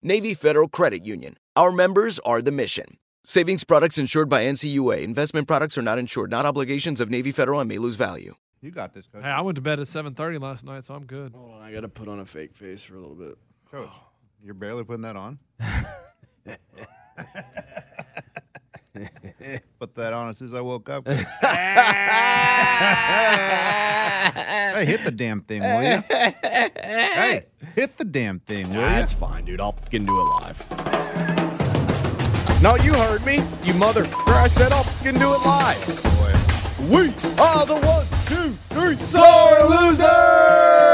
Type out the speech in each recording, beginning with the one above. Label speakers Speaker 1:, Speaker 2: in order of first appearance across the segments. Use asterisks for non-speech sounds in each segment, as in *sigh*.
Speaker 1: Navy Federal Credit Union. Our members are the mission. Savings products insured by NCUA. Investment products are not insured, not obligations of Navy Federal and may lose value.
Speaker 2: You got this, coach.
Speaker 3: Hey, I went to bed at 7:30 last night, so I'm good.
Speaker 4: Hold on, I gotta put on a fake face for a little bit.
Speaker 2: Coach, you're barely putting
Speaker 4: *laughs*
Speaker 2: that on. Put that on as soon as I
Speaker 4: *laughs*
Speaker 2: woke up. coach. hey, hit the damn thing, will you? Hey, hit the damn thing, will you?
Speaker 4: That's fine, dude. I'll fucking do it live. No, you heard me, you motherfucker. I said I'll fucking do it live. We are the one, two, three, sore losers.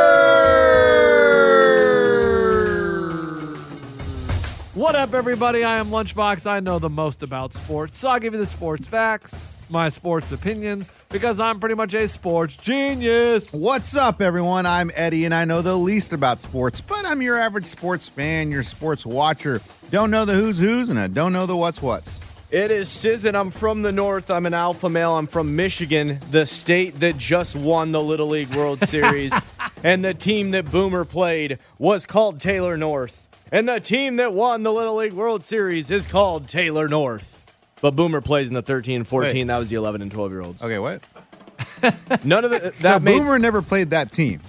Speaker 3: What up, everybody? I am Lunchbox. I know the most about sports, so I'll give you the sports facts, my sports opinions, because I'm pretty much a sports genius.
Speaker 2: What's up, everyone? I'm Eddie, and I know the least about sports, but I'm your average sports fan, your sports watcher. Don't know the who's who's, and I don't know the what's what's.
Speaker 4: It is Sizzin. I'm from the north. I'm an alpha male. I'm from Michigan, the state that just won the Little League World *laughs* Series. and the team that Boomer played was called Taylor North. And the team that won the Little League World Series is called Taylor North. But Boomer plays in the 13 and 14.
Speaker 2: Wait.
Speaker 4: That was the 11 and 12 year olds.
Speaker 2: Okay, what?
Speaker 4: None of *laughs* the, that
Speaker 2: so
Speaker 4: made
Speaker 2: Boomer never played that team.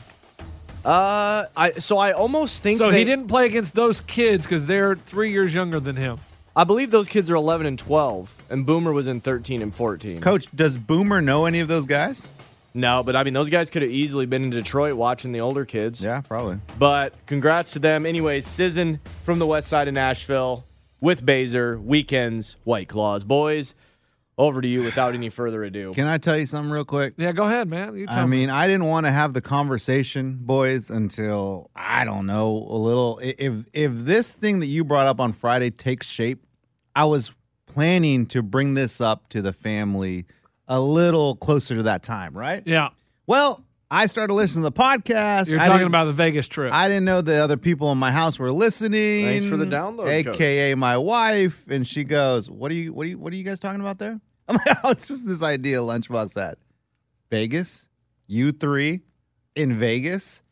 Speaker 4: Uh, I so I almost think
Speaker 3: So
Speaker 4: they,
Speaker 3: he didn't play against those kids because they're three years younger than him.
Speaker 4: I believe those kids are 11 and 12, and Boomer was in 13 and 14.
Speaker 2: Coach, does Boomer know any of those guys?
Speaker 4: no, but I mean those guys could have easily been in Detroit watching the older kids.
Speaker 2: Yeah, probably.
Speaker 4: But congrats to them. Anyways, Sizzin from the west side of Nashville with Baser weekends White Claws boys. Over to you without any further ado.
Speaker 2: Can I tell you something real quick?
Speaker 3: Yeah, go ahead, man. You tell
Speaker 2: I
Speaker 3: me.
Speaker 2: mean, I didn't want to have the conversation, boys, until I don't know a little. i- If if this thing that you brought up on Friday takes shape, I was planning to bring this up to the family a little closer to that time, right?
Speaker 3: Yeah,
Speaker 2: Well, I started listening to the podcast.
Speaker 3: you're
Speaker 2: I
Speaker 3: talking
Speaker 2: didn't-
Speaker 3: about the Vegas trip.
Speaker 2: I didn't know the other people in my house were listening.
Speaker 4: Thanks for the download,
Speaker 2: AKA my wife, and she goes, "What are you? What are you? What are you guys talking about there?" *laughs* I'm like, "Oh, it's just this idea lunchbox had. Vegas, you three in Vegas. *laughs*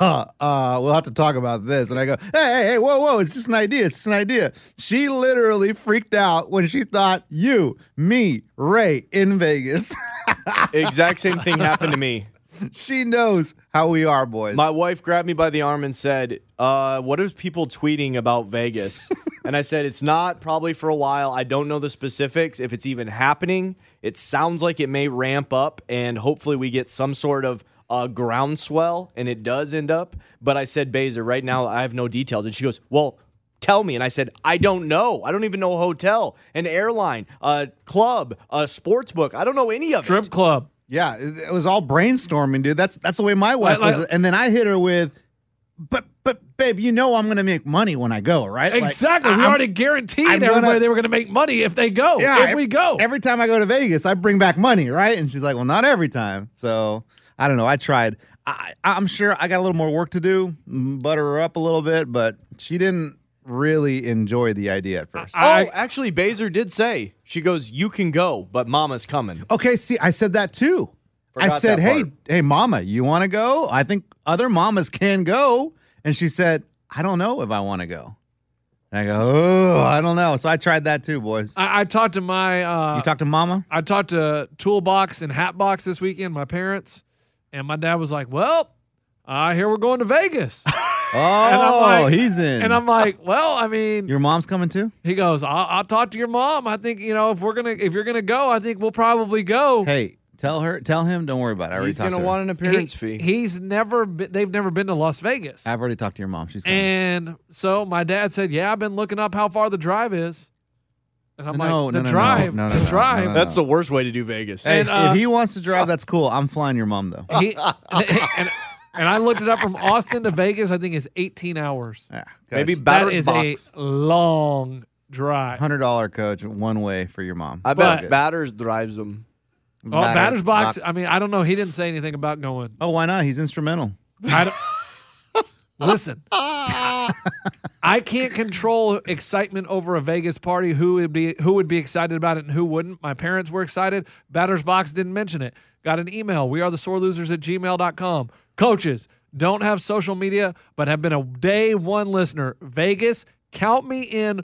Speaker 2: Uh, uh, we'll have to talk about this." And I go, "Hey, hey, hey, whoa, whoa! It's just an idea. It's just an idea." She literally freaked out when she thought you, me, Ray in Vegas. *laughs*
Speaker 4: Exact same thing happened to me.
Speaker 2: she knows how we are, boys.
Speaker 4: My wife grabbed me by the arm and said, uh, "What is people tweeting about
Speaker 2: *laughs*
Speaker 4: Vegas?" and I said, "It's not probably for a while. I don't know the specifics if it's even happening. It sounds like it may ramp up, and hopefully we get some sort of uh, groundswell, and it does end up." But I said, "Baser, right now I have no details." And she goes, "Well." Tell me. And I said, I don't know. I don't even know a hotel, an airline, a club, a sports book. I don't know any of it.
Speaker 3: Strip club.
Speaker 2: Yeah, it it was all brainstorming, dude. That's that's the way my wife
Speaker 3: Like-
Speaker 2: was. And then I hit her with, "But but babe, you know I'm gonna make money when I go, right?" Like,
Speaker 3: Exactly.
Speaker 2: I-
Speaker 3: we
Speaker 2: I'm-
Speaker 3: already guaranteed
Speaker 2: I'm
Speaker 3: everybody
Speaker 2: gonna-
Speaker 3: they were going to make money if they go.
Speaker 2: yeah,
Speaker 3: if
Speaker 2: ev-
Speaker 3: we go.
Speaker 2: every time I go to Vegas, I bring back money, right? And she's like, "Well, not every time." So I don't know. I tried. I, I- I'm sure I got a little more work to do, m- butter her up a little bit, but she didn't really enjoy the idea at first.
Speaker 3: I-
Speaker 4: oh, actually, Baser did say she goes, "You can go, but Mama's coming."
Speaker 2: okay, see, I said that too. I
Speaker 4: Forgot
Speaker 2: said,
Speaker 4: that
Speaker 2: "Hey,
Speaker 4: part.
Speaker 2: hey, Mama, you want to go? I think other mamas can go." And she said, "I don't know if I want to go." And I go, "Oh, I don't know." So I tried that too, boys.
Speaker 3: I, I talked to my uh,
Speaker 2: you talked to Mama?
Speaker 3: I talked to Toolbox and Hatbox this weekend, my parents, and my dad was like, "Well, I hear we're going
Speaker 2: *laughs*
Speaker 3: to Vegas,"
Speaker 2: Oh,
Speaker 3: like-
Speaker 2: he's in.
Speaker 3: and I'm like, "Well, I mean,"
Speaker 2: Your mom's coming too?
Speaker 3: he goes, I'll, "I'll talk to your mom. I think you know if we're gonna if you're gonna go, I think we'll probably go."
Speaker 2: Hey, tell her, tell him, don't worry about it. I already
Speaker 4: He's
Speaker 2: talked
Speaker 4: gonna
Speaker 2: to her.
Speaker 4: want an appearance
Speaker 3: He-
Speaker 4: fee.
Speaker 3: He's never been, they've never been to Las Vegas.
Speaker 2: I've already talked to your mom. She's coming.
Speaker 3: And so my dad said, "Yeah, I've been looking up how far the drive is." And I'm
Speaker 2: No,
Speaker 3: like,
Speaker 2: no,
Speaker 3: "The
Speaker 2: no, no,
Speaker 3: drive,
Speaker 2: no, no,
Speaker 3: the
Speaker 2: no, no,
Speaker 3: drive."
Speaker 2: no, no.
Speaker 4: That's the worst way to do Vegas.
Speaker 2: hey,
Speaker 3: and, uh,
Speaker 2: if he wants to drive, that's cool. I'm flying your mom though.
Speaker 3: He, *laughs* and, and I looked it up from Austin to Vegas. I think it's 18 hours.
Speaker 2: Yeah,
Speaker 4: Maybe
Speaker 2: coach.
Speaker 4: batter
Speaker 3: that is
Speaker 4: box.
Speaker 3: a long drive.
Speaker 2: hundred dollar coach one way for your mom.
Speaker 4: I bet
Speaker 3: but-
Speaker 4: batters drives them.
Speaker 3: Oh,
Speaker 2: Batter-
Speaker 3: batter's box.
Speaker 2: box.
Speaker 3: I mean, I don't know. He didn't say anything about going.
Speaker 2: Oh, why not? He's instrumental. *laughs*
Speaker 3: I don't- listen,
Speaker 5: Ah.
Speaker 3: I can't control excitement over a Vegas party. Who would be who would be excited about it and who wouldn't? My parents were excited. Batter's box didn't mention it. Got an email. We are the sore losers at gmail.com. Coaches don't have social media, but have been a day one listener. Vegas, count me in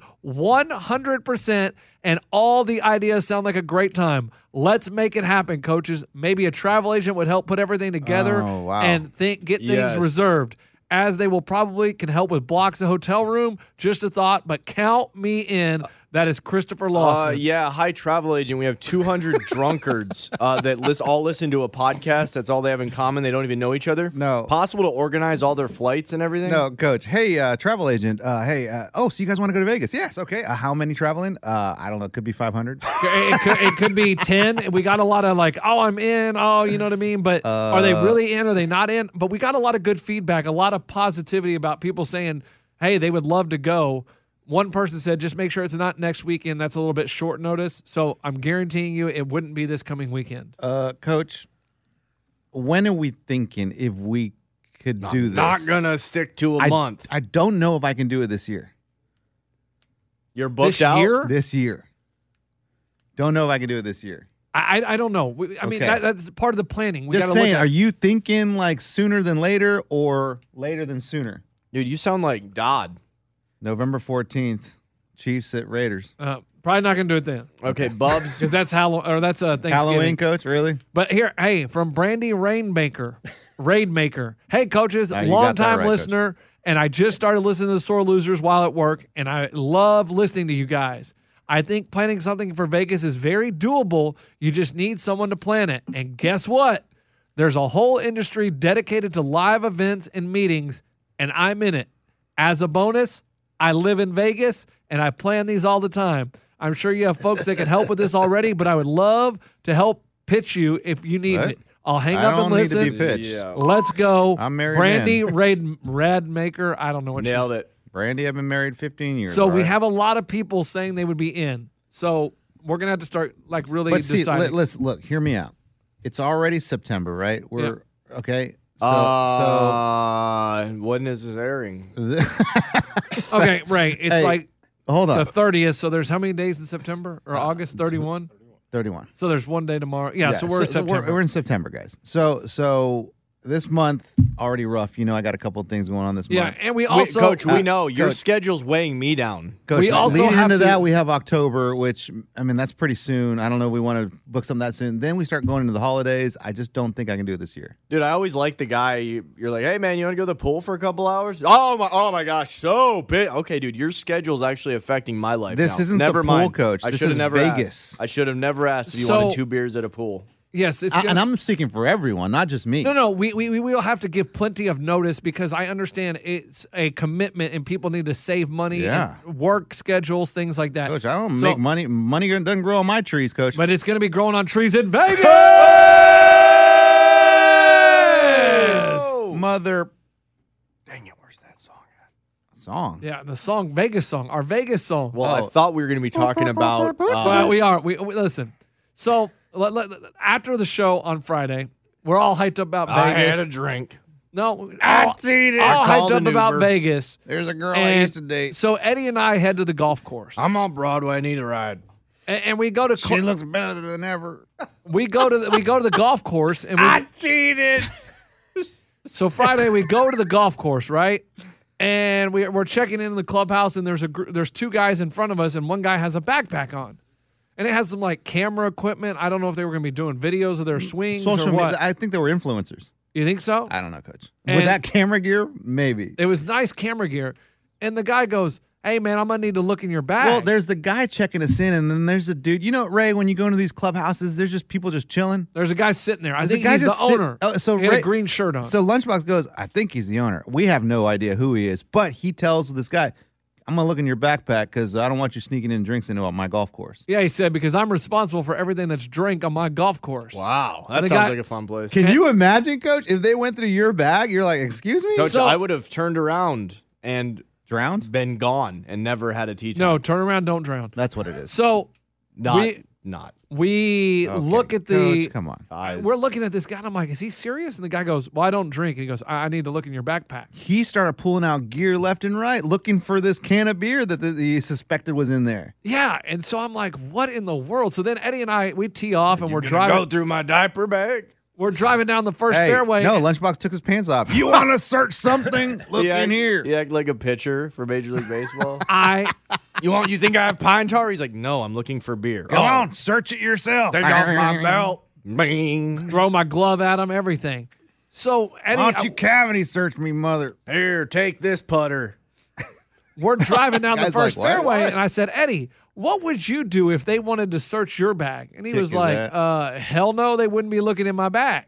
Speaker 3: 100%. And all the ideas sound like a great time. Let's make it happen, coaches. Maybe a travel agent would help put everything together
Speaker 2: Oh, wow.
Speaker 3: and think, get things
Speaker 4: Yes.
Speaker 3: reserved as they will probably can help with blocks of hotel room. Just a thought, but count me in. That is Christopher
Speaker 2: Oh,
Speaker 4: Uh,
Speaker 3: Lawson.
Speaker 4: yeah, high travel agent. We have
Speaker 2: *laughs*
Speaker 4: 200 drunkards uh, that list, all listen to a podcast. That's all they have in common. They don't even know each other.
Speaker 2: No.
Speaker 4: Possible to organize all their flights and everything?
Speaker 2: No, coach. Hey, uh, travel agent. Uh, hey. Uh, oh, so you guys want to go to Vegas? Yes. Okay. Uh, how many traveling? Uh, I don't know. Could be five
Speaker 3: *laughs*
Speaker 2: hundred.
Speaker 3: It, could, it could be 10. We got a lot of like, oh, I'm in. Oh, you know what I mean? But are they
Speaker 2: Uh.
Speaker 3: really in? Are they not in? But we got a lot of good feedback, a lot of positivity about people saying, hey, they would love to go. One person said, just make sure it's not next weekend. That's a little bit short notice. So I'm guaranteeing you it wouldn't be this coming weekend.
Speaker 2: uh, coach, when are we thinking if we could do this?
Speaker 4: Not gonna stick to a
Speaker 2: I-
Speaker 4: month.
Speaker 2: I don't know if I can do it this year.
Speaker 4: You're booked
Speaker 3: This
Speaker 4: out.
Speaker 3: year?
Speaker 2: This year. Don't know if I can do it this year.
Speaker 3: I, I I don't know. We- I mean,
Speaker 2: Okay.
Speaker 3: that, that's part of the planning. We
Speaker 2: Just
Speaker 3: gotta
Speaker 2: saying,
Speaker 3: look at
Speaker 2: are you thinking like sooner than later or later than sooner?
Speaker 4: Dude, you sound like Dodd.
Speaker 2: November 14th, Chiefs at Raiders.
Speaker 3: Uh, probably not gonna do it then
Speaker 4: Okay, Bubs.
Speaker 3: *laughs* because that's Halloween or that's uh, Thanksgiving.
Speaker 2: Halloween, coach, really?
Speaker 3: But here, hey, from Brandy Rainmaker, Raidmaker. Hey, coaches,
Speaker 2: Now you
Speaker 3: long
Speaker 2: got that
Speaker 3: time
Speaker 2: right,
Speaker 3: listener, and I just started listening to the Sore Losers while at work, and I love listening to you guys. I think planning something for Vegas is very doable. You just need someone to plan it, and guess what? There's a whole industry dedicated to live events and meetings, and I'm in it. As a bonus, I live in Vegas and I plan these all the time. I'm sure you have folks that can help with this already, but I would love to help pitch you if you need
Speaker 2: What?
Speaker 3: it. I'll hang
Speaker 2: I
Speaker 3: up
Speaker 2: don't
Speaker 3: and
Speaker 2: need to be
Speaker 3: listen.
Speaker 2: pitched.
Speaker 3: Let's go.
Speaker 2: I'm married
Speaker 3: Brandy
Speaker 2: in.
Speaker 3: *laughs* Raid Radmaker. I don't know what
Speaker 4: Nailed it.
Speaker 2: Brandy, I've been married 15 years.
Speaker 3: she's. So
Speaker 2: all
Speaker 3: we
Speaker 2: right?
Speaker 3: have a lot of people saying they would be in. So we're gonna have to start like really
Speaker 2: But see,
Speaker 3: deciding.
Speaker 2: let, us look. Hear me out. It's already September, right? We're okay. So,
Speaker 4: uh, when is this airing?
Speaker 3: *laughs* okay, right. It's
Speaker 2: Hey,
Speaker 3: like
Speaker 2: so hold
Speaker 3: the
Speaker 2: on. Uh,
Speaker 3: thirtieth. So there's how many days in September or August? Thirty-one.
Speaker 2: 31.
Speaker 3: So there's one day tomorrow. Yeah. so we're in September.
Speaker 2: we're, we're in September, guys. So so this month already rough. You know, I got a couple of things going on this
Speaker 3: yeah,
Speaker 2: month.
Speaker 3: and we
Speaker 4: Wait,
Speaker 3: also
Speaker 4: Coach,
Speaker 2: uh,
Speaker 4: we know your
Speaker 2: Coach.
Speaker 4: schedule's weighing me down.
Speaker 2: Coach,
Speaker 3: We also
Speaker 2: leading
Speaker 3: have
Speaker 2: into
Speaker 3: to-
Speaker 2: that, we have October, which I mean, that's pretty soon. I don't know. if We want to book something that soon. Then we start going into the holidays. I just don't think I can do it this year.
Speaker 4: Dude, I always like the guy. you- You're like, hey man, you want to go to the pool for a couple hours? Oh my, oh my gosh, so big. Okay, dude, your schedule's actually affecting my life.
Speaker 2: This
Speaker 4: now.
Speaker 2: isn't the
Speaker 4: never
Speaker 2: pool,
Speaker 4: mind.
Speaker 2: Coach.
Speaker 4: I
Speaker 2: This
Speaker 4: should've
Speaker 2: is
Speaker 4: never
Speaker 2: Vegas.
Speaker 4: Asked. I should have never asked if you
Speaker 3: So-
Speaker 4: wanted two beers at a pool.
Speaker 3: yes, it's
Speaker 2: I-
Speaker 3: gonna-
Speaker 2: and I'm speaking for everyone, not just me.
Speaker 3: No, no, we, we, we will have to give plenty of notice because I understand it's a commitment and people need to save money,
Speaker 2: Yeah.
Speaker 3: and work schedules, things like that.
Speaker 2: Coach, I don't
Speaker 3: So-
Speaker 2: make money. Money doesn't grow on my trees, Coach.
Speaker 3: But it's going to be growing on trees in Vegas.
Speaker 2: Mother. Dang it, where's that song at? Song?
Speaker 3: Yeah, the song, Vegas song, our Vegas song.
Speaker 4: Well, I
Speaker 2: Oh.
Speaker 4: thought we were going to be talking about.
Speaker 3: Well,
Speaker 4: Uh,
Speaker 3: we are. We, we- listen. So let- let- after the show on Friday, we're all hyped up about Vegas.
Speaker 4: drink.
Speaker 3: No,
Speaker 2: I
Speaker 3: all,
Speaker 2: cheated.
Speaker 3: all
Speaker 2: Call
Speaker 3: hyped
Speaker 2: the
Speaker 3: up about
Speaker 2: Uber.
Speaker 3: Vegas.
Speaker 2: There's a girl I
Speaker 3: And
Speaker 2: used to date.
Speaker 3: So Eddie and I head to the golf course,
Speaker 2: I'm on Broadway. I need a ride.
Speaker 3: and, and we go to
Speaker 2: She
Speaker 3: cl-
Speaker 2: looks better than ever.
Speaker 3: *laughs* we go to the, we go to the golf course, and we,
Speaker 2: cheated.
Speaker 3: *laughs* So Friday we go to the golf course, right? And we, we're checking in the clubhouse, and there's a gr- there's two guys in front of us, and one guy has a backpack on, and it has some like camera equipment. I don't know if they were going to be doing videos of their swings
Speaker 2: Social
Speaker 3: or what.
Speaker 2: media. I think they were influencers.
Speaker 3: you think so?
Speaker 2: I don't know, Coach.
Speaker 3: And-
Speaker 2: With that camera gear, maybe.
Speaker 3: it was nice camera gear, and the guy goes, "Hey man, I'm gonna need to look in your
Speaker 2: *laughs*
Speaker 3: bag."
Speaker 2: Well, there's the guy checking us in, and then there's the dude. You know, Ray, when you go into these clubhouses, there's just people just chilling.
Speaker 3: There's a guy sitting there. I
Speaker 2: There's a
Speaker 3: think
Speaker 2: guy
Speaker 3: he's the
Speaker 2: just sit-
Speaker 3: owner.
Speaker 2: Oh, so
Speaker 3: he had a
Speaker 2: Ray-
Speaker 3: green shirt on.
Speaker 2: So Lunchbox goes, I think he's the owner. We have no idea who he is, but he tells this guy, I'm going to look in your backpack because I don't want you sneaking in drinks into my golf course.
Speaker 3: yeah, he said because I'm responsible for everything that's drink on my golf course.
Speaker 4: Wow, that
Speaker 3: The
Speaker 4: sounds
Speaker 3: guy-
Speaker 4: like a fun place.
Speaker 2: Can you imagine, Coach, if they went through your bag? You're like, excuse me?
Speaker 4: Coach,
Speaker 3: So-
Speaker 4: I would have turned around and
Speaker 2: Drowned?
Speaker 4: been gone and never had a tea time.
Speaker 3: No, turn around, don't drown.
Speaker 2: That's what it is.
Speaker 3: So
Speaker 4: not
Speaker 3: we-
Speaker 4: not.
Speaker 3: we
Speaker 2: Okay,
Speaker 3: look at the
Speaker 2: Coach, come on.
Speaker 4: Eyes.
Speaker 3: We're looking at this guy, and I'm like, is he serious? And the guy goes, well, I don't drink. And he goes, I, I need to look in your backpack.
Speaker 2: He started pulling out gear left and right, looking for this can of beer that the, he suspected was in there.
Speaker 3: Yeah. And so I'm like, what in the world? So then Eddie and I, we tee off, and we're
Speaker 4: go
Speaker 3: driving.
Speaker 4: through my diaper bag.
Speaker 3: we're driving down the first
Speaker 2: Hey,
Speaker 3: fairway.
Speaker 2: No, Lunchbox took his pants off. You want to
Speaker 4: *laughs*
Speaker 2: search something? Look
Speaker 4: Yeah,
Speaker 2: in here.
Speaker 4: You act like a pitcher for Major League Baseball.
Speaker 2: *laughs*
Speaker 3: I
Speaker 4: you want? You think I have pine tar? He's like, no, I'm looking for beer.
Speaker 2: Go on, search it yourself.
Speaker 4: Take off my belt. Bing.
Speaker 3: throw my glove at him, everything. So Eddie,
Speaker 2: Why don't you cavity search me, mother?
Speaker 4: Here, take this putter.
Speaker 3: *laughs* we're driving
Speaker 2: *laughs*
Speaker 3: down the
Speaker 2: Guy's
Speaker 3: first
Speaker 2: like, what?
Speaker 3: fairway,
Speaker 2: What?
Speaker 3: and I said, Eddie, what would you do if they wanted to search your bag? And he
Speaker 2: Kick
Speaker 3: was
Speaker 2: his
Speaker 3: like,
Speaker 2: ass.
Speaker 3: uh, hell no, they wouldn't be looking in my bag.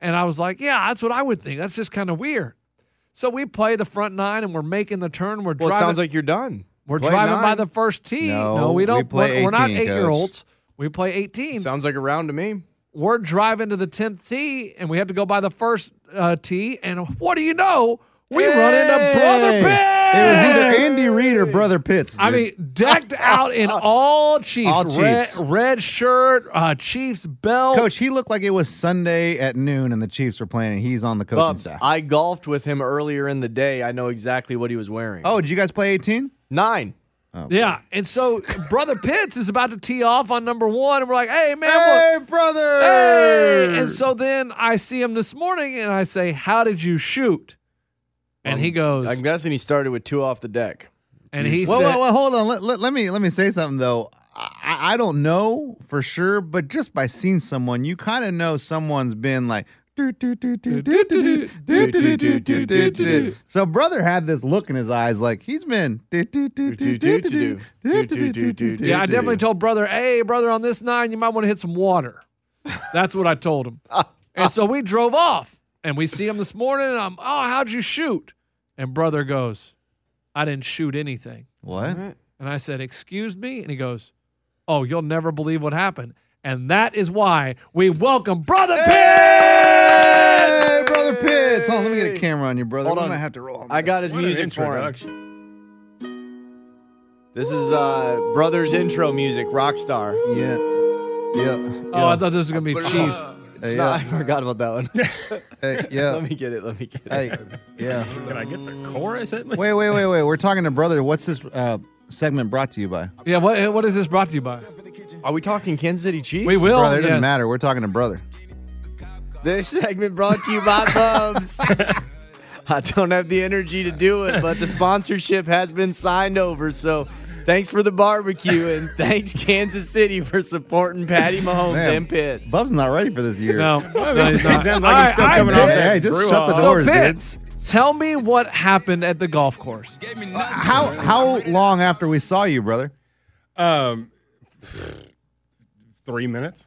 Speaker 3: And I was like, yeah, that's what I would think. That's just kind of weird. So we play the front nine, and we're making the turn. We're
Speaker 4: Well, it
Speaker 3: driving.
Speaker 4: sounds like you're done.
Speaker 3: We're
Speaker 4: Play
Speaker 3: driving by
Speaker 4: nine.
Speaker 3: the first tee. No,
Speaker 2: No,
Speaker 3: we
Speaker 2: we
Speaker 3: don't.
Speaker 2: play
Speaker 3: are not
Speaker 2: 18,
Speaker 3: eight year
Speaker 2: coach.
Speaker 3: olds. We play 18.
Speaker 4: Sounds like a round to me.
Speaker 3: We're driving to the 10th tee, and we have to go by the first uh, tee. And what do you know? We run into Brother
Speaker 2: Hey!
Speaker 3: Pitt.
Speaker 2: It was either Andy Reid or Brother Pitts.
Speaker 3: I
Speaker 2: dude.
Speaker 3: mean, decked
Speaker 2: *laughs*
Speaker 3: out in all Chiefs,
Speaker 2: All
Speaker 3: red,
Speaker 2: Chiefs.
Speaker 3: red shirt, uh, Chiefs belt.
Speaker 2: Coach, he looked like it was Sunday at noon and the Chiefs were playing and he's on the coaching
Speaker 4: Bub,
Speaker 2: staff.
Speaker 4: I golfed with him earlier in the day. I know exactly what he was wearing.
Speaker 2: oh, did you guys play 18?
Speaker 4: nine.
Speaker 3: Yeah, and so Brother Pitts is about to tee off on number one, and we're like, "Hey, man, what-
Speaker 2: brother!
Speaker 3: Hey! And so then I see him this morning and I say, How did you shoot? And he goes,
Speaker 4: I'm guessing he started with two off the deck.
Speaker 3: and he
Speaker 2: Well,
Speaker 3: said,
Speaker 2: well, well, hold on. Let, let, let me let me say something though. I, I don't know for sure, but just by seeing someone, you kind of know someone's been like. "Do, do, do, do, do, do, do, do, do, do, do, do, do." So brother had this look in his eyes, like he's been. "Do, do, do, do, do, do, do, do, do, do, do, do."
Speaker 3: Yeah, I definitely told brother, Hey, brother, on this nine, you might want to hit some water. That's what I
Speaker 2: *laughs*
Speaker 3: told him. and so we drove off and we see him this morning. And I'm, Oh, how'd you shoot? And brother goes, I didn't shoot anything.
Speaker 2: What?
Speaker 4: Mm-hmm.
Speaker 3: And I said, Excuse me? And he goes, Oh, you'll never believe what happened. And that is why we welcome Brother Pitts.
Speaker 2: Hey, brother Pitts! Hold on, let me get a camera on you, brother.
Speaker 4: Hold
Speaker 2: We
Speaker 4: on.
Speaker 2: might have to roll. on
Speaker 4: I
Speaker 2: this.
Speaker 4: got his music for him. This is uh, brother's intro music, Rockstar.
Speaker 2: Yeah. Yeah.
Speaker 3: Oh, I thought this was gonna be Chiefs.
Speaker 2: Hey,
Speaker 4: It's
Speaker 2: yeah.
Speaker 4: not- I forgot about that
Speaker 2: *laughs*
Speaker 4: one.
Speaker 2: Hey,
Speaker 4: *laughs* let
Speaker 2: yeah.
Speaker 4: me get it. Let me get it.
Speaker 2: Hey, yeah.
Speaker 5: Can I get the chorus at least?
Speaker 2: Wait, wait, wait, wait. We're talking to brother. What's this uh, segment brought to you by?
Speaker 3: Yeah, what eh, what is this brought to you by?
Speaker 4: Are we talking Kansas City Chiefs?
Speaker 3: We will.
Speaker 2: brother, it
Speaker 3: yes.
Speaker 2: doesn't matter. We're talking to brother.
Speaker 4: This segment brought to you
Speaker 2: *laughs*
Speaker 4: by Bubs. I don't have the energy to do it, but the sponsorship has been signed over. So thanks for the barbecue and thanks, Kansas City, for supporting Patty Mahomes
Speaker 2: Man,
Speaker 4: and Pitts.
Speaker 2: Bub's not ready for this year.
Speaker 3: No, no, he's
Speaker 5: He
Speaker 3: not.
Speaker 5: sounds like he's still
Speaker 3: All right,
Speaker 5: coming
Speaker 3: all
Speaker 5: off
Speaker 3: right,
Speaker 5: that
Speaker 2: Hey, just
Speaker 5: brew
Speaker 2: shut the
Speaker 5: off.
Speaker 2: door.
Speaker 3: So
Speaker 2: Doors, dude.
Speaker 3: Pitts, tell me what happened at the golf course.
Speaker 2: How how long after we saw you, brother?
Speaker 5: Um, three minutes.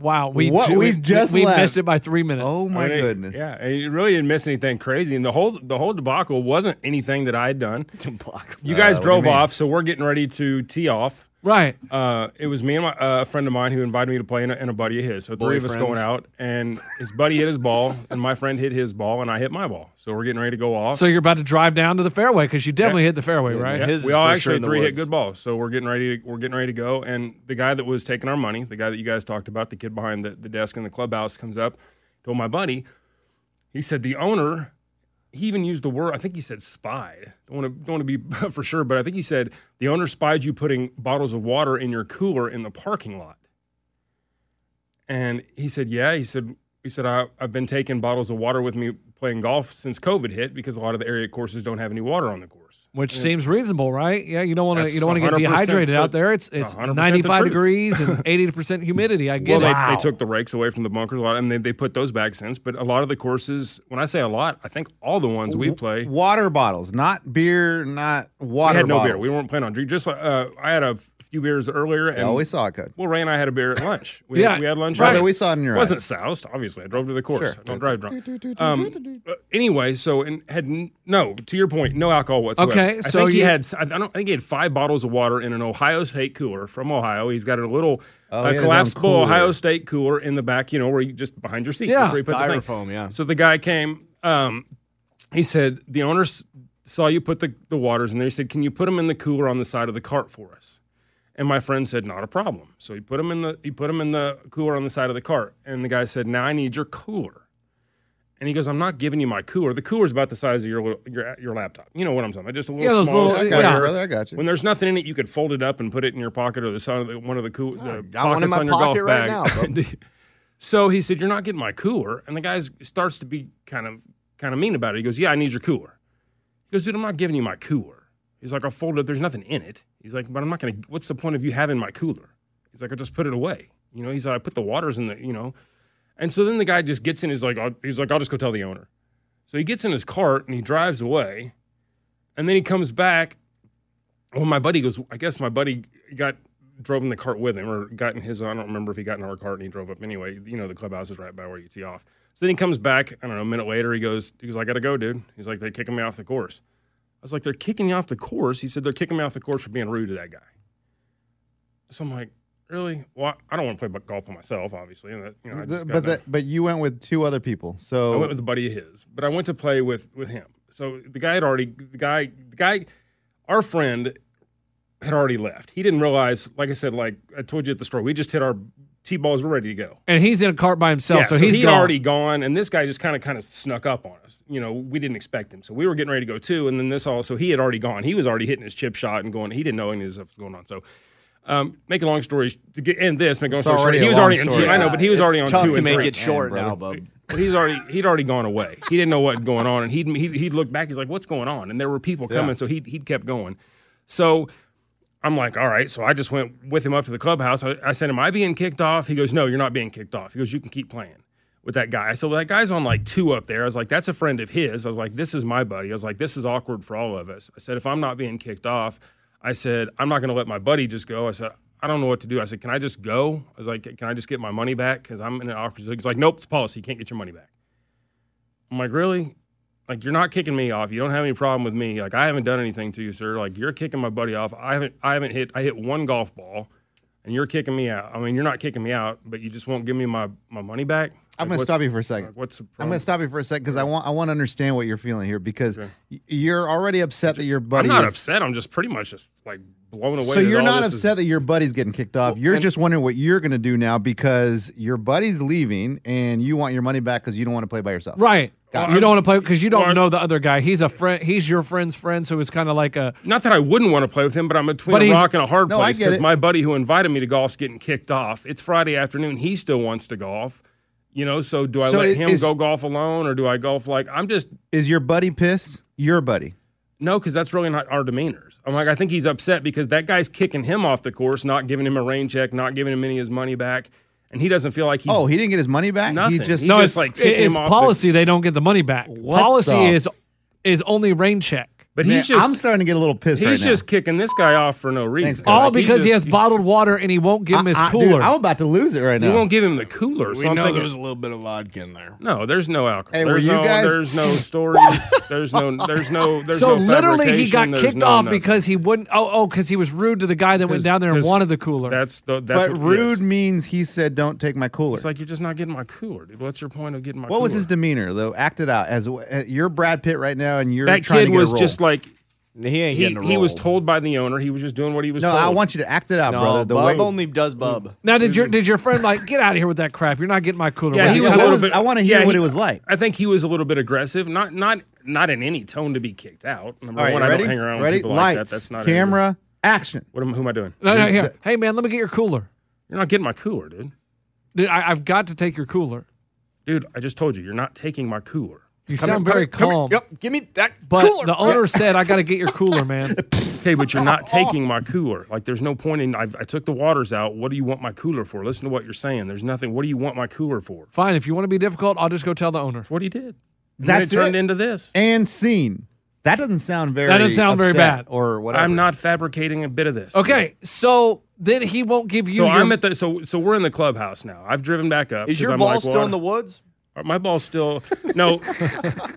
Speaker 3: Wow, we
Speaker 2: What?
Speaker 3: ju-
Speaker 2: We
Speaker 3: we,
Speaker 2: just
Speaker 3: we
Speaker 2: left.
Speaker 3: missed it by three minutes.
Speaker 2: Oh my
Speaker 5: I mean,
Speaker 2: goodness.
Speaker 5: Yeah, and you really didn't miss anything crazy. And the whole the whole debacle wasn't anything that I had
Speaker 2: *laughs*
Speaker 5: done. You
Speaker 2: Uh,
Speaker 5: guys
Speaker 2: what do you
Speaker 5: drove
Speaker 2: mean?
Speaker 5: off, so we're getting ready to tee off.
Speaker 3: right.
Speaker 5: Uh, it was me and my, uh, a friend of mine who invited me to play, and a, and a buddy of his. So three of us
Speaker 4: Boyfriends.
Speaker 5: going out, and his buddy hit his ball, and my friend hit his ball, and I hit my ball. So we're getting ready to go off.
Speaker 3: So you're about to drive down to the fairway because you definitely hit the fairway, right?
Speaker 5: Yeah,
Speaker 4: His
Speaker 5: we
Speaker 4: is
Speaker 5: all
Speaker 4: for sure
Speaker 5: actually
Speaker 4: in the
Speaker 5: three hit
Speaker 4: woods.
Speaker 5: good balls, so we're getting ready. To, we're getting ready to go. And the guy that was taking our money, the guy that you guys talked about, the kid behind the, the desk in the clubhouse, comes up, told my buddy. He said the owner. He even used the word. I think he said spied. Don't want to don't want to be *laughs* for sure, but I think he said the owner spied you putting bottles of water in your cooler in the parking lot. And he said, "Yeah." He said, "He said I, I've been taking bottles of water with me playing golf since COVID hit because a lot of the area courses don't have any water on the course."
Speaker 3: Which seems reasonable, right? Yeah, you don't want to
Speaker 5: That's
Speaker 3: you don't want to get
Speaker 5: 100%
Speaker 3: dehydrated
Speaker 5: the-
Speaker 3: out there. It's
Speaker 5: it's
Speaker 3: it's
Speaker 5: 100% the
Speaker 3: 95
Speaker 5: truth. *laughs*
Speaker 3: degrees and 80 percent humidity. I
Speaker 5: Well,
Speaker 3: get
Speaker 5: they,
Speaker 3: it.
Speaker 5: they took the rakes away from the bunkers a lot, and they, they put those back since. But a lot of the courses, when I say a lot, I think all the ones we play, we
Speaker 2: Water bottles, not beer, not water.
Speaker 5: had no
Speaker 2: bottles.
Speaker 5: beer. We weren't planning on drink. Just like, uh, I had a few beers earlier,
Speaker 2: I
Speaker 5: and
Speaker 2: always saw it good.
Speaker 5: well, Ray and I had a beer at
Speaker 2: *laughs*
Speaker 5: lunch. We,
Speaker 3: Yeah,
Speaker 5: had, we had lunch.
Speaker 2: Brother,
Speaker 5: earlier.
Speaker 2: we saw it in your
Speaker 5: wasn't
Speaker 2: eyes.
Speaker 5: soused. Obviously, I drove to the course.
Speaker 2: Sure.
Speaker 5: I don't drive drunk. Um, but anyway, so and had n- no. To your point, no alcohol whatsoever.
Speaker 3: Okay,
Speaker 5: I
Speaker 3: so
Speaker 5: think he
Speaker 3: you-
Speaker 5: had. I don't I think he had five bottles of water in an Ohio State cooler from Ohio. He's got a little
Speaker 2: Oh, he
Speaker 5: uh,
Speaker 2: had his own
Speaker 5: collapsible
Speaker 2: cooler.
Speaker 5: Ohio State cooler in the back. You know where you just behind your seat.
Speaker 3: Yeah.
Speaker 5: that's where you put the thing.
Speaker 4: Styrofoam, yeah.
Speaker 5: So the guy came. Um, he said the owner s- saw you put the, the waters in there. He said, "Can you put them in the cooler on the side of the cart for us?" And my friend said, "Not a problem." So he put them in the he put them in the cooler on the side of the cart. And the guy said, "Now I need your cooler." And he goes, "I'm not giving you my cooler. The cooler's about the size of your little, your your laptop. You know what I'm talking about? Just a little
Speaker 3: Yeah, those
Speaker 5: small
Speaker 3: little-
Speaker 2: I
Speaker 5: square.
Speaker 2: got
Speaker 3: Yeah.
Speaker 2: you, brother. I got you.
Speaker 5: When there's nothing in it, you could fold it up and put it in your pocket or the side of the, one of the, coo-
Speaker 2: Ah,
Speaker 5: the
Speaker 4: I want it in
Speaker 5: pockets
Speaker 4: my
Speaker 5: on your
Speaker 4: pocket
Speaker 5: golf
Speaker 4: right
Speaker 5: bag.
Speaker 4: now, bro.
Speaker 5: *laughs* So he said, "You're not getting my cooler," and the guy starts to be kind of kind of mean about it. He goes, "Yeah, I need your cooler." He goes, "Dude, I'm not giving you my cooler." He's like, "I'll fold it. up. There's nothing in it." He's like, "But I'm not gonna. What's the point of you having my cooler?" He's like, "I just put it away." You know, he's like, "I put the waters in the you know," and so then the guy just gets in. He's like, I'll, "He's like, I'll just go tell the owner." So he gets in his cart and he drives away, and then he comes back. Well, my buddy goes. I guess my buddy got drove in the cart with him or got in his. I don't remember if he got in our cart and he drove up anyway. You know, the clubhouse is right by where you tee off. So then he comes back. I don't know. A minute later, he goes. He goes. I gotta go, dude. He's like, they're kicking me off the course. I was like, they're kicking you off the course. He said they're kicking me off the course for being rude to that guy. So I'm like, really? Well, I don't want to play bu- golf by myself, obviously. And that, you know, I
Speaker 2: The-
Speaker 5: just
Speaker 2: but
Speaker 5: got in a-
Speaker 2: that, but you went with two other people,
Speaker 5: I
Speaker 2: so
Speaker 5: went with a buddy of his, but I went to play with with him. So the guy had already the guy the guy our friend had already left. He didn't realize, like I said, like I told you at the store, we just hit our tee balls, we're ready to go.
Speaker 3: and he's in a cart by himself,
Speaker 5: yeah,
Speaker 3: so, he's
Speaker 5: he'd
Speaker 3: gone.
Speaker 5: already gone, and this guy just kind of kind of snuck up on us. You know, we didn't expect him, so we were getting ready to go too. And then this all, so he had already gone. He was already hitting his chip shot and going. He didn't know any of this stuff was going on. So, um, make a long story to get end this. Make a long
Speaker 2: It's
Speaker 5: story short,
Speaker 2: already
Speaker 5: he
Speaker 2: a
Speaker 5: was
Speaker 2: long
Speaker 5: already on
Speaker 2: story.
Speaker 5: two. I know, but he was
Speaker 4: It's
Speaker 5: already on
Speaker 4: tough
Speaker 5: two
Speaker 4: to
Speaker 5: and
Speaker 4: make
Speaker 5: three.
Speaker 4: it short
Speaker 2: Man,
Speaker 4: now,
Speaker 2: brother.
Speaker 4: bub.
Speaker 5: Well, he's already he'd already gone away. He didn't know what was going on, and he'd he'd, he'd look back. He's like, "What's going on?" And there were people coming, so he he'd kept going. So I'm like, "All right." So I just went with him up to the clubhouse. I, I said, "Am I being kicked off?" He goes, "No, you're not being kicked off." He goes, "You can keep playing." With that guy. I said, well, that guy's on like two up there. I was like, that's a friend of his. I was like, this is my buddy. I was like, this is awkward for all of us. I said, if I'm not being kicked off, I said, I'm not going to let my buddy just go. I said, I don't know what to do. I said, can I just go? I was like, can I just get my money back? Because I'm in an awkward. He's like, nope, it's policy. You can't get your money back. I'm like, really? Like, you're not kicking me off. You don't have any problem with me. Like, I haven't done anything to you, sir. Like, you're kicking my buddy off. I haven't, I haven't hit, I hit one golf ball. And and you're kicking me out. I mean, you're not kicking me out, but you just won't give me my, my money back.
Speaker 2: I'm going to stop you for a second.
Speaker 5: What's the problem?
Speaker 2: I'm going to stop you for a second because I want I want to understand what you're feeling here because y- you're already upset that your
Speaker 5: I'm
Speaker 2: buddy.
Speaker 5: not
Speaker 2: is,
Speaker 5: upset. I'm just pretty much just like blown away.
Speaker 2: So
Speaker 5: that
Speaker 2: you're
Speaker 5: all
Speaker 2: not
Speaker 5: this is-
Speaker 2: upset that your buddy's getting kicked off. you're
Speaker 5: and-
Speaker 2: just wondering what you're going to do now because your buddy's leaving and you want your money back because you don't want to play by yourself.
Speaker 3: Right. Uh,
Speaker 2: Got
Speaker 3: you
Speaker 5: it.
Speaker 3: don't want to play because you don't
Speaker 5: Well, I-
Speaker 3: know the other guy. He's a friend. He's your friend's friend, so it's kind of like a.
Speaker 5: not that I wouldn't want to play with him, but I'm between
Speaker 3: But
Speaker 5: a
Speaker 3: he's-
Speaker 5: rock and a hard
Speaker 2: No, I
Speaker 5: place
Speaker 2: get it.
Speaker 5: because my buddy who invited me to golf's getting kicked off. It's Friday afternoon. He still wants to golf. You know, so do I
Speaker 2: So
Speaker 5: let
Speaker 2: it-
Speaker 5: him
Speaker 2: is-
Speaker 5: go golf alone or do I golf like I'm just
Speaker 2: Is your buddy pissed? Your buddy.
Speaker 5: no, because that's really not our demeanors. I'm like, I think he's upset because that guy's kicking him off the course, not giving him a rain check, not giving him any of his money back, and he doesn't feel like he's
Speaker 2: oh, he didn't get his money back.
Speaker 5: Nothing.
Speaker 2: He just
Speaker 5: He
Speaker 3: no,
Speaker 5: just,
Speaker 3: it's
Speaker 5: like,
Speaker 3: like
Speaker 5: kicked him
Speaker 3: it's
Speaker 5: off the-
Speaker 3: policy. They don't get the money back.
Speaker 2: What
Speaker 3: policy
Speaker 2: the
Speaker 3: is is only rain check.
Speaker 5: but
Speaker 2: Man,
Speaker 5: he's just
Speaker 2: I'm starting to get a little pissed
Speaker 5: he's
Speaker 2: right
Speaker 5: just kicking this guy off for no reason.
Speaker 2: Thanks, guys.
Speaker 3: All
Speaker 5: Like,
Speaker 3: because he,
Speaker 5: just-
Speaker 3: has bottled water and he won't give
Speaker 2: now.
Speaker 3: him his
Speaker 2: I- I- dude,
Speaker 3: cooler.
Speaker 2: I'm about to lose it right
Speaker 5: you
Speaker 2: now.
Speaker 5: won't give him the cooler. So
Speaker 6: We
Speaker 5: I'm
Speaker 6: know
Speaker 5: thinking-
Speaker 6: there was a little bit of vodka in there.
Speaker 5: No, there's no alcohol.
Speaker 2: Hey, were
Speaker 5: there's
Speaker 2: you
Speaker 5: no,
Speaker 2: guys-
Speaker 5: there's
Speaker 3: *laughs*
Speaker 5: no stories. there's no, there's no, there's no
Speaker 3: so literally, he got
Speaker 5: fabrication, there's
Speaker 3: kicked
Speaker 5: no
Speaker 3: off
Speaker 5: nothing.
Speaker 3: because he wouldn't. Oh, oh, because he was rude to the guy that went down there and
Speaker 5: 'Cause
Speaker 3: wanted the cooler.
Speaker 5: That's the that's
Speaker 2: but
Speaker 5: what it is.
Speaker 2: rude means he said, "Don't take my cooler."
Speaker 5: It's like you're just not getting my cooler, dude. What's your point of getting my?
Speaker 2: what was his
Speaker 5: cooler?
Speaker 2: demeanor though? Act it out. As uh, you're Brad Pitt right now, and you're
Speaker 5: That
Speaker 2: trying
Speaker 5: kid
Speaker 2: to get
Speaker 5: was
Speaker 2: a role.
Speaker 5: just like
Speaker 4: He ain't
Speaker 5: he,
Speaker 4: getting a
Speaker 5: he was
Speaker 4: roll.
Speaker 5: told by the owner. He was just doing what he was
Speaker 2: No,
Speaker 5: told.
Speaker 2: I want you to act it out,
Speaker 4: No,
Speaker 2: brother. The
Speaker 4: Bub
Speaker 2: way
Speaker 4: only does Bub.
Speaker 3: now, did your did your friend like get out of here with that crap? You're not getting my cooler.
Speaker 5: Yeah,
Speaker 2: Yeah,
Speaker 5: he
Speaker 2: yeah,
Speaker 5: was
Speaker 2: I
Speaker 5: a little
Speaker 2: was-
Speaker 5: bit.
Speaker 2: I wanna hear
Speaker 5: yeah,
Speaker 2: what
Speaker 5: he-
Speaker 2: it was like.
Speaker 5: I think he was a little bit aggressive. Not not not in any tone to be kicked out. Number
Speaker 2: All right,
Speaker 5: one,
Speaker 2: ready?
Speaker 5: I don't hang around
Speaker 2: ready?
Speaker 5: with people
Speaker 2: Lights,
Speaker 5: like that. That's not
Speaker 2: camera, action.
Speaker 5: What am, who am I doing?
Speaker 3: No, no, here. Hey, man, let me get your cooler.
Speaker 5: You're not getting my cooler, dude.
Speaker 3: Dude, I, I've got to take your cooler.
Speaker 5: Dude, I just told you, you're not taking my cooler.
Speaker 3: You sound very
Speaker 4: Come here,
Speaker 3: calm.
Speaker 4: Yep, give me that
Speaker 3: But
Speaker 4: cooler.
Speaker 3: the owner said, "I got to get your
Speaker 5: *laughs*
Speaker 3: cooler, man."
Speaker 5: Okay, but you're
Speaker 3: *laughs*
Speaker 5: not taking my cooler. Like, there's no point in. I, I took the waters out. What do you want my cooler for? Listen to what you're saying. There's nothing. What do you want my cooler for? That's
Speaker 3: Fine, if you want to be difficult, I'll just go tell the owner.
Speaker 5: what he did. And
Speaker 2: That's
Speaker 5: then it turned
Speaker 2: it?
Speaker 5: into this.
Speaker 2: and scene. That doesn't sound very.
Speaker 3: That doesn't sound very
Speaker 2: upset
Speaker 3: bad.
Speaker 2: or whatever.
Speaker 5: I'm not fabricating a bit of this.
Speaker 3: Okay, so then he won't give you.
Speaker 5: So
Speaker 3: your,
Speaker 5: I'm at the. So so we're in the clubhouse now. I've driven back up.
Speaker 4: Is
Speaker 5: 'cause
Speaker 4: your
Speaker 5: I'm
Speaker 4: ball
Speaker 5: like,
Speaker 4: still
Speaker 5: well,
Speaker 4: in the woods?
Speaker 5: My ball's still.
Speaker 2: *laughs*
Speaker 5: No,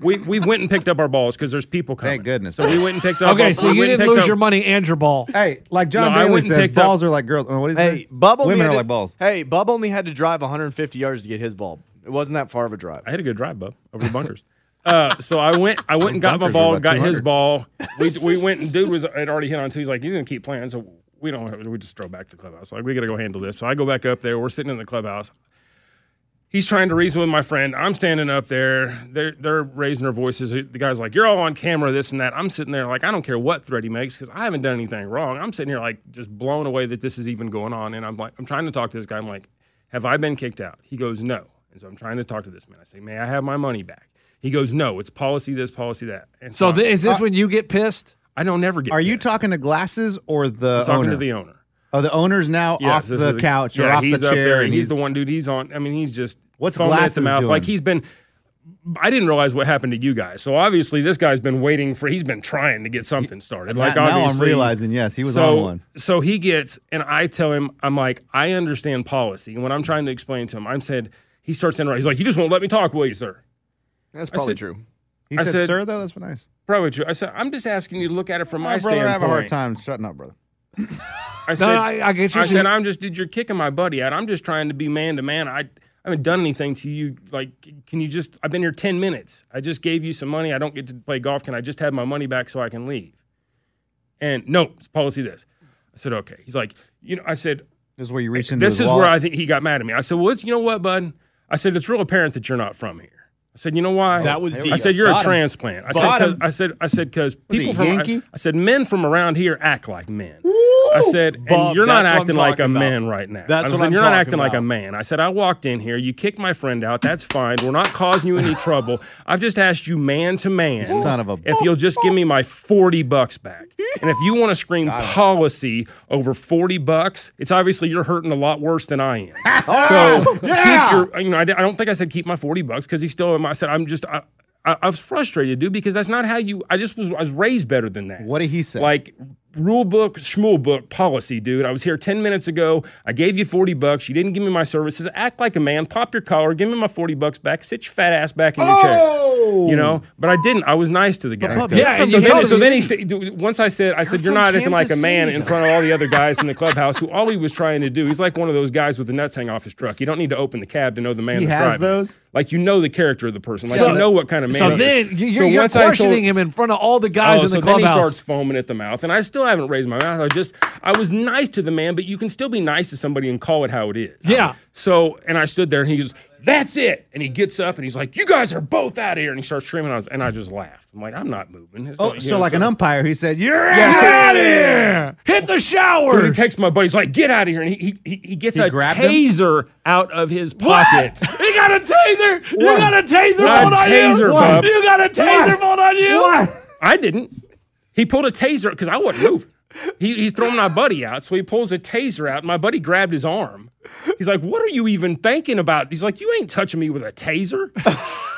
Speaker 5: we we went and picked up our balls because there's people coming.
Speaker 2: Thank goodness.
Speaker 5: So we went and picked up.
Speaker 3: Okay,
Speaker 5: our-
Speaker 3: so
Speaker 5: we
Speaker 3: you
Speaker 5: went and
Speaker 3: didn't
Speaker 5: picked
Speaker 3: lose
Speaker 5: up-
Speaker 3: your money and your ball.
Speaker 2: Hey, like John
Speaker 5: No, I went
Speaker 2: Bailey
Speaker 5: and
Speaker 2: says,
Speaker 5: picked up-
Speaker 2: balls are like girls. Or what is
Speaker 4: Hey,
Speaker 2: it?
Speaker 4: Bub only
Speaker 2: Women
Speaker 4: had
Speaker 2: are
Speaker 4: to-
Speaker 2: like balls.
Speaker 4: Hey, Bub only had to drive 150 yards to get his ball. It wasn't that far of a drive.
Speaker 5: I had a good drive, bub, over the bunkers. Uh, so I went, I went and got my
Speaker 2: bunkers are
Speaker 5: ball,
Speaker 2: about
Speaker 5: got his
Speaker 2: 200. *laughs*
Speaker 5: ball. We, we went and dude was had already hit on two. He's like, he's gonna keep playing. So we don't. We just drove back to the clubhouse. Like we gotta go handle this. So I go back up there. We're sitting in the clubhouse. He's trying to reason with my friend. I'm standing up there. They're they're raising their voices. The guy's like, "You're all on camera, this and that." I'm sitting there like, I don't care what thread he makes because I haven't done anything wrong. I'm sitting here like just blown away that this is even going on. And I'm like, I'm trying to talk to this guy. I'm like, "Have I been kicked out?" He goes, "No." And so I'm trying to talk to this man. I say, "May I have my money back?" He goes, "No. It's policy this, policy that." And
Speaker 3: So
Speaker 5: I'm-
Speaker 3: th- is this when you get pissed?
Speaker 5: I don't never get.
Speaker 2: "Uh, Are you
Speaker 5: pissed.
Speaker 2: talking to glasses or the
Speaker 5: I'm talking
Speaker 2: owner?
Speaker 5: to the owner?
Speaker 2: oh, the owner's now
Speaker 5: Yes,
Speaker 2: off
Speaker 5: this
Speaker 2: the
Speaker 5: is a-
Speaker 2: couch or
Speaker 5: yeah,
Speaker 2: off the
Speaker 5: he's
Speaker 2: chair.
Speaker 5: up there.
Speaker 2: and
Speaker 5: he's, the one dude. He's on. I mean, he's just
Speaker 2: What's
Speaker 5: foaming at
Speaker 2: Glasses
Speaker 5: the mouth.
Speaker 2: doing?
Speaker 5: Like he's been. I didn't realize what happened to you guys. So obviously, this guy's been waiting for. He's been trying to get something started. Like
Speaker 2: now, now I'm
Speaker 5: obviously,
Speaker 2: realizing, yes, he was
Speaker 5: so,
Speaker 2: on one.
Speaker 5: So he gets, and I tell him, I'm like, I understand policy. And when I'm trying to explain to him, I'm said, he starts interrupting. He's like, you just won't let me talk, will you, sir?
Speaker 4: That's probably
Speaker 5: said-
Speaker 4: true.
Speaker 2: He
Speaker 5: I
Speaker 2: said,
Speaker 5: said-
Speaker 2: "Sir, though, that's nice."
Speaker 5: Probably true. I said, I'm just asking you to look at it from
Speaker 2: My
Speaker 5: my
Speaker 2: brother,
Speaker 5: standpoint.
Speaker 2: I have a hard time shutting up, brother.
Speaker 5: I
Speaker 3: No,
Speaker 5: said,
Speaker 3: no, I, I get you.
Speaker 5: I said, I'm just, dude, you're kicking my buddy out. I'm just trying to be man to man. I I haven't done anything to you. Like, c- can you just, I've been here 10 minutes. I just gave you some money. I don't get to play golf. Can I just have my money back so I can leave? And no, it's policy this. I said, okay. He's like, you know, I said,
Speaker 2: This is where you reach into
Speaker 5: this
Speaker 2: his
Speaker 5: is
Speaker 2: wallet.
Speaker 5: where I think he got mad at me. I said, well, it's, you know what, bud? I said, it's real apparent that you're not from here. I said, you know why?
Speaker 4: That was
Speaker 5: I
Speaker 4: deep.
Speaker 5: said, you're
Speaker 4: Got
Speaker 5: a
Speaker 4: him.
Speaker 5: transplant. I said,
Speaker 4: Got
Speaker 5: 'cause-
Speaker 4: him.
Speaker 5: I said, I said, because
Speaker 2: Was he
Speaker 5: people from, I,
Speaker 2: Yankee?
Speaker 5: I said, men from around here act like men. I said, and
Speaker 4: Bob,
Speaker 5: you're not
Speaker 4: that's what I'm
Speaker 5: acting like a
Speaker 4: talking about.
Speaker 5: man right now.
Speaker 4: That's
Speaker 5: I
Speaker 4: what
Speaker 5: said,
Speaker 4: I'm
Speaker 5: You're not
Speaker 4: talking
Speaker 5: acting like a
Speaker 4: about.
Speaker 5: man. I said, I walked in here. You kicked my friend out. That's fine. We're not causing
Speaker 4: *laughs*
Speaker 5: you any trouble. I've just asked you, man to man,
Speaker 2: Son of a-
Speaker 5: if you'll just give me my 40 bucks back. And if you want to scream policy over 40 bucks, it's obviously you're hurting a lot worse than I
Speaker 4: *laughs*
Speaker 5: am.
Speaker 4: Oh,
Speaker 5: so keep your, you know, I, di- I don't think I said keep my 40 bucks because he still, um, I said, I'm just, I, I, I was frustrated, dude, because that's not how you, I just was, I was raised better than that.
Speaker 2: What did he say?
Speaker 5: Like rule book, schmool book policy, dude. I was here 10 minutes ago. I gave you 40 bucks. You didn't give me my services. Act like a man. Pop your collar. Give me my 40 bucks back. Sit your fat ass back in your chair. You know, but I didn't. I was nice to the guy.
Speaker 2: Bubba, Oh! you're
Speaker 5: yeah, and
Speaker 2: from
Speaker 5: so
Speaker 2: the
Speaker 5: then,
Speaker 2: Kansas
Speaker 5: so then he sta- dude, once I said, I said,
Speaker 4: You're
Speaker 5: you're
Speaker 4: from
Speaker 5: not acting like a
Speaker 4: Kansas
Speaker 5: man
Speaker 4: City,
Speaker 5: in
Speaker 4: though."
Speaker 5: front of all the other guys in the clubhouse who all he was trying to do, he's like one of those guys with the nuts hang off his truck. You don't need to open the cab to know the man
Speaker 2: He
Speaker 5: that's
Speaker 2: has
Speaker 5: driving.
Speaker 2: those?
Speaker 5: Like you know the character of the person. Like
Speaker 3: So-
Speaker 5: you know what kind of man
Speaker 3: so
Speaker 5: he is.
Speaker 3: then you- you're, you're
Speaker 5: once I sold-
Speaker 3: questioning him in front of all the guys
Speaker 5: Oh,
Speaker 3: in the
Speaker 5: so
Speaker 3: clubhouse.
Speaker 5: Then he starts foaming at the mouth, and I still haven't raised my mouth. I just I was nice to the man, but you can still be nice to somebody and call it how it is.
Speaker 3: Yeah.
Speaker 5: So and I stood there, and he goes, "That's it," and he gets up and he's like, "You guys are both out of here," and he starts screaming. I was, and I just laughed. I'm like, "I'm not moving." It's
Speaker 2: Oh,
Speaker 5: not- you
Speaker 2: so
Speaker 5: know,
Speaker 2: like an umpire, he said, "You're
Speaker 5: Yeah, so-
Speaker 2: out."
Speaker 3: Yeah. Hit the
Speaker 5: Dude,
Speaker 3: shower.
Speaker 5: he takes my buddy. He's like, "Get out of here!" And he he, he he gets
Speaker 2: He
Speaker 5: a
Speaker 2: grabbed him?
Speaker 5: taser out of his
Speaker 3: What?
Speaker 5: pocket.
Speaker 3: *laughs* He got a taser. You got a taser
Speaker 5: Not a
Speaker 3: pulled on
Speaker 5: taser,
Speaker 3: you.
Speaker 5: bub.
Speaker 3: You got a taser pulled on you.
Speaker 2: What?
Speaker 5: I didn't. He pulled a taser because I wasn't moving. He, he's throwing my buddy out, so he pulls a taser out. and My buddy grabbed his arm. He's like, "What are you even thinking about?" He's like, "You ain't touching me with a taser." *laughs*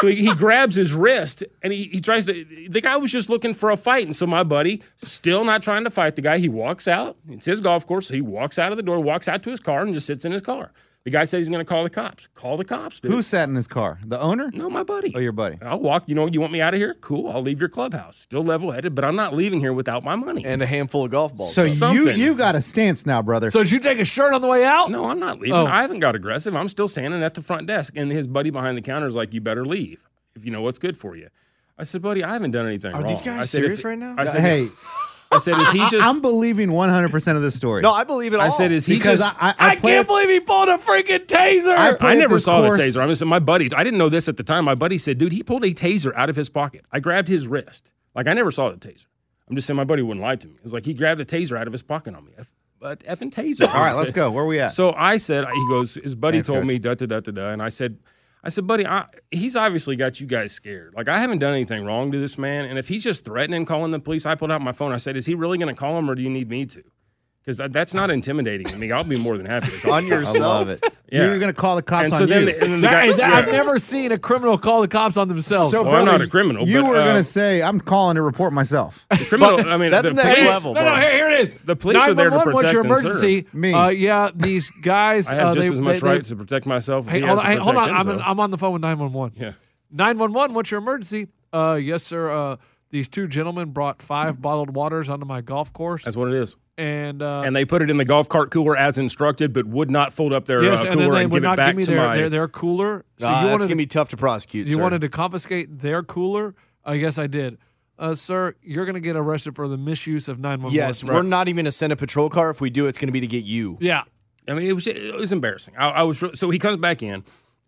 Speaker 5: so he, he grabs his wrist and he, he tries to. The guy was just looking for a fight, and so my buddy, still not trying to fight the guy, he walks out. It's his golf course, so he walks out of the door, walks out to his car, and just sits in his car. The guy says he's going to call the cops. Call the cops, dude.
Speaker 2: Who sat in his car? The owner?
Speaker 5: No, my buddy.
Speaker 2: Oh, your buddy.
Speaker 5: I'll walk. You know, you want me out of here? Cool. I'll leave your clubhouse. Still level headed, but I'm not leaving here without my money.
Speaker 4: and a handful of golf balls.
Speaker 2: So you
Speaker 5: Something.
Speaker 2: you got a stance now, brother.
Speaker 3: So did you take a shirt on the way out?
Speaker 5: no, I'm not leaving.
Speaker 3: Oh.
Speaker 5: I haven't got aggressive. I'm still standing at the front desk. And his buddy behind the counter is like, "You better leave if you know what's good for you." I said, "Buddy, I haven't done anything
Speaker 4: Are
Speaker 5: wrong."
Speaker 4: these guys
Speaker 5: I said,
Speaker 4: serious
Speaker 5: "If-
Speaker 4: right now?
Speaker 5: I said,
Speaker 2: hey,
Speaker 5: I said, "Is he just?"
Speaker 2: I'm believing 100% of this story.
Speaker 4: no, I believe it.
Speaker 5: I
Speaker 4: all.
Speaker 5: said, "Is he
Speaker 2: because
Speaker 5: just?"
Speaker 2: I, I,
Speaker 3: I,
Speaker 2: I play
Speaker 3: can't believe he pulled a freaking taser.
Speaker 2: I
Speaker 5: I
Speaker 2: played
Speaker 5: never
Speaker 2: this
Speaker 5: saw
Speaker 2: course-
Speaker 5: the taser. I'm just my buddy. I didn't know this at the time. My buddy said, "Dude, he pulled a taser out of his pocket." I grabbed his wrist. Like I never saw the taser. I'm just saying my buddy wouldn't lie to me. It's like he grabbed a taser out of his pocket on me. F- But effing taser.
Speaker 2: *laughs* All
Speaker 5: *laughs*
Speaker 2: right, let's go. Where we at?
Speaker 5: So I said, he goes, his buddy
Speaker 2: Thanks,
Speaker 5: told
Speaker 2: Coach.
Speaker 5: me da da da da da, and I said, I said, buddy, I, he's obviously got you guys scared. Like I haven't done anything wrong to this man, and if he's just threatening calling the police, I pulled out my phone. I said, is he really going to call him, or do you need me to? Because that, that's not intimidating to me. I'll be more than happy to
Speaker 2: *laughs*
Speaker 5: call
Speaker 4: on
Speaker 5: him.
Speaker 2: I
Speaker 4: yourself.
Speaker 2: love it.
Speaker 5: Yeah.
Speaker 2: You're going to call the cops
Speaker 5: And
Speaker 2: on
Speaker 5: so then, the,
Speaker 2: you.
Speaker 5: and then the
Speaker 3: That-
Speaker 5: guy,
Speaker 3: that- I've
Speaker 5: yeah.
Speaker 3: never seen a criminal call the cops on themselves.
Speaker 2: so,
Speaker 5: Well, Oh, I'm
Speaker 2: brother,
Speaker 5: not a criminal,
Speaker 2: You
Speaker 5: but,
Speaker 2: were
Speaker 5: uh,
Speaker 2: going to say, I'm calling to report myf
Speaker 5: The criminal. I mean,
Speaker 4: that's
Speaker 5: the
Speaker 4: next
Speaker 5: police-
Speaker 3: Hey,
Speaker 4: level,
Speaker 3: no,
Speaker 4: bro.
Speaker 3: no, here, here it is.
Speaker 5: The police are there to
Speaker 3: 911, What's your
Speaker 5: protect and serve.
Speaker 3: emergency?
Speaker 2: Me.
Speaker 3: Uh, yeah, these
Speaker 5: *laughs*
Speaker 3: guys.
Speaker 5: I have
Speaker 3: uh,
Speaker 5: just
Speaker 3: they,
Speaker 5: as much
Speaker 3: they-
Speaker 5: right
Speaker 3: they-
Speaker 5: to protect myself.
Speaker 3: Hey,
Speaker 5: he has
Speaker 3: hold on,
Speaker 5: to
Speaker 3: hey, hold on.
Speaker 5: protect
Speaker 3: I'm, in,
Speaker 5: himself.
Speaker 3: I'm on the phone with 911.
Speaker 5: Yeah.
Speaker 3: 911, what's your emergency? Uh, yes, sir. Uh, these two gentlemen brought five bottled waters onto my golf course.
Speaker 5: That's what it is.
Speaker 3: and uh,
Speaker 5: And they put it in the golf cart cooler as instructed, but would not fold up their
Speaker 3: yes,
Speaker 5: uh,
Speaker 3: and then
Speaker 5: cooler
Speaker 3: they
Speaker 5: and
Speaker 3: would
Speaker 5: give it
Speaker 3: not
Speaker 5: back
Speaker 3: give me
Speaker 5: to
Speaker 3: their,
Speaker 5: my.
Speaker 3: their, their cooler. So
Speaker 4: Nah,
Speaker 3: you
Speaker 4: that's
Speaker 3: wanted
Speaker 4: gonna be tough to prosecute.
Speaker 3: You
Speaker 4: sir.
Speaker 3: wanted to confiscate their cooler? I guess I did. Uh, sir, you're going to get arrested for the misuse of 911.
Speaker 4: *laughs* Yes, we're not even gonna send a patrol car. If we do, it's gonna be to get you.
Speaker 3: Yeah.
Speaker 5: I mean, it was it was embarrassing. I, I was re- so he comes back in,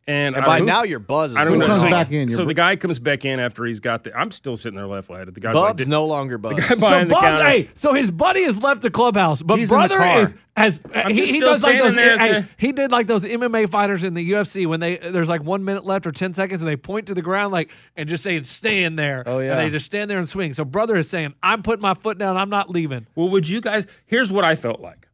Speaker 5: and,
Speaker 4: And by
Speaker 5: I-
Speaker 4: now you're buzzing.
Speaker 5: I don't
Speaker 2: Who
Speaker 5: know.
Speaker 2: comes
Speaker 5: so,
Speaker 2: back in?
Speaker 5: So
Speaker 2: You're-
Speaker 5: the guy comes back in after he's got the. I'm still sitting there left legged. The guy's like,
Speaker 4: Bub's
Speaker 5: "Did-
Speaker 4: no longer buzz.
Speaker 3: So
Speaker 5: behind *laughs* the
Speaker 3: Bob,
Speaker 5: counter.
Speaker 3: hey, so his buddy has left the clubhouse, but
Speaker 2: He's in the
Speaker 3: brother
Speaker 2: car.
Speaker 3: is has
Speaker 5: I'm
Speaker 3: he,
Speaker 5: just
Speaker 3: he
Speaker 5: still
Speaker 3: does like those
Speaker 5: standing there at
Speaker 3: hey,
Speaker 5: the-
Speaker 3: he did like those MMA fighters in the UFC when they there's like one minute left or ten seconds and they point to the ground like and just saying stand there. Oh
Speaker 2: yeah.
Speaker 3: And they just stand there and swing. So brother is saying I'm putting my foot down. I'm not leaving.
Speaker 5: Well, would you guys? Here's what I felt like.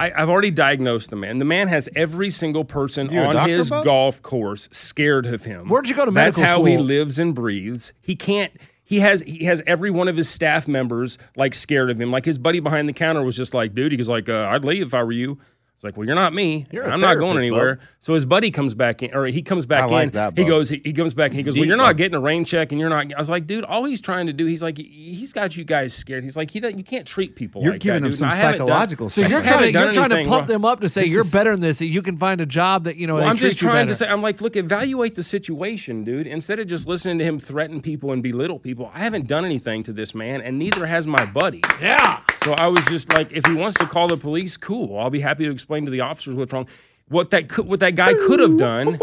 Speaker 5: I, I've already diagnosed the man. The man has every single person
Speaker 2: a
Speaker 5: on
Speaker 2: doctor,
Speaker 5: his
Speaker 2: Bo?
Speaker 5: golf course scared of him.
Speaker 3: Where'd you go to
Speaker 5: That's
Speaker 3: medical
Speaker 5: how he
Speaker 3: school?
Speaker 5: lives and breathes. He can't. He has he has every one of his staff members like scared of him. Like his buddy behind the counter was just like, dude, he was like, uh, I'd leave if I were you. It's like, well, you're not me.
Speaker 4: You're a
Speaker 5: I'm not going
Speaker 4: therapist, Bo.
Speaker 5: anywhere. So his buddy comes back in, or he comes back
Speaker 2: I like
Speaker 5: in.
Speaker 2: that,
Speaker 5: he
Speaker 2: Bo.
Speaker 5: goes, he, he comes back, and he goes, well,
Speaker 4: deep,
Speaker 5: you're
Speaker 4: Bo.
Speaker 5: not getting a rain check, and you're not. I was like, dude, all he's trying to do, he's like, he- he's got you guys scared. He's like, he doesn't, you can't treat people.
Speaker 2: You're
Speaker 5: like
Speaker 2: giving
Speaker 5: that,
Speaker 2: him
Speaker 5: dude,
Speaker 2: some
Speaker 5: and I haven't done-
Speaker 2: psychological
Speaker 3: So you're
Speaker 5: just
Speaker 3: trying to
Speaker 5: haven't done
Speaker 3: you're trying to
Speaker 5: anything
Speaker 3: pump
Speaker 5: wrong.
Speaker 3: them up to say you're better than this. That you can find a job that you know.
Speaker 5: Well,
Speaker 3: they
Speaker 5: I'm just
Speaker 3: treat you
Speaker 5: trying
Speaker 3: better.
Speaker 5: to say, I'm like, look, evaluate the situation, dude. Instead of just listening to him threaten people and belittle people, I haven't done anything to this man, and neither has my buddy.
Speaker 3: yeah.
Speaker 5: So I was just like, if he wants to call the police, cool. I'll be happy to explain to the officers what's wrong. What that could, what that guy could have done,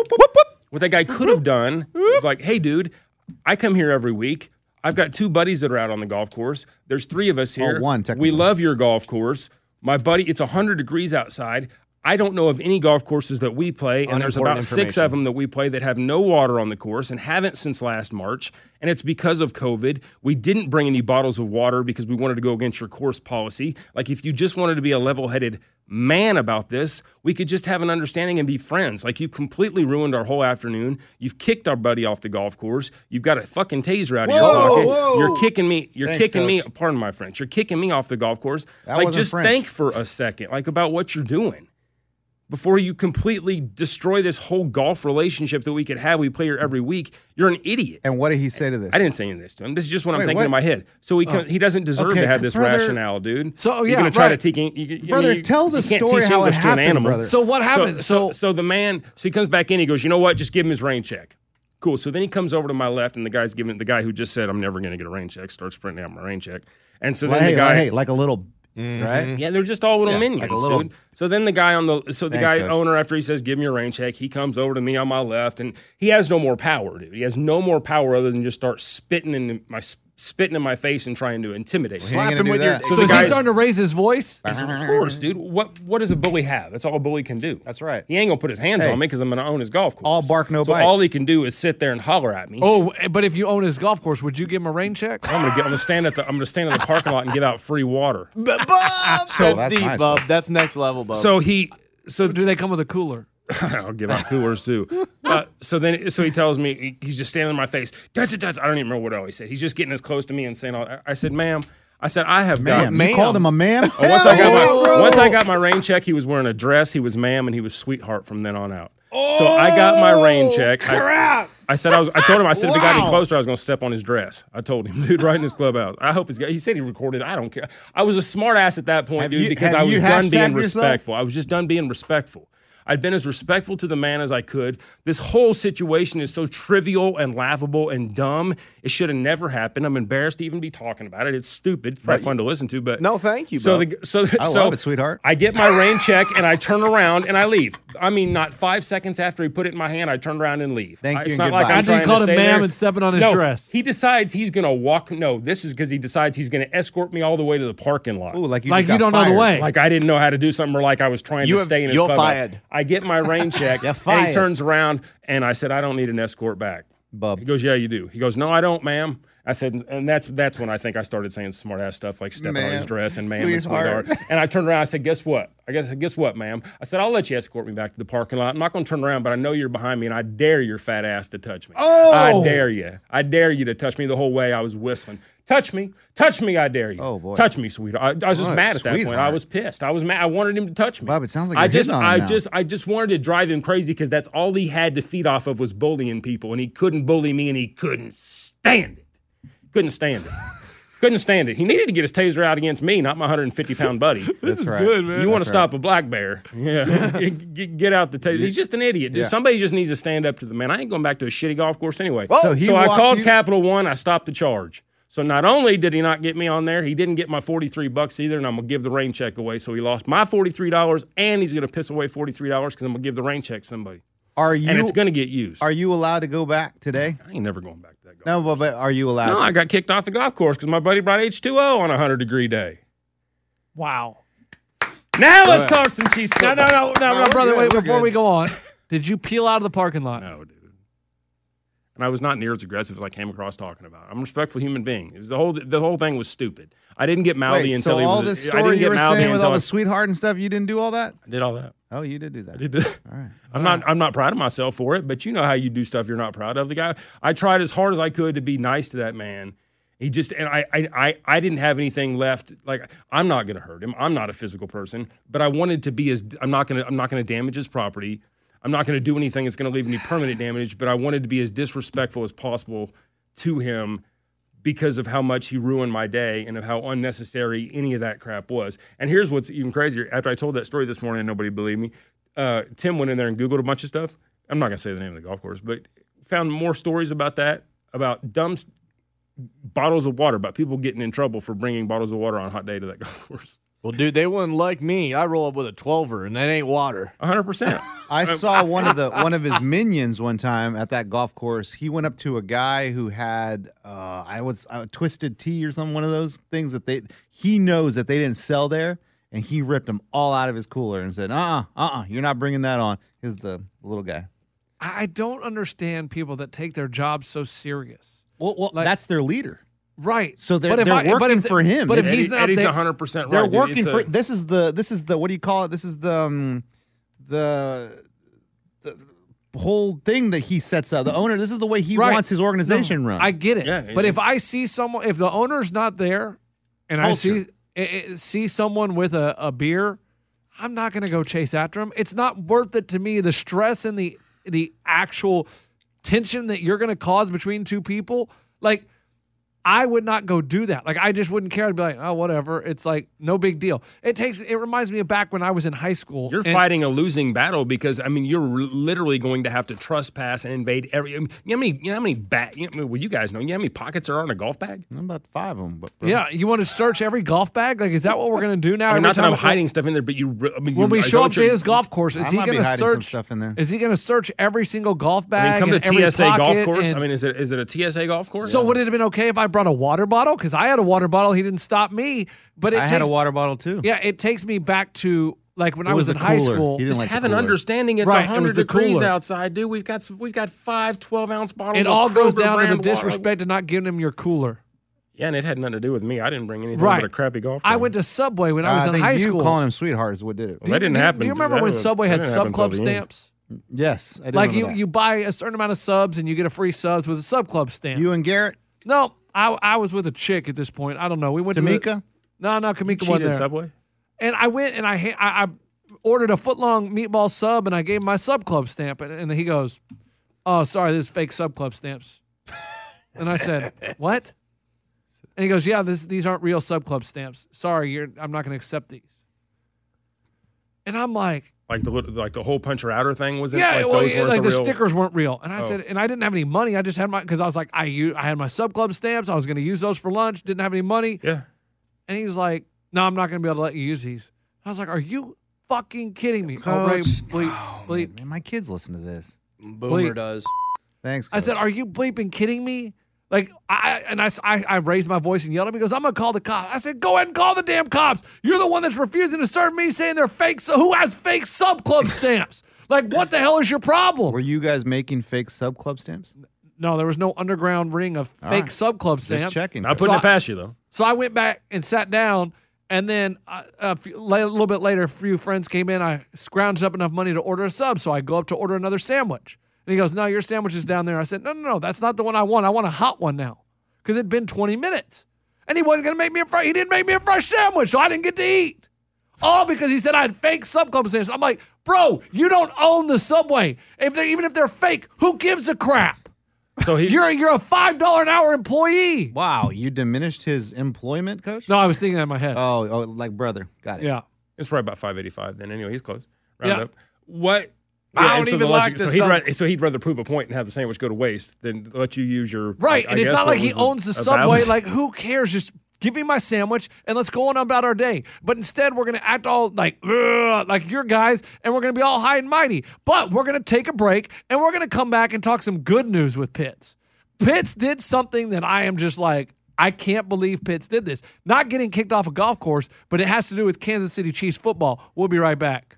Speaker 5: what that guy could have done is like, hey, dude, I come here every week. I've got two buddies that are out on the golf course. There's three of us here.
Speaker 2: Oh, one,
Speaker 5: We
Speaker 2: technically.
Speaker 5: love your golf course. My buddy, it's 100 degrees outside. I don't know of any golf courses that we play, and there's about
Speaker 4: Unimportant
Speaker 5: six
Speaker 4: information.
Speaker 5: of them that we play that have no water on the course and haven't since last March. And it's because of COVID. We didn't bring any bottles of water because we wanted to go against your course policy. Like, if you just wanted to be a level headed man about this, we could just have an understanding and be friends. Like, you've completely ruined our whole afternoon. You've kicked our buddy off the golf course. You've got a fucking taser out of
Speaker 2: Whoa,
Speaker 5: your pocket.
Speaker 2: whoa.
Speaker 5: You're kicking me. You're
Speaker 2: Thanks,
Speaker 5: kicking me.
Speaker 2: Coach.
Speaker 5: Pardon my French. You're kicking me off the golf course.
Speaker 2: That
Speaker 5: like,
Speaker 2: wasn't
Speaker 5: just
Speaker 2: French.
Speaker 5: think for a second, like about what you're doing before you completely destroy this whole golf relationship that we could have. We play here every week. You're an idiot.
Speaker 2: And what did he say to this?
Speaker 5: I didn't say any of this to him. This is just what
Speaker 2: Wait,
Speaker 5: I'm thinking in
Speaker 2: what?
Speaker 5: my
Speaker 2: Oh.
Speaker 5: head. So he can, he doesn't deserve
Speaker 2: Okay,
Speaker 5: to have this
Speaker 2: brother-
Speaker 5: rationale, dude.
Speaker 3: So,
Speaker 5: you're
Speaker 3: yeah,
Speaker 5: gonna try
Speaker 3: right.
Speaker 5: to teach. You, you- you,
Speaker 2: Brother,
Speaker 5: you-
Speaker 2: tell the
Speaker 5: you can't
Speaker 2: story
Speaker 5: teach
Speaker 2: how it
Speaker 5: English to an
Speaker 2: happened,
Speaker 5: animal.
Speaker 2: brother.
Speaker 3: So what happened?
Speaker 5: So,
Speaker 3: So,
Speaker 5: so the man, so he comes back in. He goes, you know what? Just give him his rain check. Cool. So then he comes over to my left, and the guy's giving the guy who just said I'm never going to get a rain check starts printing out my rain check. And *laughs* so then
Speaker 2: Like, hey,
Speaker 5: the guy,
Speaker 2: like, hey, like a little,
Speaker 4: Mm-hmm.
Speaker 2: right?
Speaker 5: yeah, they're just all little
Speaker 2: Yeah, like
Speaker 5: minions,
Speaker 2: a little-
Speaker 5: dude. So then the guy on the so the
Speaker 2: Thanks,
Speaker 5: guy
Speaker 2: Coach.
Speaker 5: owner after he says give me a rain check, he comes over to me on my left, and he has no more power, dude. He has no more power other than just start spitting in my spitting in my face and trying to intimidate. me.
Speaker 2: Slap him with your.
Speaker 5: So
Speaker 3: so
Speaker 5: the
Speaker 3: is he
Speaker 5: guys-
Speaker 3: starting to raise his voice?
Speaker 5: Of course, dude. What what does a bully have? That's all a bully can do.
Speaker 2: That's right.
Speaker 5: He ain't gonna put his hands
Speaker 2: Hey.
Speaker 5: on me because I'm gonna own his golf course.
Speaker 2: All bark, no
Speaker 5: so
Speaker 2: bite.
Speaker 5: All he can do is sit there and holler at me.
Speaker 3: Oh, but if you own his golf course, would you give him a rain check?
Speaker 5: I'm gonna get. I'm gonna stand at the. I'm gonna stand in the parking lot and give out
Speaker 4: *laughs*
Speaker 5: free water.
Speaker 4: so
Speaker 3: *laughs*
Speaker 4: that's,
Speaker 2: that's
Speaker 4: deep,
Speaker 2: nice,
Speaker 4: bub. That's next level, bub.
Speaker 5: So he. So
Speaker 3: Do they come with a cooler?
Speaker 5: *laughs* I'll give out coolers
Speaker 3: *laughs*
Speaker 5: too. Uh, so then, so he tells me he- he's just standing in my face. "Dut, dut, dut." I don't even remember what all he said. He's just getting as close to me and saying, all, I- "I said, ma'am, I said I have got."
Speaker 2: Ma'am. You called him a ma'am?
Speaker 5: And Oh, Once I got
Speaker 2: Hell
Speaker 5: my
Speaker 2: yeah,
Speaker 5: once
Speaker 2: bro.
Speaker 5: I got my rain check, he was wearing a dress. He was ma'am, and he was sweetheart from then on out. so I got my rain
Speaker 2: Oh,
Speaker 5: check. I, I said I was. I told him. I said if he got any closer, I was going to step on his dress. I told him, dude, right in his clubhouse. I hope he's got. He said he recorded. I don't care. I was a smart ass at that point,
Speaker 2: Have
Speaker 5: dude,
Speaker 2: you-
Speaker 5: because
Speaker 2: have
Speaker 5: I was
Speaker 2: you
Speaker 5: done being
Speaker 2: hashtagged yourself?
Speaker 5: respectful. I was just done being respectful. I'd been as respectful to the man as I could. This whole situation is so trivial and laughable and dumb. It should have never happened. I'm embarrassed to even be talking about it. It's stupid. It's probably fun to listen to, but
Speaker 4: No, thank you,
Speaker 5: So,
Speaker 4: bub.
Speaker 5: the, so,
Speaker 2: I
Speaker 5: so
Speaker 2: love it, sweetheart.
Speaker 5: I get my rain check and I turn around and I leave. I mean, not five seconds after he put it in my hand, I turn around and leave.
Speaker 2: Thank
Speaker 5: I-
Speaker 2: you
Speaker 5: It's
Speaker 2: and
Speaker 5: not like
Speaker 2: goodbye.
Speaker 5: I'm
Speaker 2: I
Speaker 3: thought you
Speaker 5: trying to
Speaker 3: called him
Speaker 5: stay
Speaker 3: ma'am
Speaker 5: there.
Speaker 3: and stepping on his
Speaker 5: no,
Speaker 3: dress.
Speaker 5: He decides he's going to walk. No, this is because he decides he's going to escort me all the way to the parking lot.
Speaker 2: Ooh, like you,
Speaker 3: Like
Speaker 2: just
Speaker 3: you
Speaker 2: got
Speaker 3: don't know the
Speaker 2: fired.
Speaker 3: way.
Speaker 5: Like I didn't know how to do something, or like I was trying
Speaker 4: You
Speaker 5: to
Speaker 4: have-
Speaker 5: stay in his
Speaker 4: you're
Speaker 5: clubhouse.
Speaker 4: fired.
Speaker 5: I get my
Speaker 2: *laughs*
Speaker 5: rain check,
Speaker 2: You're
Speaker 5: and he
Speaker 2: fired.
Speaker 5: turns around and I said, "I don't need an escort back."
Speaker 2: Bub.
Speaker 5: He goes, "Yeah, you do." He goes, "No, I don't, ma'am." I said, and that's that's when I think I started saying smart ass stuff like stepping on his
Speaker 2: Ma'am.
Speaker 5: dress and ma'am and
Speaker 2: Sweetheart.
Speaker 5: sweetheart. And I turned around. I said, "Guess what?" I guess guess what, ma'am? I said, "I'll let you escort me back to the parking lot. I'm not going to turn around, but I know you're behind me, and I dare your fat ass to touch me. Oh, I dare you. I dare you to touch me." The whole way I was whistling, "Touch me, touch me, I dare you.
Speaker 2: Oh, boy.
Speaker 5: touch me, sweetheart." I, I was just
Speaker 2: What a
Speaker 5: mad at that point. I
Speaker 2: sweetheart.
Speaker 5: was pissed. I was mad. I wanted him to touch me.
Speaker 2: Bob, it sounds like
Speaker 5: I
Speaker 2: you're
Speaker 5: just,
Speaker 2: hitting on him
Speaker 5: I
Speaker 2: now.
Speaker 5: just, I just wanted to drive him crazy because that's all he had to feed off of was bullying people, and he couldn't bully me, and he couldn't stand it. Couldn't
Speaker 2: *laughs*
Speaker 5: stand it. couldn't stand it. He needed to get his taser out against me, not my 150 pound buddy.
Speaker 2: That's right. good, man.
Speaker 5: you want to stop a black bear? Yeah,
Speaker 2: *laughs*
Speaker 5: Get- get, get out the taser. He's just an idiot. dude.
Speaker 2: Yeah.
Speaker 5: Somebody just needs to stand up to the man. I ain't going back to a shitty golf course anyway.
Speaker 2: So he
Speaker 5: I
Speaker 2: walked
Speaker 5: called
Speaker 2: you-
Speaker 5: Capital One. I stopped the charge. So not only did he not get me on there, he didn't get my 43 bucks either, and I'm gonna give the rain check away. So he lost my $43, and he's gonna piss away $43 because I'm gonna give the rain check to somebody,
Speaker 2: Are you
Speaker 5: and it's gonna get used.
Speaker 2: are you allowed to go back today?
Speaker 5: I ain't never going back to that golf.
Speaker 2: No, but, but are you allowed?
Speaker 5: No, I got kicked off the golf course because my buddy brought H2O on a 100 degree day.
Speaker 3: wow.
Speaker 5: Now let's talk some cheese.
Speaker 3: No, no, no, no, no,
Speaker 2: we're
Speaker 3: brother.
Speaker 2: good,
Speaker 3: Wait,
Speaker 2: we're
Speaker 3: before we
Speaker 2: good.
Speaker 3: go on, did you peel out of the parking lot?
Speaker 5: No, dude. And I was not near as aggressive as I came across talking about. I'm a respectful human being. It was the whole the whole thing was stupid. I didn't get mouthy
Speaker 2: Wait,
Speaker 5: until
Speaker 2: so
Speaker 5: he
Speaker 2: all
Speaker 5: was.
Speaker 2: this
Speaker 5: I
Speaker 2: story
Speaker 5: didn't
Speaker 2: you
Speaker 5: get
Speaker 2: were
Speaker 5: mouthy
Speaker 2: saying with
Speaker 5: until
Speaker 2: all
Speaker 5: I-
Speaker 2: the sweetheart and stuff, you didn't do all that.
Speaker 5: I did all that.
Speaker 2: Oh, you did do that.
Speaker 5: Did that.
Speaker 2: All right.
Speaker 5: I'm not. I'm not proud of myself for it. But you know how you do stuff you're not proud of. The guy. I tried as hard as I could to be nice to that man. He just and I. I. I, I didn't have anything left. Like I'm not gonna hurt him. I'm not a physical person. But I wanted to be as. I'm not gonna. I'm not gonna damage his property. I'm not gonna do anything that's gonna leave any permanent damage. But I wanted to be as disrespectful as possible to him because of how much he ruined my day and of how unnecessary any of that crap was. And here's what's even crazier. After I told that story this morning and nobody believed me, uh, Tim went in there and Googled a bunch of stuff. I'm not going to say the name of the golf course, but found more stories about that, about dumb s- bottles of water, about people getting in trouble for bringing bottles of water on a hot day to that *laughs* golf course.
Speaker 4: well, dude, they wouldn't like me. I roll up with a twelver, and that ain't water. *laughs*
Speaker 5: 100%.
Speaker 2: I saw one of the one of his minions one time at that golf course. He went up to a guy who had uh, I was a twisted tea or some one of those things that they he knows that they didn't sell there, and he ripped them all out of his cooler and said, "Uh, uh-uh, uh, you're not bringing that on." Is the little guy?
Speaker 3: I I don't understand people that take their job so serious.
Speaker 2: Well, well
Speaker 3: Like-
Speaker 2: that's their leader.
Speaker 3: Right.
Speaker 2: So they're-
Speaker 3: But if
Speaker 2: they're
Speaker 3: I- but
Speaker 2: working
Speaker 3: if the-
Speaker 2: for him.
Speaker 3: But if
Speaker 2: Eddie-
Speaker 3: he's not
Speaker 5: Eddie's
Speaker 3: there-
Speaker 5: 100% right.
Speaker 2: They're
Speaker 5: dude.
Speaker 2: working
Speaker 5: It's a-
Speaker 2: for. This is the. This is the. What do you call it? This is the. Um, the. The whole thing that he sets up. The owner. This is the way he
Speaker 3: Right.
Speaker 2: wants his organization run.
Speaker 3: I get it.
Speaker 5: Yeah,
Speaker 3: but
Speaker 5: yeah.
Speaker 3: if I see someone, if the owner's not there, and I see I- I- see someone with a, a beer, I'm not going to go chase after him. It's not worth it to me. The stress and the the actual tension that you're going to cause between two people, like. I would not go do that. Like I just wouldn't care. I'd be like, oh, whatever. It's like no big deal. It takes. It reminds me of back when I was in high school.
Speaker 5: You're
Speaker 3: and-
Speaker 5: fighting a losing battle because I mean you're r- literally going to have to trespass and invade every. I mean, you know how many? You know how many bat? You know, well, you guys know. You know how many pockets are on a golf bag?
Speaker 2: I'm about five of them, but bro.
Speaker 3: Yeah, you want to search every golf bag? Like, is that what we're going to do
Speaker 5: I
Speaker 3: now?
Speaker 5: mean,
Speaker 3: Every
Speaker 5: not that
Speaker 3: time
Speaker 5: I'm
Speaker 3: we-
Speaker 5: hiding stuff in there, but you. re- I mean,
Speaker 3: when
Speaker 5: you-
Speaker 3: we
Speaker 5: I
Speaker 3: show
Speaker 5: know
Speaker 3: up
Speaker 5: what
Speaker 3: to
Speaker 5: you're-
Speaker 3: his golf course, is
Speaker 2: I
Speaker 3: he
Speaker 2: might be
Speaker 3: going to
Speaker 2: hiding
Speaker 3: search
Speaker 2: some stuff in there.
Speaker 3: Is he going to search every single golf
Speaker 5: I mean,
Speaker 3: bag?
Speaker 5: come to
Speaker 3: and every
Speaker 5: TSA golf
Speaker 3: pocket
Speaker 5: course.
Speaker 3: and-
Speaker 5: I mean, is it is it a TSA golf course?
Speaker 3: so would it have been okay if I brought a water bottle? Because I had a water bottle. He didn't stop me, but it
Speaker 2: I
Speaker 3: takes,
Speaker 2: had a water bottle too.
Speaker 3: Yeah, it takes me back to like when
Speaker 2: It
Speaker 3: I was,
Speaker 2: was
Speaker 3: in
Speaker 2: the
Speaker 3: high
Speaker 2: cooler.
Speaker 3: school.
Speaker 2: He didn't
Speaker 5: Just
Speaker 2: like the
Speaker 5: have an
Speaker 2: cooler.
Speaker 5: understanding. It's
Speaker 3: Right, it was
Speaker 5: 100
Speaker 3: the
Speaker 5: degrees
Speaker 3: cooler.
Speaker 5: outside, dude. We've got some, we've got five 12 ounce bottles.
Speaker 3: It
Speaker 5: of
Speaker 3: all goes
Speaker 5: Kroger
Speaker 3: down to the
Speaker 5: brand water.
Speaker 3: disrespect of not giving him your cooler.
Speaker 5: Yeah, and it had nothing to do with me. I didn't bring anything
Speaker 3: Right.
Speaker 5: but a crappy golf.
Speaker 3: I
Speaker 5: bag.
Speaker 3: went to Subway when
Speaker 2: Uh,
Speaker 3: I was in
Speaker 2: think
Speaker 3: high
Speaker 2: you
Speaker 3: school.
Speaker 2: calling him sweetheart is what did it.
Speaker 5: Well, that
Speaker 3: Do you-
Speaker 5: didn't
Speaker 3: do you-
Speaker 5: happen.
Speaker 3: Do you remember
Speaker 5: That
Speaker 3: when
Speaker 5: didn't-
Speaker 3: Subway
Speaker 5: that
Speaker 3: had
Speaker 5: didn't happen
Speaker 3: sub
Speaker 5: until
Speaker 3: club
Speaker 5: the end.
Speaker 3: stamps?
Speaker 2: Yes, I did
Speaker 3: Like you,
Speaker 2: remember that.
Speaker 3: you buy a certain amount of subs and you get a free subs with a sub club stamp.
Speaker 2: you and Garrett,
Speaker 3: No, I I was with a chick at this point. I don't know. We went to
Speaker 2: Tamika.
Speaker 3: the- No, no, Kamika
Speaker 5: Cheated
Speaker 3: wasn't there.
Speaker 5: Subway.
Speaker 3: And I went and I ha- I, I ordered a foot long meatball sub and I gave him my sub club stamp and, and he goes, "Oh, sorry, this is fake sub club stamps." *laughs* and I said, "What?" And he goes, "Yeah, this these aren't real sub club stamps. Sorry, you're I'm not going to accept these." And I'm like,
Speaker 5: Like the little- like the whole puncher outer thing was it?
Speaker 3: yeah,
Speaker 5: like
Speaker 3: well,
Speaker 5: those
Speaker 3: yeah,
Speaker 5: weren't
Speaker 3: like the,
Speaker 5: real-
Speaker 3: stickers weren't real, and I
Speaker 5: Oh.
Speaker 3: said, and I didn't have any money. I just had my because I was like, I u- I had my sub club stamps. I was going to use those for lunch. Didn't have any money,
Speaker 5: Yeah,
Speaker 3: and he's like, No, I'm not going to be able to let you use these. I was like, Are you fucking kidding me? Oh, Ray,
Speaker 2: Coach.
Speaker 3: bleep, bleep.
Speaker 2: Man, my kids listen to this.
Speaker 4: Boomer
Speaker 3: Bleep.
Speaker 4: does.
Speaker 2: Thanks.
Speaker 3: I said,
Speaker 2: Coach.
Speaker 3: Are you bleeping kidding me? Like I and I, s- I- I raised my voice and yelled at him. He goes, I'm gonna call the cops. I said, Go ahead and call the damn cops. You're the one that's refusing to serve me, saying they're fake. So who has fake sub club stamps? Like what the hell is your problem?
Speaker 2: Were you guys making fake sub club stamps?
Speaker 3: No, there was no underground ring of
Speaker 2: All
Speaker 3: fake
Speaker 2: right.
Speaker 3: sub club
Speaker 2: Just
Speaker 3: stamps.
Speaker 2: checking.
Speaker 5: not
Speaker 2: Coach.
Speaker 5: putting
Speaker 3: So I-
Speaker 5: it past you though.
Speaker 3: So I went back and sat down, and then uh, a, few, la- a little bit later, a few friends came in. I scrounged up enough money to order a sub, so I go up to order another sandwich, and he goes, "No, your sandwich is down there." I said, "No, no, no, that's not the one I want. I want a hot one now, because it'd been 20 minutes, and he wasn't gonna make me a fresh. He didn't make me a fresh sandwich, so I didn't get to eat." All because he said I had fake sub club sandwiches. I'm like, bro, you don't own the subway. If they even if they're fake, who gives a crap?
Speaker 5: So he
Speaker 3: You're you're a five dollar an hour employee.
Speaker 2: Wow, you diminished his employment, coach?
Speaker 3: No, I was thinking that in my head.
Speaker 2: Oh, oh, like brother. Got it.
Speaker 3: yeah.
Speaker 5: It's probably about five eighty five. Then anyway, he's close. Round
Speaker 3: Yeah.
Speaker 5: up. What?
Speaker 3: I don't
Speaker 5: and
Speaker 3: even
Speaker 5: the
Speaker 3: like
Speaker 5: So
Speaker 3: this
Speaker 5: he'd,
Speaker 3: sub-
Speaker 5: rather, so he'd rather prove a point and have the sandwich go to waste than let you use your
Speaker 3: Right.
Speaker 5: I- I
Speaker 3: and it's
Speaker 5: guess
Speaker 3: not
Speaker 5: what
Speaker 3: like he
Speaker 5: was a-
Speaker 3: owns the
Speaker 5: a
Speaker 3: subway.
Speaker 5: valid-
Speaker 3: Like, who cares? Just give me my sandwich and let's go on about our day. But instead, we're going to act all like, "Ugh," like your guys, and we're going to be all high and mighty. But we're going to take a break and we're going to come back and talk some good news with Pitts. Pitts did something that I am just like, I can't believe Pitts did this. Not getting kicked off a golf course, but it has to do with Kansas City Chiefs football. We'll be right back.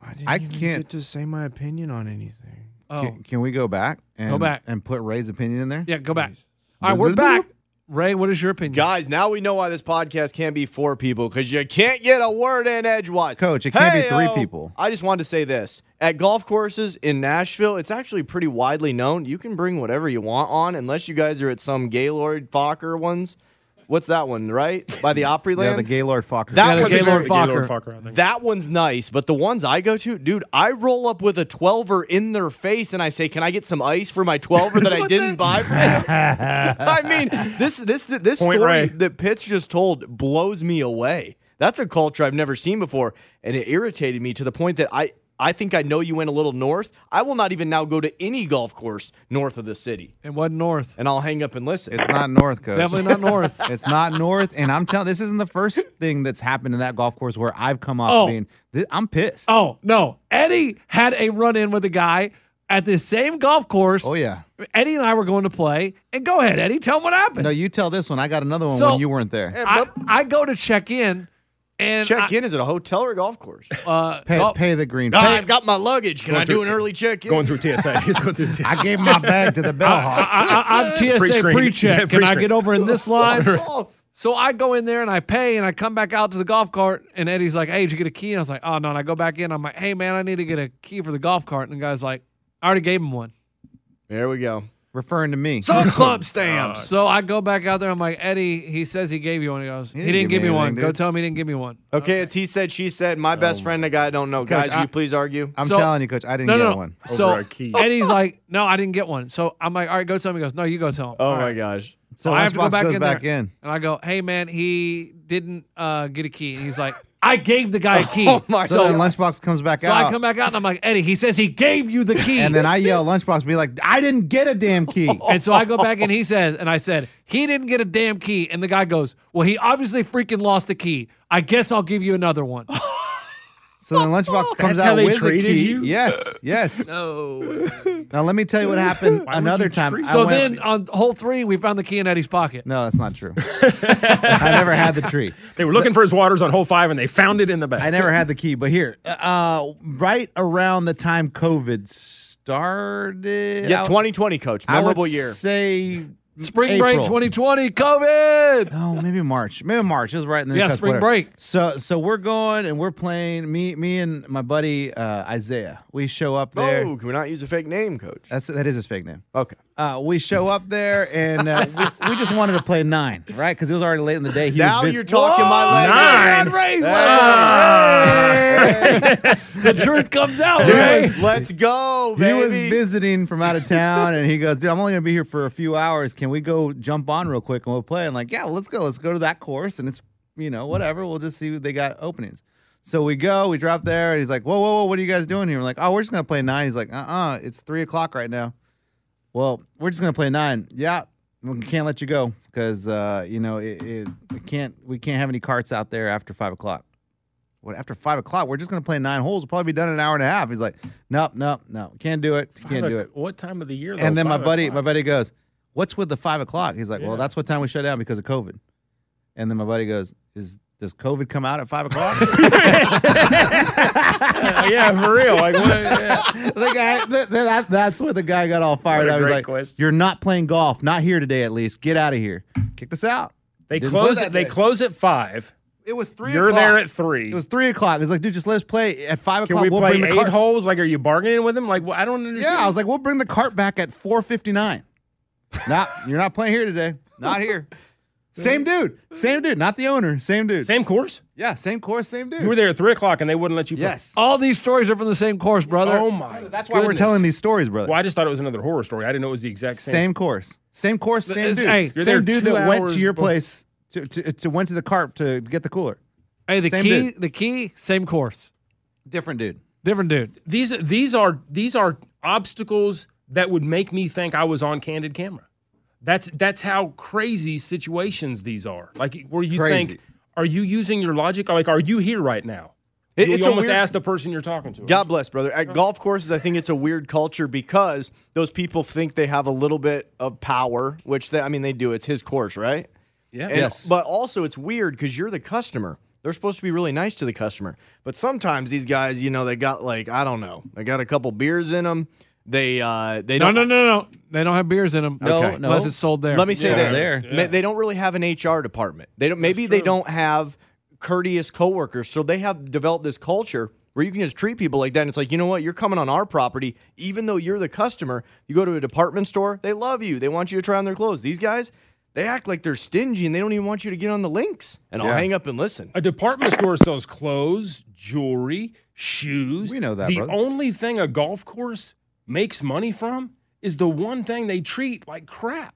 Speaker 4: I, didn't
Speaker 2: I
Speaker 4: even
Speaker 2: can't-
Speaker 4: get to say my opinion on anything.
Speaker 3: Oh,
Speaker 2: Can, can we go back and
Speaker 3: back.
Speaker 2: and put Ray's opinion in there?
Speaker 3: yeah, go back. All right, we're back. Ray, what is your opinion?
Speaker 4: Guys, now we know why this podcast can't be four people because you can't get a word in edgewise.
Speaker 2: Coach, it can't be
Speaker 4: Hey-o.
Speaker 2: three people.
Speaker 4: I just wanted to say this. At golf courses in Nashville, it's actually pretty widely known. You can bring whatever you want on, unless you guys are at some Gaylord Fokker ones. What's that one, right? By the Opryland?
Speaker 2: Yeah, the Gaylord Fokker.
Speaker 4: That
Speaker 3: Yeah, the
Speaker 4: one's very-
Speaker 3: Gaylord Fokker.
Speaker 5: Fokker, I think.
Speaker 4: That one's nice, but the ones I go to, dude, I roll up with a 12er in their face and I say, "Can I get some ice for my 12er that I didn't buy?" *laughs* For
Speaker 3: *laughs*
Speaker 4: them?" I mean, this this this
Speaker 5: Point
Speaker 4: story
Speaker 5: Ray.
Speaker 4: that Pitts just told blows me away. That's a culture I've never seen before, and it irritated me to the point that I I think I know you went a little north. I will not even now go to any golf course north of the city,
Speaker 3: It wasn't North.
Speaker 4: and I'll hang up and listen.
Speaker 2: It's not north, coach.
Speaker 3: Definitely not North.
Speaker 2: *laughs* It's not north, and I'm telling. This isn't the
Speaker 3: *laughs*
Speaker 2: first thing that's happened in that golf course where I've come off
Speaker 3: Oh.
Speaker 2: being. Th- I'm pissed.
Speaker 3: Oh, no. Eddie had a run in with a guy at this same golf course.
Speaker 2: Oh, yeah.
Speaker 3: Eddie and I were going to play. And go ahead, Eddie, tell him what happened.
Speaker 2: No, you tell this one. I got another one
Speaker 3: So-
Speaker 2: when you weren't there.
Speaker 3: I, I go to check in
Speaker 4: *laughs*
Speaker 3: and
Speaker 4: Check
Speaker 3: I-
Speaker 4: in is it a hotel or a golf course?
Speaker 3: Uh,
Speaker 2: Pay,
Speaker 3: go-
Speaker 2: pay the green.
Speaker 4: Ah,
Speaker 2: fee.
Speaker 4: I've got my luggage. Can I do an early check in?
Speaker 5: Going through TSA. *laughs* He's going through TSA.
Speaker 2: gave my bag to the bellhop.
Speaker 3: I,
Speaker 5: *laughs*
Speaker 3: I, am TSA
Speaker 5: Pre-screen.
Speaker 3: pre-check.
Speaker 5: Yeah,
Speaker 3: Can I
Speaker 5: pre-screen.
Speaker 3: get over
Speaker 5: *laughs*
Speaker 3: in this line?
Speaker 4: Oh,
Speaker 3: So I go in there and I pay and I come back out to the golf cart and Eddie's like, "Hey, did you get a key?" And I was like, "Oh no!" And I go back in. I'm like, "Hey man, I need to get a key for the golf cart." And the guy's like, "I already gave him one."
Speaker 4: there we go.
Speaker 2: Referring to me.
Speaker 3: *laughs*
Speaker 4: Some club stamps.
Speaker 3: Oh, So I go back out there. I'm like, "Eddie, he says he gave you one." He goes, "He, didn't give me
Speaker 2: anything,
Speaker 3: one. Go
Speaker 2: dude.
Speaker 3: tell him he didn't give me one."
Speaker 4: *laughs* Okay, it's he said, she said. My best friend, the guy I don't know. Guys, will
Speaker 2: I-
Speaker 4: you please argue?
Speaker 2: I'm
Speaker 3: Oh. So-
Speaker 2: telling you, coach. I didn't
Speaker 3: No,
Speaker 2: get
Speaker 3: no, no.
Speaker 2: one.
Speaker 3: So
Speaker 5: Over a key.
Speaker 3: *laughs* Eddie's like, "No, I didn't get one." So I'm like, "All right, go tell him." He goes, "No, you go tell him."
Speaker 4: oh
Speaker 3: All
Speaker 4: my
Speaker 3: right.
Speaker 4: gosh.
Speaker 2: So
Speaker 3: I have to go
Speaker 2: lunchbox
Speaker 3: back
Speaker 2: goes
Speaker 3: in
Speaker 2: back
Speaker 3: there.
Speaker 2: in.
Speaker 3: And I go, "Hey man, he didn't uh, get a key." And
Speaker 2: *laughs*
Speaker 3: he's like, "I gave
Speaker 4: *laughs*
Speaker 3: the guy a key."
Speaker 4: Oh my
Speaker 2: So, then
Speaker 4: God.
Speaker 2: lunchbox comes back
Speaker 3: So
Speaker 2: out,
Speaker 3: I come back out and I'm like, Eddie, he says he
Speaker 2: *laughs*
Speaker 3: gave you the key.
Speaker 2: and then I yell, lunchbox, be like, I didn't get a damn key.
Speaker 3: *laughs* And so I go
Speaker 2: *laughs*
Speaker 3: back and he says, and I said, he didn't get a damn key. And the guy goes, well, he obviously freaking lost the key. I guess I'll give you another one.
Speaker 2: *laughs* So then
Speaker 3: *laughs*
Speaker 2: Lunchbox comes
Speaker 5: That's
Speaker 2: out
Speaker 5: how they
Speaker 2: with the
Speaker 5: treated
Speaker 2: key.
Speaker 5: you?
Speaker 2: Yes, yes.
Speaker 3: No.
Speaker 2: Now let me tell you what
Speaker 3: *laughs*
Speaker 2: happened
Speaker 5: would
Speaker 2: another
Speaker 5: you
Speaker 2: time.
Speaker 5: treat-
Speaker 2: I
Speaker 3: So
Speaker 2: went-
Speaker 3: then on hole three, we found the key in Eddie's pocket.
Speaker 2: no, that's not true. I never had the tree.
Speaker 5: *laughs* They were looking for his waters on hole five, and they found it in the
Speaker 2: I
Speaker 5: bag.
Speaker 2: never had the key. But here, uh, right around the time COVID started,
Speaker 4: Yeah,
Speaker 2: I-
Speaker 4: 2020, coach.
Speaker 2: I
Speaker 4: Memorable
Speaker 2: would
Speaker 4: year.
Speaker 2: Say
Speaker 3: Spring break
Speaker 2: April.
Speaker 3: 2020, COVID.
Speaker 2: Oh, maybe March. Maybe March. It was right in the
Speaker 3: Yeah,
Speaker 2: cusp,
Speaker 3: spring
Speaker 2: whatever.
Speaker 3: break.
Speaker 2: So so we're going and we're playing. Me me and my buddy uh, Isaiah. We show up there.
Speaker 4: No, Oh, can we not use a fake name, coach?
Speaker 2: That's that is his fake name.
Speaker 4: Okay.
Speaker 2: Uh, we show up there and uh, we, we just wanted to play nine, right? Because it was already late in the day. He
Speaker 4: now
Speaker 2: was busy.
Speaker 4: you're talking my language.
Speaker 5: Nine.
Speaker 3: God, Ray,
Speaker 4: *laughs* Hey.
Speaker 3: the truth comes out,
Speaker 4: Dude,
Speaker 3: Ray.
Speaker 4: Let's go,
Speaker 2: He was
Speaker 4: baby.
Speaker 2: visiting from out of town, and he goes, "Dude, I'm only gonna be here for a few hours. Can we go jump on real quick and we'll play?" And like, yeah, let's go. Let's go to that course, and it's you know whatever. We'll just see what they got openings. So we go, we drop there, and he's like, "Whoa, whoa, whoa! What are you guys doing here?" We're like, "Oh, we're just gonna play nine. He's like, "Uh, uh it's three o'clock right now." Well, we're just gonna play nine. Yeah, we can't let you go because uh, you know it, it. We can't. We can't have any carts out there after five o'clock. What after five o'clock? We're just gonna play nine holes. We'll probably be done in an hour and a half. He's like, nope, nope, no, can't do it. Can't do it.
Speaker 5: What time of the year?
Speaker 2: And
Speaker 5: though?
Speaker 2: then my
Speaker 5: Five
Speaker 2: buddy, my
Speaker 5: o'clock.
Speaker 2: buddy goes, what's with the five o'clock? He's like, well, that's what time we shut down because of COVID. And then my buddy goes, is does COVID come out at five o'clock?
Speaker 5: Oh, *laughs* yeah, for real. Like, what, yeah.
Speaker 2: *laughs* the guy, th- th- that, that's where the guy got all fired
Speaker 5: What a
Speaker 2: up. He's
Speaker 5: great
Speaker 2: like,
Speaker 5: question.
Speaker 2: you're not playing golf, not here today at least. Get out of here. Kicked us out.
Speaker 5: They
Speaker 2: Didn't
Speaker 5: close
Speaker 2: play that
Speaker 5: it. They
Speaker 2: day.
Speaker 5: close at five.
Speaker 2: It was 3
Speaker 5: You're
Speaker 2: o'clock.
Speaker 5: there at three.
Speaker 2: It was three o'clock. He's like, dude, just let us play at five
Speaker 5: Can
Speaker 2: o'clock.
Speaker 5: we
Speaker 2: will
Speaker 5: play
Speaker 2: bring the
Speaker 5: eight
Speaker 2: cart.
Speaker 5: holes? Like, are you bargaining with him? Like, well, I don't understand.
Speaker 2: Yeah, I was like, we'll bring the cart back at four fifty nine. Not you're not playing here today.
Speaker 5: *laughs*
Speaker 2: Not here. Same dude. Same dude. Not the owner. Same dude.
Speaker 5: same course.
Speaker 2: Yeah, same course. Same dude.
Speaker 5: You were there at three o'clock, and they wouldn't let you. Oh, Play.
Speaker 2: Yes.
Speaker 3: All these stories are from the same course, brother.
Speaker 5: Oh my.
Speaker 2: That's why we're telling these stories, brother.
Speaker 5: Well, I just thought it was another horror story. I didn't know it was the exact
Speaker 2: same.
Speaker 5: same.
Speaker 2: course. Same course. Same
Speaker 3: It's-
Speaker 2: dude.
Speaker 3: hey,
Speaker 5: you're there
Speaker 2: same dude
Speaker 5: two
Speaker 2: that went to
Speaker 5: hours
Speaker 2: your
Speaker 5: before-
Speaker 2: place to, to to went to the cart to get the cooler.
Speaker 3: Hey, the
Speaker 2: Same
Speaker 3: key,
Speaker 2: dude.
Speaker 3: the key, same course.
Speaker 2: Different dude.
Speaker 3: Different dude.
Speaker 5: These these are these are obstacles that would make me think I was on candid camera. That's that's how crazy situations these are. Like where you
Speaker 2: Crazy.
Speaker 5: think, are you using your logic? Like, are you here right now?
Speaker 4: It-
Speaker 5: you
Speaker 4: it's a
Speaker 5: almost
Speaker 4: weird-
Speaker 5: ask the person you're talking to.
Speaker 4: God bless, brother. At golf courses, I think it's a weird culture because those people think they have a little bit of power, which they, I mean, they do. It's his course, right?
Speaker 5: Yeah.
Speaker 4: And-
Speaker 2: Yes.
Speaker 4: But also, it's weird because you're the customer. They're supposed to be really nice to the customer. But sometimes these guys, you know, they got like, I don't know, they got a couple beers in them. They, uh, they
Speaker 3: No,
Speaker 4: don't.
Speaker 3: no, no, no. They don't have beers in them.
Speaker 2: No,
Speaker 4: Okay.
Speaker 2: no.
Speaker 3: Unless it's sold there.
Speaker 4: Let me say
Speaker 2: Yeah.
Speaker 4: this:
Speaker 2: There.
Speaker 4: Ma- they don't really have an HR department. They don't. Maybe they don't have courteous coworkers, so they have developed this culture where you can just treat people like that. And it's like, you know what? You're coming on our property, even though you're the customer. You go to a department store, they love you. They want you to try on their clothes. These guys, they act like they're stingy and they don't even want you to get on the links. And I'll hang up and listen.
Speaker 5: A department store sells clothes, jewelry, shoes.
Speaker 2: We know that,
Speaker 5: The
Speaker 2: brother.
Speaker 5: only thing a golf course makes money from is the one thing they treat like crap.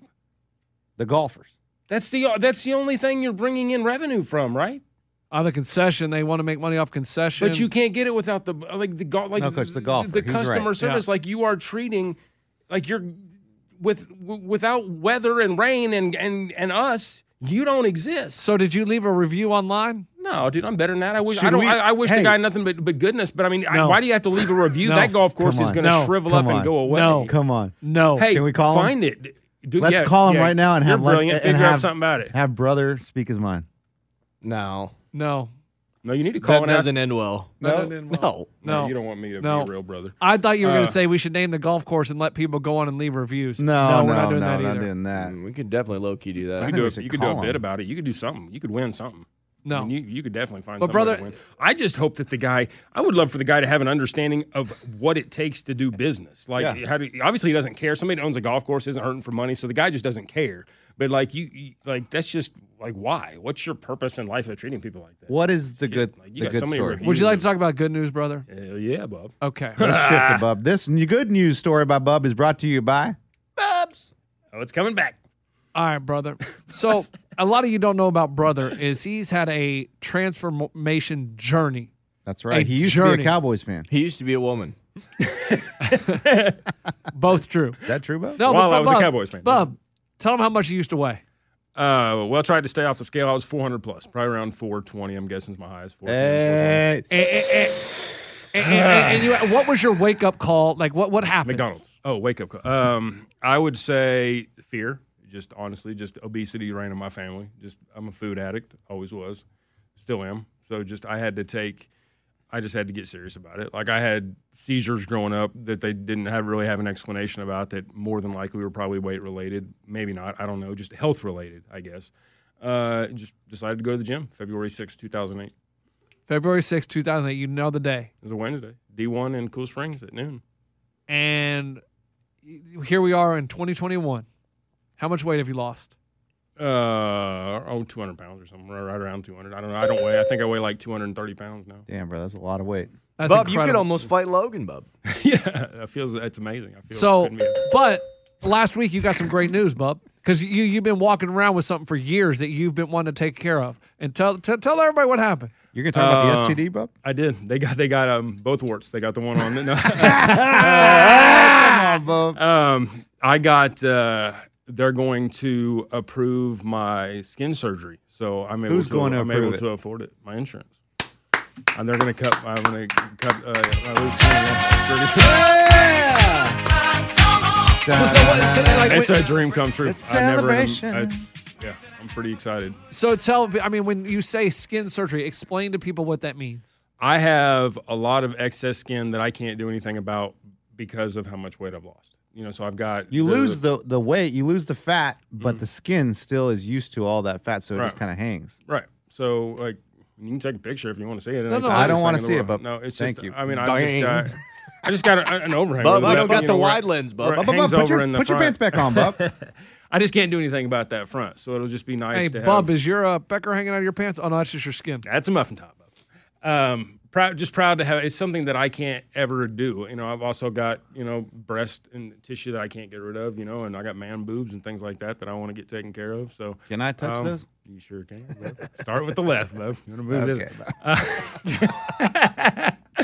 Speaker 2: The golfers.
Speaker 5: That's the that's the only thing you're bringing in revenue from, right?
Speaker 3: On the concession, they want to make money off concession.
Speaker 5: But you can't get it without the like the golf like
Speaker 2: No, Coach, the golfer. He's right.
Speaker 5: customer service like you are treating like you're with w- without weather and rain and and and us you don't exist.
Speaker 3: So did you leave a review online?
Speaker 5: No, dude, I'm better than that. I wish I
Speaker 2: Should
Speaker 5: don't.
Speaker 2: we-
Speaker 5: I, I wish
Speaker 2: hey.
Speaker 5: the guy nothing but, but goodness. But I mean, I-
Speaker 3: No.
Speaker 5: why do you have to leave a review?
Speaker 3: No.
Speaker 5: That golf course
Speaker 2: Come
Speaker 5: is
Speaker 2: on.
Speaker 5: going to
Speaker 3: No.
Speaker 5: shrivel up
Speaker 2: Come
Speaker 5: and
Speaker 2: on.
Speaker 5: go away.
Speaker 3: No.
Speaker 2: Come on.
Speaker 3: No.
Speaker 5: Hey,
Speaker 2: Can we call him?
Speaker 5: find it. Dude,
Speaker 2: Let's
Speaker 5: yeah,
Speaker 2: call him
Speaker 5: yeah,
Speaker 2: right now and
Speaker 5: you're
Speaker 2: have lunch
Speaker 5: brilliant.
Speaker 2: and
Speaker 5: Figure
Speaker 2: have-
Speaker 5: out something about it.
Speaker 2: Have brother speak his mind.
Speaker 4: No,
Speaker 3: no.
Speaker 5: No, you need to call
Speaker 4: that
Speaker 5: and ask.
Speaker 4: doesn't end well.
Speaker 3: No. No. No.
Speaker 5: No, you don't want me to
Speaker 3: No.
Speaker 5: be a real brother.
Speaker 3: I thought you were going
Speaker 5: Uh,
Speaker 3: to say we should name the golf course and let people go on and leave reviews.
Speaker 2: No, no,
Speaker 3: we're
Speaker 2: no,
Speaker 3: not
Speaker 2: no,
Speaker 3: doing that
Speaker 2: not
Speaker 3: either.
Speaker 2: doing that.
Speaker 4: We could definitely low key do
Speaker 2: I
Speaker 4: that.
Speaker 2: think
Speaker 5: You, do
Speaker 2: we
Speaker 5: a,
Speaker 2: should
Speaker 5: you could do a
Speaker 2: call
Speaker 5: bit
Speaker 2: him.
Speaker 5: about it. You could do something. You could win something. I
Speaker 3: No.
Speaker 5: mean, you, you could definitely find
Speaker 3: But
Speaker 5: something
Speaker 3: brother-
Speaker 5: to win. I just hope that the guy, I would love for the guy to have an understanding of what it takes to do business. Like, how do, obviously, he doesn't care. Somebody that owns a golf course isn't hurting for money, so the guy just doesn't care. But like, you, you like that's just like why? What's your purpose in life of treating people like that?
Speaker 2: What is the good
Speaker 5: like, you
Speaker 2: the
Speaker 5: got
Speaker 2: good
Speaker 5: so many
Speaker 2: story?
Speaker 5: reviews.
Speaker 3: Would
Speaker 5: *laughs*
Speaker 3: you like to talk about good news, brother?
Speaker 5: Hell yeah, Bob.
Speaker 3: Okay.
Speaker 2: Let's shift *laughs* to Bub. This new- good news story by Bub is brought to you by
Speaker 5: Oh, it's coming back.
Speaker 3: All
Speaker 5: *laughs*
Speaker 3: right, brother. So a lot of you don't know about brother is he's had a transformation journey.
Speaker 2: That's right.
Speaker 3: A
Speaker 2: he used to be
Speaker 3: journey.
Speaker 2: a Cowboys fan.
Speaker 4: He used to be a woman.
Speaker 2: *laughs*
Speaker 3: Both true.
Speaker 2: Is that true, Bub?
Speaker 3: No,
Speaker 5: While I was a
Speaker 3: Bub-
Speaker 5: Cowboys fan.
Speaker 3: Bub, tell him how much you used to weigh.
Speaker 5: Uh, well, I tried to stay off the scale. I was 400 plus, probably around 420. I'm guessing is my highest. 410,
Speaker 2: Hey,
Speaker 3: And, and- and- eh, and- and you, what was your wake up call? Like what what happened?
Speaker 5: McDonald's. Oh, wake up. call. Um, I would say fear. Just honestly, just obesity ran in my family. Just I'm a food addict, always was, still am. So just I had to take. I just had to get serious about it. Like I had seizures growing up that they didn't have really have an explanation about. That more than likely were probably weight related, maybe not. I don't know. Just health related, I guess. Uh, just decided to go to the gym. February sixth, two 2008. It
Speaker 3: February sixth, two 2008, you know the day.
Speaker 5: was a Wednesday. D1 in Cool Springs at noon.
Speaker 3: And here we are in 2021. How much weight have you lost?
Speaker 5: Uh, oh, 200 pounds or something, right, right around 200. I don't know. I don't weigh. I think I weigh like 230 pounds now.
Speaker 2: Damn, bro, that's a lot of weight.
Speaker 3: That's
Speaker 4: Bub, you could
Speaker 3: incredible.
Speaker 4: almost fight Logan, Bub. *laughs*
Speaker 5: yeah, that feels. That's amazing. I feel
Speaker 3: So,
Speaker 5: couldn't be-
Speaker 3: but last week you got some great news, bub, because you you've been walking around with something for years that you've been wanting to take care of. And tell tell, tell everybody what happened.
Speaker 2: You're gonna talk
Speaker 5: Uh,
Speaker 2: about the STD, Bub?
Speaker 5: I did. They got. They got um both warts. They got the one on.
Speaker 2: *laughs*
Speaker 5: The, no. *laughs*
Speaker 2: Come on, Bub.
Speaker 5: Um, I got. Uh, they're going to approve my skin surgery, so I'm able
Speaker 2: Who's
Speaker 5: to.
Speaker 2: going to
Speaker 5: I'm
Speaker 2: approve
Speaker 5: able
Speaker 2: it?
Speaker 5: to afford it. My insurance. And they're going to cut. I'm going to cut. Uh, my loose skin. Yeah,
Speaker 2: *laughs*
Speaker 3: So, so, what, so, like,
Speaker 5: it's
Speaker 3: when-
Speaker 5: a dream come true.
Speaker 2: It's
Speaker 5: I never even-
Speaker 2: celebration.
Speaker 5: It's, yeah, I'm pretty excited.
Speaker 3: so tell I mean when you say skin surgery, explain to people what that means.
Speaker 5: I have a lot of excess skin that I can't do anything about because of how much weight I've lost. You know, so I've got
Speaker 2: You lose the the weight, you lose the fat, but the skin still is used to all that fat, so it just
Speaker 5: Mm. Right.
Speaker 2: kind of hangs.
Speaker 5: right. So like, you can take a picture if you want to see it.
Speaker 3: no,
Speaker 5: Anytime,
Speaker 3: I
Speaker 5: it's
Speaker 2: don't wanna
Speaker 5: like in
Speaker 2: see
Speaker 5: the
Speaker 2: it,
Speaker 5: world.
Speaker 2: but
Speaker 5: no, it's
Speaker 2: thank
Speaker 5: just
Speaker 2: you.
Speaker 5: I mean, I just
Speaker 4: Dang.
Speaker 5: got, I just got a, an overhang.
Speaker 4: Bub,
Speaker 5: with
Speaker 4: I
Speaker 5: it,
Speaker 4: don't
Speaker 5: but,
Speaker 4: got
Speaker 5: you
Speaker 4: the
Speaker 5: know, where-
Speaker 4: wide lens, Bub.
Speaker 5: where it
Speaker 2: Bub, Bub,
Speaker 5: hangs
Speaker 2: put
Speaker 5: over
Speaker 2: your,
Speaker 5: in the
Speaker 2: put your
Speaker 5: front.
Speaker 2: pants back on, Bub.
Speaker 5: *laughs* I just can't do anything about that front, so it'll just be nice.
Speaker 3: Hey,
Speaker 5: to
Speaker 3: Bub,
Speaker 5: have,
Speaker 3: is your uh, pecker hanging out of your pants? Oh no, that's just your skin.
Speaker 5: That's a muffin top. Um, proud, just proud to have. It's something that I can't ever do. You know, I've also got you know breast and tissue that I can't get rid of. You know, and I got man boobs and things like that that I want to get taken care of. So um,
Speaker 2: Can I touch those?
Speaker 5: You sure can. bub. Start with the left, bub. You want to move
Speaker 2: Okay,
Speaker 5: this? Uh, *laughs*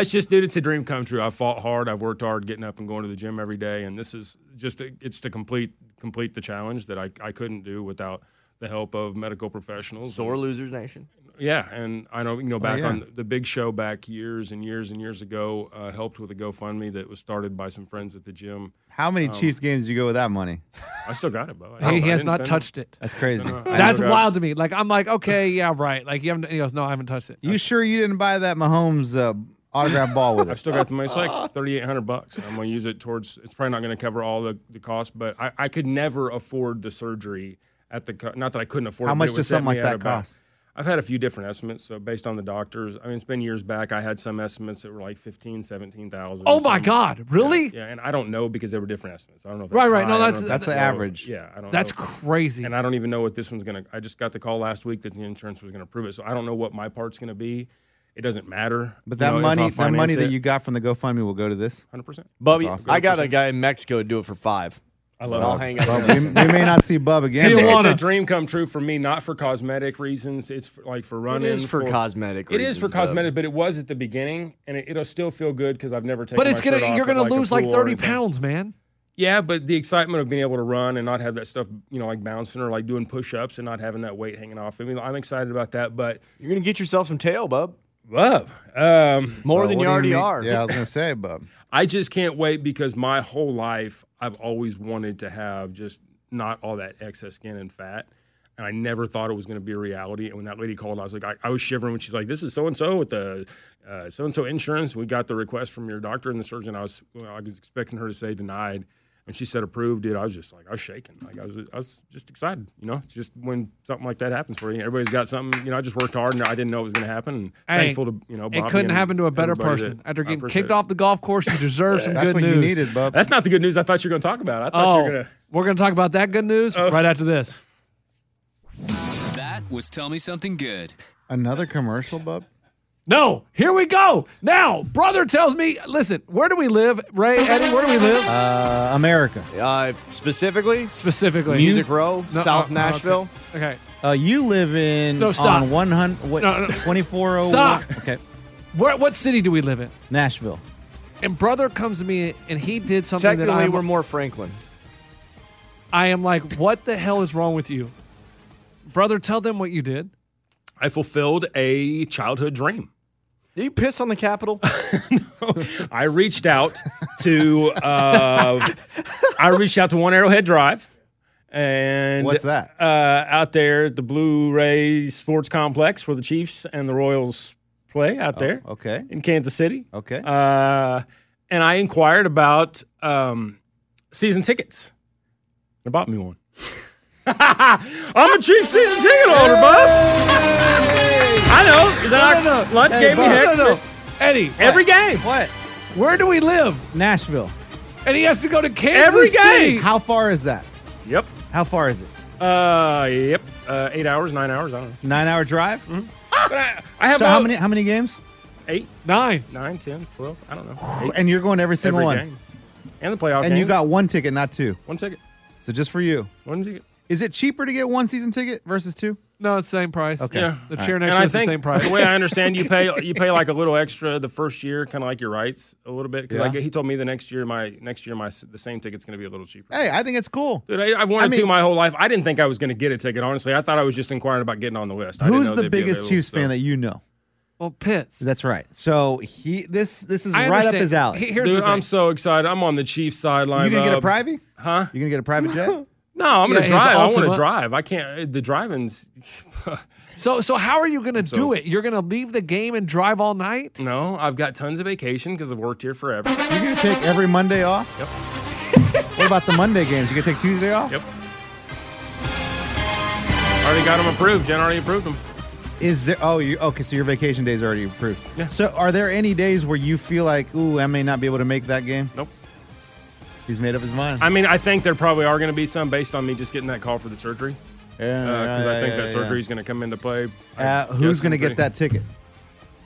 Speaker 5: it's just, dude, it's a dream come true. I fought hard. I've worked hard, getting up and going to the gym every day, and this is just a, it's to complete complete the challenge that I, I couldn't do without the help of medical professionals.
Speaker 4: Sore Losers Nation.
Speaker 5: Yeah, and I know you know back
Speaker 2: Oh, yeah.
Speaker 5: on the big show back years and years and years ago uh, helped with a GoFundMe that was started by some friends at the gym. Um,
Speaker 2: How many Chiefs games do you go with that money?
Speaker 5: Oh. I still got it, bro.
Speaker 3: He, he has not touched it.
Speaker 2: That's crazy. I-
Speaker 3: That's
Speaker 5: Okay.
Speaker 3: wild to me. Like I'm like, okay, yeah, right. Like you haven't. He goes, no, I haven't touched it.
Speaker 2: you sure you didn't buy that Mahomes uh, autograph ball with
Speaker 5: I've
Speaker 2: it?
Speaker 5: still got the money. It's like thirty eight hundred bucks. and I'm gonna use it towards. It's probably not gonna cover all the, the cost, but I, I could never afford the surgery at the. co- Not that I couldn't afford.
Speaker 2: How
Speaker 5: it, but
Speaker 2: much
Speaker 5: it would
Speaker 2: does
Speaker 5: set
Speaker 2: something like
Speaker 5: me at
Speaker 2: that
Speaker 5: about-
Speaker 2: cost?
Speaker 5: I've had a few different estimates. So based on the doctors, I mean, it's been years back. I had some estimates that were like 15, 17,000.
Speaker 3: Oh my
Speaker 5: some-
Speaker 3: God, really?
Speaker 5: Yeah, and I don't know because they were different estimates. I don't know. If that's
Speaker 3: Right, right. No,
Speaker 5: high. I
Speaker 3: that's-
Speaker 5: don't know if
Speaker 2: That's the
Speaker 5: low.
Speaker 2: average.
Speaker 5: Yeah, I don't.
Speaker 3: That's
Speaker 5: know.
Speaker 3: crazy.
Speaker 5: And I don't even know what this one's gonna. I just got the call last week that the insurance was gonna approve it, so I don't know what my part's gonna be. It doesn't matter.
Speaker 2: But
Speaker 5: you
Speaker 2: that
Speaker 5: know, if I
Speaker 2: money, that
Speaker 5: finance
Speaker 2: money
Speaker 5: it.
Speaker 2: that you got from the GoFundMe will go to this.
Speaker 5: 100%.
Speaker 4: Bubby,
Speaker 2: That's awesome.
Speaker 4: I got a guy in Mexico to do it for five.
Speaker 5: I love
Speaker 4: I'll
Speaker 5: it.
Speaker 4: hang up.
Speaker 2: we, we may not see Bub again.
Speaker 5: It's,
Speaker 3: Didn't
Speaker 5: a, it's
Speaker 3: wanna-
Speaker 5: a dream come true for me, not for cosmetic reasons. It's for, like for
Speaker 4: it
Speaker 5: running.
Speaker 4: is for cosmetic.
Speaker 5: It is
Speaker 4: reasons,
Speaker 5: for
Speaker 4: Bub.
Speaker 5: cosmetic, but it was at the beginning, and it, it'll still feel good because I've never taken.
Speaker 3: but it's
Speaker 5: my shirt
Speaker 3: gonna.
Speaker 5: off
Speaker 3: You're
Speaker 5: at,
Speaker 3: gonna
Speaker 5: a
Speaker 3: lose like
Speaker 5: pool or
Speaker 3: thirty
Speaker 5: anything.
Speaker 3: pounds, man.
Speaker 5: Yeah, but the excitement of being able to run and not have that stuff, you know, like bouncing or like doing push-ups and not having that weight hanging off. I mean, I'm excited about that. But
Speaker 4: You're gonna get yourself some tail, bub.
Speaker 5: love, um,
Speaker 4: More
Speaker 2: Bub,
Speaker 4: than
Speaker 2: what
Speaker 4: you
Speaker 2: do
Speaker 4: already
Speaker 2: mean-
Speaker 4: are.
Speaker 2: Yeah, I was gonna say, Bub.
Speaker 5: *laughs* I just can't wait because my whole life I've always wanted to have just not all that excess skin and fat. And I never thought it was going to be a reality. And when that lady called, I was like, I, I was shivering when she's like, "This is so and so with the so and so Uh, insurance. We got the request from your doctor and the surgeon." I was well, I was expecting her to say denied, and she said approved. Dude, I was just like, I was shaking. Like I was I was just excited. You know, it's just when something like that happens for you, everybody's got something. You know, I just worked hard and I didn't know it was going to happen. And
Speaker 3: Hey,
Speaker 5: thankful to you know, Bobby
Speaker 3: it couldn't
Speaker 5: and
Speaker 3: happen to a better
Speaker 5: everybody
Speaker 3: person.
Speaker 5: that-
Speaker 3: After
Speaker 5: I
Speaker 3: getting
Speaker 5: appreciate
Speaker 3: kicked
Speaker 5: it.
Speaker 3: off the golf course, you deserve some
Speaker 2: That's
Speaker 3: good
Speaker 2: what
Speaker 3: news.
Speaker 2: you needed, Bub.
Speaker 5: That's not the good news I thought you were going to talk about. I thought you
Speaker 3: Oh,
Speaker 5: were Oh. going to.
Speaker 3: we're gonna talk about that good news right after this.
Speaker 7: That was Tell Me Something Good.
Speaker 2: Another commercial, Bub.
Speaker 3: No, here we go. Now, brother tells me, listen, where do we live, Ray, Eddie? Where do we live
Speaker 2: Uh, America.
Speaker 4: Uh, specifically,
Speaker 3: specifically?
Speaker 4: Music Row,
Speaker 3: No,
Speaker 4: South
Speaker 3: uh, uh,
Speaker 4: Nashville.
Speaker 3: Okay.
Speaker 2: Uh, you live in
Speaker 3: No, stop.
Speaker 2: on one hundred
Speaker 3: No, no.
Speaker 2: what twenty four oh one.
Speaker 3: Stop.
Speaker 2: Okay,
Speaker 3: Where, what city do we live in?
Speaker 2: Nashville.
Speaker 3: And brother comes to me and he did something that
Speaker 4: Technically,
Speaker 3: I'm,
Speaker 4: we're more Franklin.
Speaker 3: I am like, what the hell is wrong with you? Brother, tell them what you did.
Speaker 5: I fulfilled a childhood dream.
Speaker 4: Did you piss on the
Speaker 5: *laughs*
Speaker 4: Capitol?
Speaker 5: I reached out to. Uh, I reached out to One Arrowhead Drive, and
Speaker 2: What's that?
Speaker 5: Uh, out there, at the Blue Ray Sports Complex, where the Chiefs and the Royals play out there
Speaker 2: Oh, Okay,
Speaker 5: in Kansas City.
Speaker 2: okay.
Speaker 5: Uh, and I inquired about um, season tickets. They bought me one. *laughs* I'm a Chiefs season ticket holder, bub. I
Speaker 3: Oh,
Speaker 5: know. Is that our lunch
Speaker 2: Hey,
Speaker 5: gave me
Speaker 2: Bob.
Speaker 5: heck?
Speaker 2: No, no, no.
Speaker 3: Eddie,
Speaker 5: Every game.
Speaker 2: what?
Speaker 3: where do we live?
Speaker 2: Nashville.
Speaker 3: And he has to go to Kansas
Speaker 5: Every
Speaker 3: City.
Speaker 2: How far is that?
Speaker 5: Yep.
Speaker 2: How far is it?
Speaker 5: Uh, yep. Uh, eight hours, nine hours. I don't know.
Speaker 2: Nine hour drive.
Speaker 3: Mm-hmm.
Speaker 5: But I, I have
Speaker 2: So how
Speaker 5: all-
Speaker 2: many how many games?
Speaker 5: Eight,
Speaker 3: Nine.
Speaker 5: nine, ten, twelve. I don't know. Eight
Speaker 2: And you're going every single
Speaker 5: every
Speaker 2: one.
Speaker 5: game. And the playoff.
Speaker 2: And you
Speaker 5: games.
Speaker 2: got one ticket, not two.
Speaker 5: one ticket.
Speaker 2: So just for you.
Speaker 5: One ticket.
Speaker 2: Is it cheaper to get one season ticket versus two?
Speaker 3: No, it's the same price.
Speaker 2: Okay.
Speaker 5: Yeah.
Speaker 3: The chair
Speaker 5: And
Speaker 3: next to
Speaker 5: I
Speaker 3: us is the
Speaker 5: think
Speaker 3: same price.
Speaker 5: the way I understand, you
Speaker 3: *laughs*
Speaker 5: pay you pay like a little extra the first year, kind of like your rights a little bit. 'Cause,
Speaker 2: Yeah.
Speaker 5: Like he told me the next year, my next year my s- the same ticket's going to be a little cheaper.
Speaker 2: Hey, I think it's cool.
Speaker 5: Dude, I, I've wanted
Speaker 2: Eh. I mean-
Speaker 5: to my whole life. I didn't think I was going to get a ticket. Honestly, I thought I was just inquiring about getting on the list. I didn't
Speaker 2: Who's
Speaker 5: know
Speaker 2: the
Speaker 5: they'd be
Speaker 2: biggest
Speaker 5: available,
Speaker 2: Chiefs
Speaker 5: so.
Speaker 2: fan that you know?
Speaker 3: well, Pitts.
Speaker 2: That's right. So he this this is
Speaker 3: I
Speaker 2: right up
Speaker 3: understand.
Speaker 2: his alley.
Speaker 3: He-
Speaker 2: You
Speaker 3: Here's
Speaker 5: Dude,
Speaker 3: the thing.
Speaker 5: I'm so excited. I'm on the Chiefs sideline.
Speaker 2: gonna get a
Speaker 5: bub.
Speaker 2: private?
Speaker 5: um, Huh?
Speaker 2: You gonna get a private jet? *laughs*
Speaker 5: No, I'm
Speaker 3: Yeah,
Speaker 5: gonna
Speaker 3: his
Speaker 5: drive. I want
Speaker 3: ultimate-
Speaker 5: to drive. I can't. uh, The *laughs* driving's
Speaker 3: So, so how are you going to do it? You're going to leave the game and drive all night?
Speaker 5: no. I've got tons of vacation because I've worked here forever.
Speaker 2: You're gonna take every Monday off? Yep. what about the Monday games? You gonna take Tuesday off?
Speaker 5: Yep. Already got them approved. Jen already approved them.
Speaker 2: Is there? Oh, you okay? So your vacation days are already approved.
Speaker 5: Yeah.
Speaker 2: So are there any days where you feel like, ooh, I may not be able to make that game?
Speaker 5: Nope.
Speaker 2: He's made up his mind.
Speaker 5: I mean, I think there probably are going to be some based on me just getting that call for the surgery
Speaker 2: yeah,
Speaker 5: because I think that
Speaker 2: yeah, yeah.
Speaker 5: surgery's going to come into play. I
Speaker 2: Uh, who's
Speaker 5: guess
Speaker 2: gonna
Speaker 5: I'm
Speaker 2: get
Speaker 5: pretty-
Speaker 2: that ticket?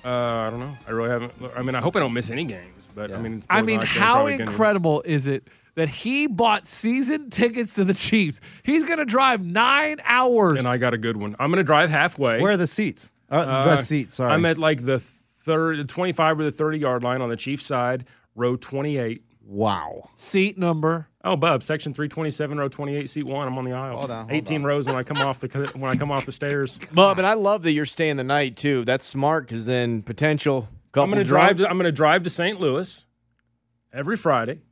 Speaker 5: Uh, I don't know. I really haven't. look, I mean, I hope I don't miss any games. But I mean, it's
Speaker 3: I
Speaker 5: more than
Speaker 3: mean,
Speaker 5: likely I'm
Speaker 3: how
Speaker 5: probably gonna-
Speaker 3: incredible is it that he bought season tickets to the Chiefs? He's going to drive nine hours.
Speaker 5: And I got a good one. I'm going to drive halfway.
Speaker 2: Where are the seats? Uh, the
Speaker 5: Uh,
Speaker 2: seats. Sorry.
Speaker 5: I'm at like the third, the 25 or the 30 yard line on the Chiefs side, row 28.
Speaker 2: Wow.
Speaker 3: Seat number.
Speaker 5: Oh, Bub, section 327, row 28, seat one. I'm on the aisle.
Speaker 2: Hold on, hold
Speaker 5: 18 rows when I come off the when I come off the
Speaker 2: *laughs*
Speaker 5: stairs.
Speaker 4: Bub, and I love that you're staying the night too. That's smart because then potential couple
Speaker 5: I'm gonna
Speaker 4: drunk-
Speaker 5: drive. To, I'm gonna drive to St. Louis every Friday.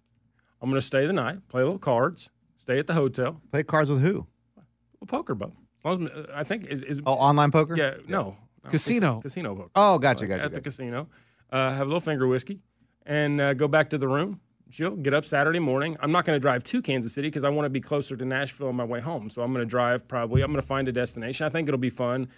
Speaker 5: I'm gonna stay the night, play a little cards, stay at the hotel,
Speaker 2: Play cards with who?
Speaker 5: well, poker, Bub. As long as- I think is, is
Speaker 2: Oh, online poker?
Speaker 5: yeah, no no,
Speaker 3: Casino.
Speaker 5: cas- casino poker.
Speaker 2: Oh, gotcha, gotcha.
Speaker 5: at the
Speaker 2: gotcha.
Speaker 5: casino, uh, have a little finger whiskey, and uh, go back to the room. She'll get up Saturday morning. I'm not going to drive to Kansas City because I want to be closer to Nashville on my way home. So I'm going to drive probably. I'm going to find a destination. I think it'll be fun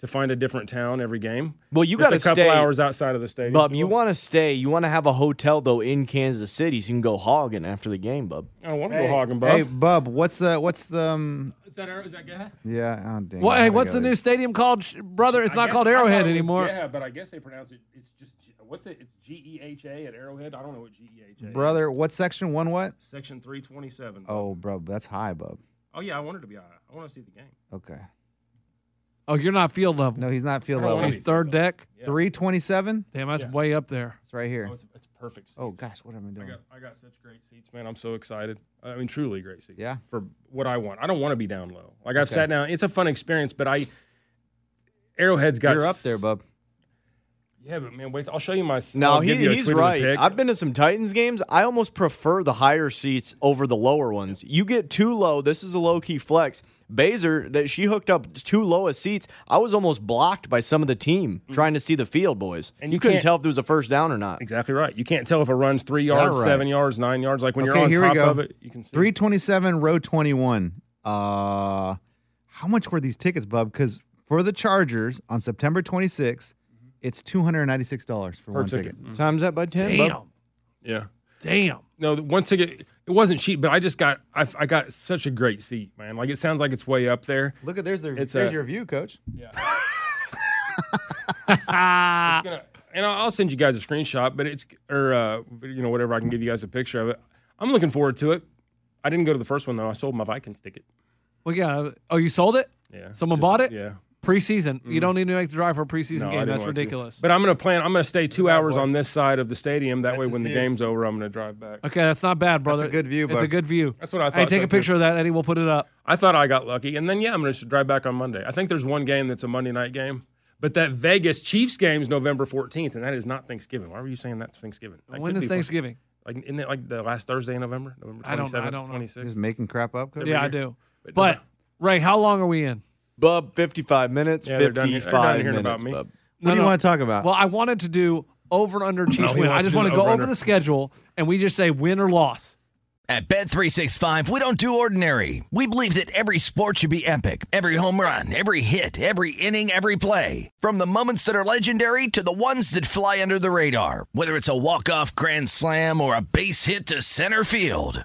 Speaker 5: to find a different town every game.
Speaker 4: Well, you
Speaker 5: Just
Speaker 4: gotta
Speaker 5: a couple
Speaker 4: stay-
Speaker 5: hours outside of the stadium.
Speaker 4: Bub, you want to stay. You want to have a hotel though in Kansas City, so you can go hogging after the game, Bub.
Speaker 5: I want to go hogging, Bub.
Speaker 2: Hey, Bub, what's the what's the um,
Speaker 5: Oh, is that Arrow? Is that guy?
Speaker 2: yeah? Oh, dang,
Speaker 3: Well,
Speaker 2: I
Speaker 3: hey,
Speaker 2: gotta
Speaker 3: what's
Speaker 2: go
Speaker 3: the
Speaker 2: there.
Speaker 3: new stadium called, sh- brother? It's
Speaker 5: I
Speaker 3: not
Speaker 5: guess-
Speaker 3: called
Speaker 5: I thought
Speaker 3: Arrowhead
Speaker 5: it was-
Speaker 3: anymore.
Speaker 5: Yeah, but I guess they pronounce it. It's just G- what's it? It's G E H A at Arrowhead. I don't know what G E H A. is.
Speaker 2: brother? What section? One what?
Speaker 5: Section three twenty seven.
Speaker 2: Oh, bro, that's high, Bub.
Speaker 5: Oh yeah, I wanted to be on. it. I want to see the game.
Speaker 2: Okay.
Speaker 3: Oh, you're not field level.
Speaker 2: No, he's not field
Speaker 5: I don't
Speaker 2: level.
Speaker 5: wanna
Speaker 3: He's
Speaker 5: be.
Speaker 3: third deck.
Speaker 2: Three twenty-seven.
Speaker 3: Damn, that's way up there.
Speaker 2: It's right here.
Speaker 5: Oh, it's, it's perfect.
Speaker 2: Oh
Speaker 5: seats.
Speaker 2: gosh, what am I
Speaker 5: I
Speaker 2: doing?
Speaker 5: got I got such great seats, man. I'm so excited. I mean, truly great seats.
Speaker 2: Yeah.
Speaker 5: For what I want, I don't want to be down low. Like I've sat down. It's a fun experience, but I Arrowhead's got
Speaker 2: You're up
Speaker 5: s-
Speaker 2: there, Bub.
Speaker 5: Yeah, but man, wait. I'll show you my.
Speaker 4: No,
Speaker 5: I'll
Speaker 4: he,
Speaker 5: give you a
Speaker 4: he's
Speaker 5: tweet of the
Speaker 4: right.
Speaker 5: pic.
Speaker 4: I've been to some Titans games. I almost prefer the higher seats over the lower ones. You get too low. This is a low key flex. Baser that she hooked up two lowest seats. I was almost blocked by some of the team trying to see the field boys.
Speaker 5: Mm. And
Speaker 4: And
Speaker 5: you
Speaker 4: you, couldn't
Speaker 5: can't-
Speaker 4: tell if there was a first down or not.
Speaker 5: exactly right. You can't tell if it runs three
Speaker 2: Shot
Speaker 5: yards,
Speaker 2: right.
Speaker 5: seven yards, nine yards. Like when
Speaker 2: Okay,
Speaker 5: you're on
Speaker 2: here we
Speaker 5: top
Speaker 2: go.
Speaker 5: of it, you can see.
Speaker 2: Three twenty-seven, row twenty-one. Uh, how much were these tickets, Bub? Because for the Chargers on September twenty-sixth,
Speaker 4: Mm-hmm.
Speaker 2: it's two hundred ninety-six dollars for
Speaker 5: Per
Speaker 2: one
Speaker 5: ticket.
Speaker 2: ticket.
Speaker 4: Times that by ten. bub.
Speaker 3: Damn.
Speaker 5: Yeah.
Speaker 3: Damn.
Speaker 5: No, the one ticket. It wasn't cheap, but I just got I, I got such a great seat, man. Like it sounds like it's way up there.
Speaker 2: Look at there's their
Speaker 5: It's
Speaker 2: there's
Speaker 5: a-
Speaker 2: your view, Coach.
Speaker 3: *laughs*
Speaker 5: It's gonna- and I'll I'll send you guys a screenshot, but it's or uh, you know whatever I can give you guys a picture of it. I'm looking forward to it. I didn't go to the first one though. I sold my Vikings ticket.
Speaker 3: Well, yeah. Oh, you sold it?
Speaker 5: Yeah,
Speaker 3: Someone
Speaker 5: Just-
Speaker 3: bought it?
Speaker 5: Yeah, Mm-hmm.
Speaker 3: Preseason. You don't need to make the drive for a preseason
Speaker 5: No, I
Speaker 3: game.
Speaker 5: didn't
Speaker 3: That's
Speaker 5: want to.
Speaker 3: ridiculous.
Speaker 5: But I'm gonna plan. I'm gonna stay two hours on this side of the stadium. That way, when the game's over, I'm gonna drive back.
Speaker 3: Okay, that's not bad, brother.
Speaker 2: a good view,
Speaker 3: It's
Speaker 2: bud.
Speaker 3: a good view.
Speaker 5: That's what I
Speaker 3: Hey,
Speaker 5: thought
Speaker 3: take
Speaker 5: so,
Speaker 3: a
Speaker 5: too.
Speaker 3: picture of that, Eddie. We'll put it up.
Speaker 5: I thought I got lucky, and then yeah, I'm gonna just drive back on Monday. I think there's one game that's a Monday night game. But that Vegas Chiefs game's November 14th, and that is not Thanksgiving. Why were you saying that's Thanksgiving? That
Speaker 3: when
Speaker 5: could
Speaker 3: is
Speaker 5: be fun.
Speaker 3: Thanksgiving?
Speaker 5: Like, isn't it like the last Thursday in November? November 27th,
Speaker 3: I don't- I don't know.
Speaker 5: 26th?
Speaker 2: Just making crap up. Coach?
Speaker 3: Yeah, I do. But, Ray, how long are we in?
Speaker 4: Bub, fifty-five minutes.
Speaker 5: Yeah, they're done- they're done
Speaker 4: fifty-five minutes.
Speaker 5: hearing about me.
Speaker 4: Bub.
Speaker 2: What
Speaker 3: No,
Speaker 2: do you
Speaker 3: no.
Speaker 2: want to talk about?
Speaker 3: Well, I wanted to do over and under Chiefs
Speaker 5: he
Speaker 3: win. I
Speaker 5: wants to
Speaker 3: just
Speaker 5: do
Speaker 3: want to
Speaker 5: the
Speaker 3: go
Speaker 5: over
Speaker 3: over
Speaker 5: under.
Speaker 3: the schedule and we just say win or loss.
Speaker 8: At Bet365, we don't do ordinary. We believe that every sport should be epic. Every home run, every hit, every inning, every play. From the moments that are legendary to the ones that fly under the radar. Whether it's a walk-off grand slam or a base hit to center field.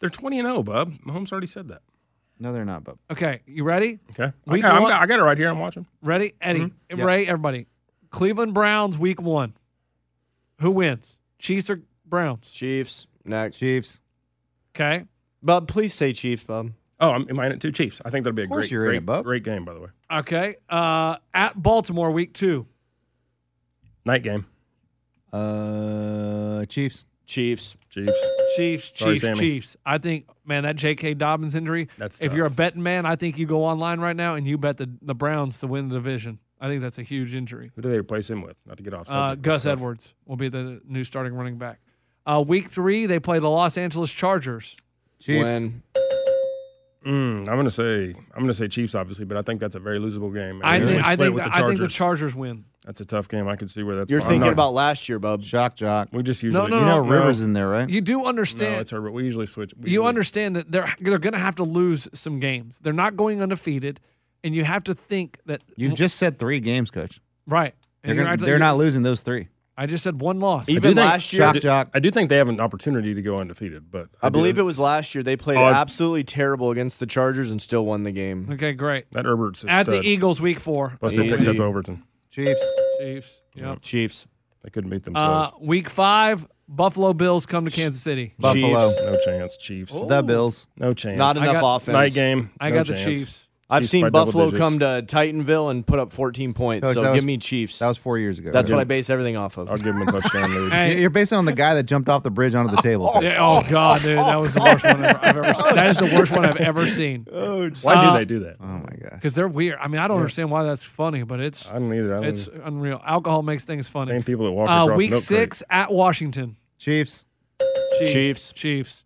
Speaker 5: They're 20 and 0, Bub. Mahomes already said that.
Speaker 2: no, they're not, Bub.
Speaker 3: Okay, you ready?
Speaker 5: Okay.
Speaker 3: Week
Speaker 5: I, got, I'm
Speaker 3: one-
Speaker 5: got- I got it right here. I'm watching.
Speaker 3: Ready? Eddie,
Speaker 2: Mm-hmm.
Speaker 3: Ray, everybody. Cleveland Browns week one. Who wins? Chiefs or Browns?
Speaker 4: Chiefs next.
Speaker 2: Chiefs.
Speaker 3: Okay.
Speaker 4: Bub, please say Chiefs, Bub.
Speaker 5: Oh, I'm am I in it too? Chiefs. I think that'll be a
Speaker 2: course
Speaker 5: great,
Speaker 2: you're in
Speaker 5: great,
Speaker 2: it, Bub.
Speaker 5: great game, by the way.
Speaker 3: Okay. Uh, at Baltimore week two.
Speaker 5: Night game.
Speaker 2: Uh, Chiefs.
Speaker 4: Chiefs.
Speaker 5: Chiefs.
Speaker 3: Chiefs,
Speaker 5: Sorry,
Speaker 3: Chiefs,
Speaker 5: Sammy.
Speaker 3: Chiefs. I think, man, that J.K. Dobbins injury.
Speaker 5: That's
Speaker 3: if
Speaker 5: tough.
Speaker 3: you're a betting man, I think you go online right now and you bet the, the Browns to win the division. I think that's a huge injury.
Speaker 5: Who do they replace him with? Not to get off.
Speaker 3: Uh,
Speaker 5: subject, but
Speaker 3: Gus
Speaker 5: stuff.
Speaker 3: Edwards will be the new starting running back. Uh, week three, they play the Los Angeles Chargers.
Speaker 2: Chiefs.
Speaker 4: When
Speaker 5: Mm, I'm gonna say I'm gonna say Chiefs, obviously, but I think that's a very losable game. man.
Speaker 3: I,
Speaker 5: Usually
Speaker 3: think, I,
Speaker 5: split
Speaker 3: think,
Speaker 5: with
Speaker 3: I think the
Speaker 5: Chargers.
Speaker 3: Chargers win.
Speaker 5: That's a tough game. I can see where that's.
Speaker 4: you're
Speaker 5: I'm
Speaker 4: thinking
Speaker 5: not-
Speaker 4: about last year, bub.
Speaker 2: Shock jock.
Speaker 5: We just usually.
Speaker 3: no,
Speaker 2: You know
Speaker 3: no,
Speaker 2: Rivers in there, right?
Speaker 3: You do
Speaker 5: No,
Speaker 3: understand.
Speaker 5: it's our. We usually switch. we
Speaker 3: you
Speaker 5: usually-
Speaker 3: understand that they're they're going to have to lose some games. They're not going undefeated, and you have to think that
Speaker 2: You just said three games, coach.
Speaker 3: right.
Speaker 2: They're,
Speaker 3: And
Speaker 2: gonna,
Speaker 3: you're gonna-
Speaker 2: they're not losing those three.
Speaker 3: I just said one loss.
Speaker 4: Even
Speaker 5: think-
Speaker 4: last year,
Speaker 2: Shock
Speaker 5: I do-
Speaker 2: jock.
Speaker 5: I do think they have an opportunity to go undefeated, but
Speaker 4: I
Speaker 5: do-
Speaker 4: believe it was last year. They played
Speaker 5: Oh, it's-
Speaker 4: absolutely terrible against the Chargers and still won the game.
Speaker 3: Okay, great.
Speaker 5: that Herbert's a
Speaker 3: At
Speaker 5: stud.
Speaker 3: the Eagles, week four.
Speaker 5: Plus, they picked
Speaker 4: Easy.
Speaker 5: up Overton.
Speaker 2: Chiefs.
Speaker 3: Chiefs. Yep.
Speaker 4: Chiefs.
Speaker 5: They couldn't beat
Speaker 3: Uh,
Speaker 5: themselves.
Speaker 3: week five, Buffalo Bills come to Kansas City.
Speaker 2: Buffalo.
Speaker 4: Chiefs.
Speaker 5: no chance. Chiefs.
Speaker 2: The Bills.
Speaker 5: No chance.
Speaker 4: Not
Speaker 3: I
Speaker 4: enough
Speaker 3: got-
Speaker 4: offense.
Speaker 5: night game.
Speaker 3: I
Speaker 5: no
Speaker 3: got
Speaker 5: chance.
Speaker 3: the Chiefs.
Speaker 4: I've
Speaker 5: Chiefs by
Speaker 4: seen
Speaker 5: double
Speaker 4: Buffalo
Speaker 5: digits.
Speaker 4: come to Titanville and put up 14 points.
Speaker 2: Coach, that
Speaker 4: so
Speaker 2: was-
Speaker 4: give me Chiefs.
Speaker 2: That was four years ago.
Speaker 4: That's
Speaker 2: right?
Speaker 4: what I base everything off of.
Speaker 5: I'll give them a
Speaker 4: *laughs*
Speaker 5: touchdown lead.
Speaker 2: You-
Speaker 3: Hey.
Speaker 2: You're basing it on the guy that jumped off the bridge onto the table. coach.
Speaker 3: Yeah, *laughs* oh God, dude, that was the worst one I've I've ever. Seen. That is the worst one I've
Speaker 5: *laughs*
Speaker 3: ever seen
Speaker 5: Why
Speaker 3: Uh,
Speaker 5: do they do that?
Speaker 2: Oh my god.
Speaker 3: because they're weird. I mean, I don't understand why that's funny, but it's
Speaker 5: I don't either. I don't
Speaker 3: it's
Speaker 5: even-
Speaker 3: unreal. Alcohol makes things funny.
Speaker 5: same people that walk
Speaker 3: Uh,
Speaker 5: across
Speaker 3: week
Speaker 5: milk crate.
Speaker 3: six at Washington.
Speaker 2: Chiefs.
Speaker 3: Chiefs.
Speaker 4: Chiefs.
Speaker 3: Chiefs.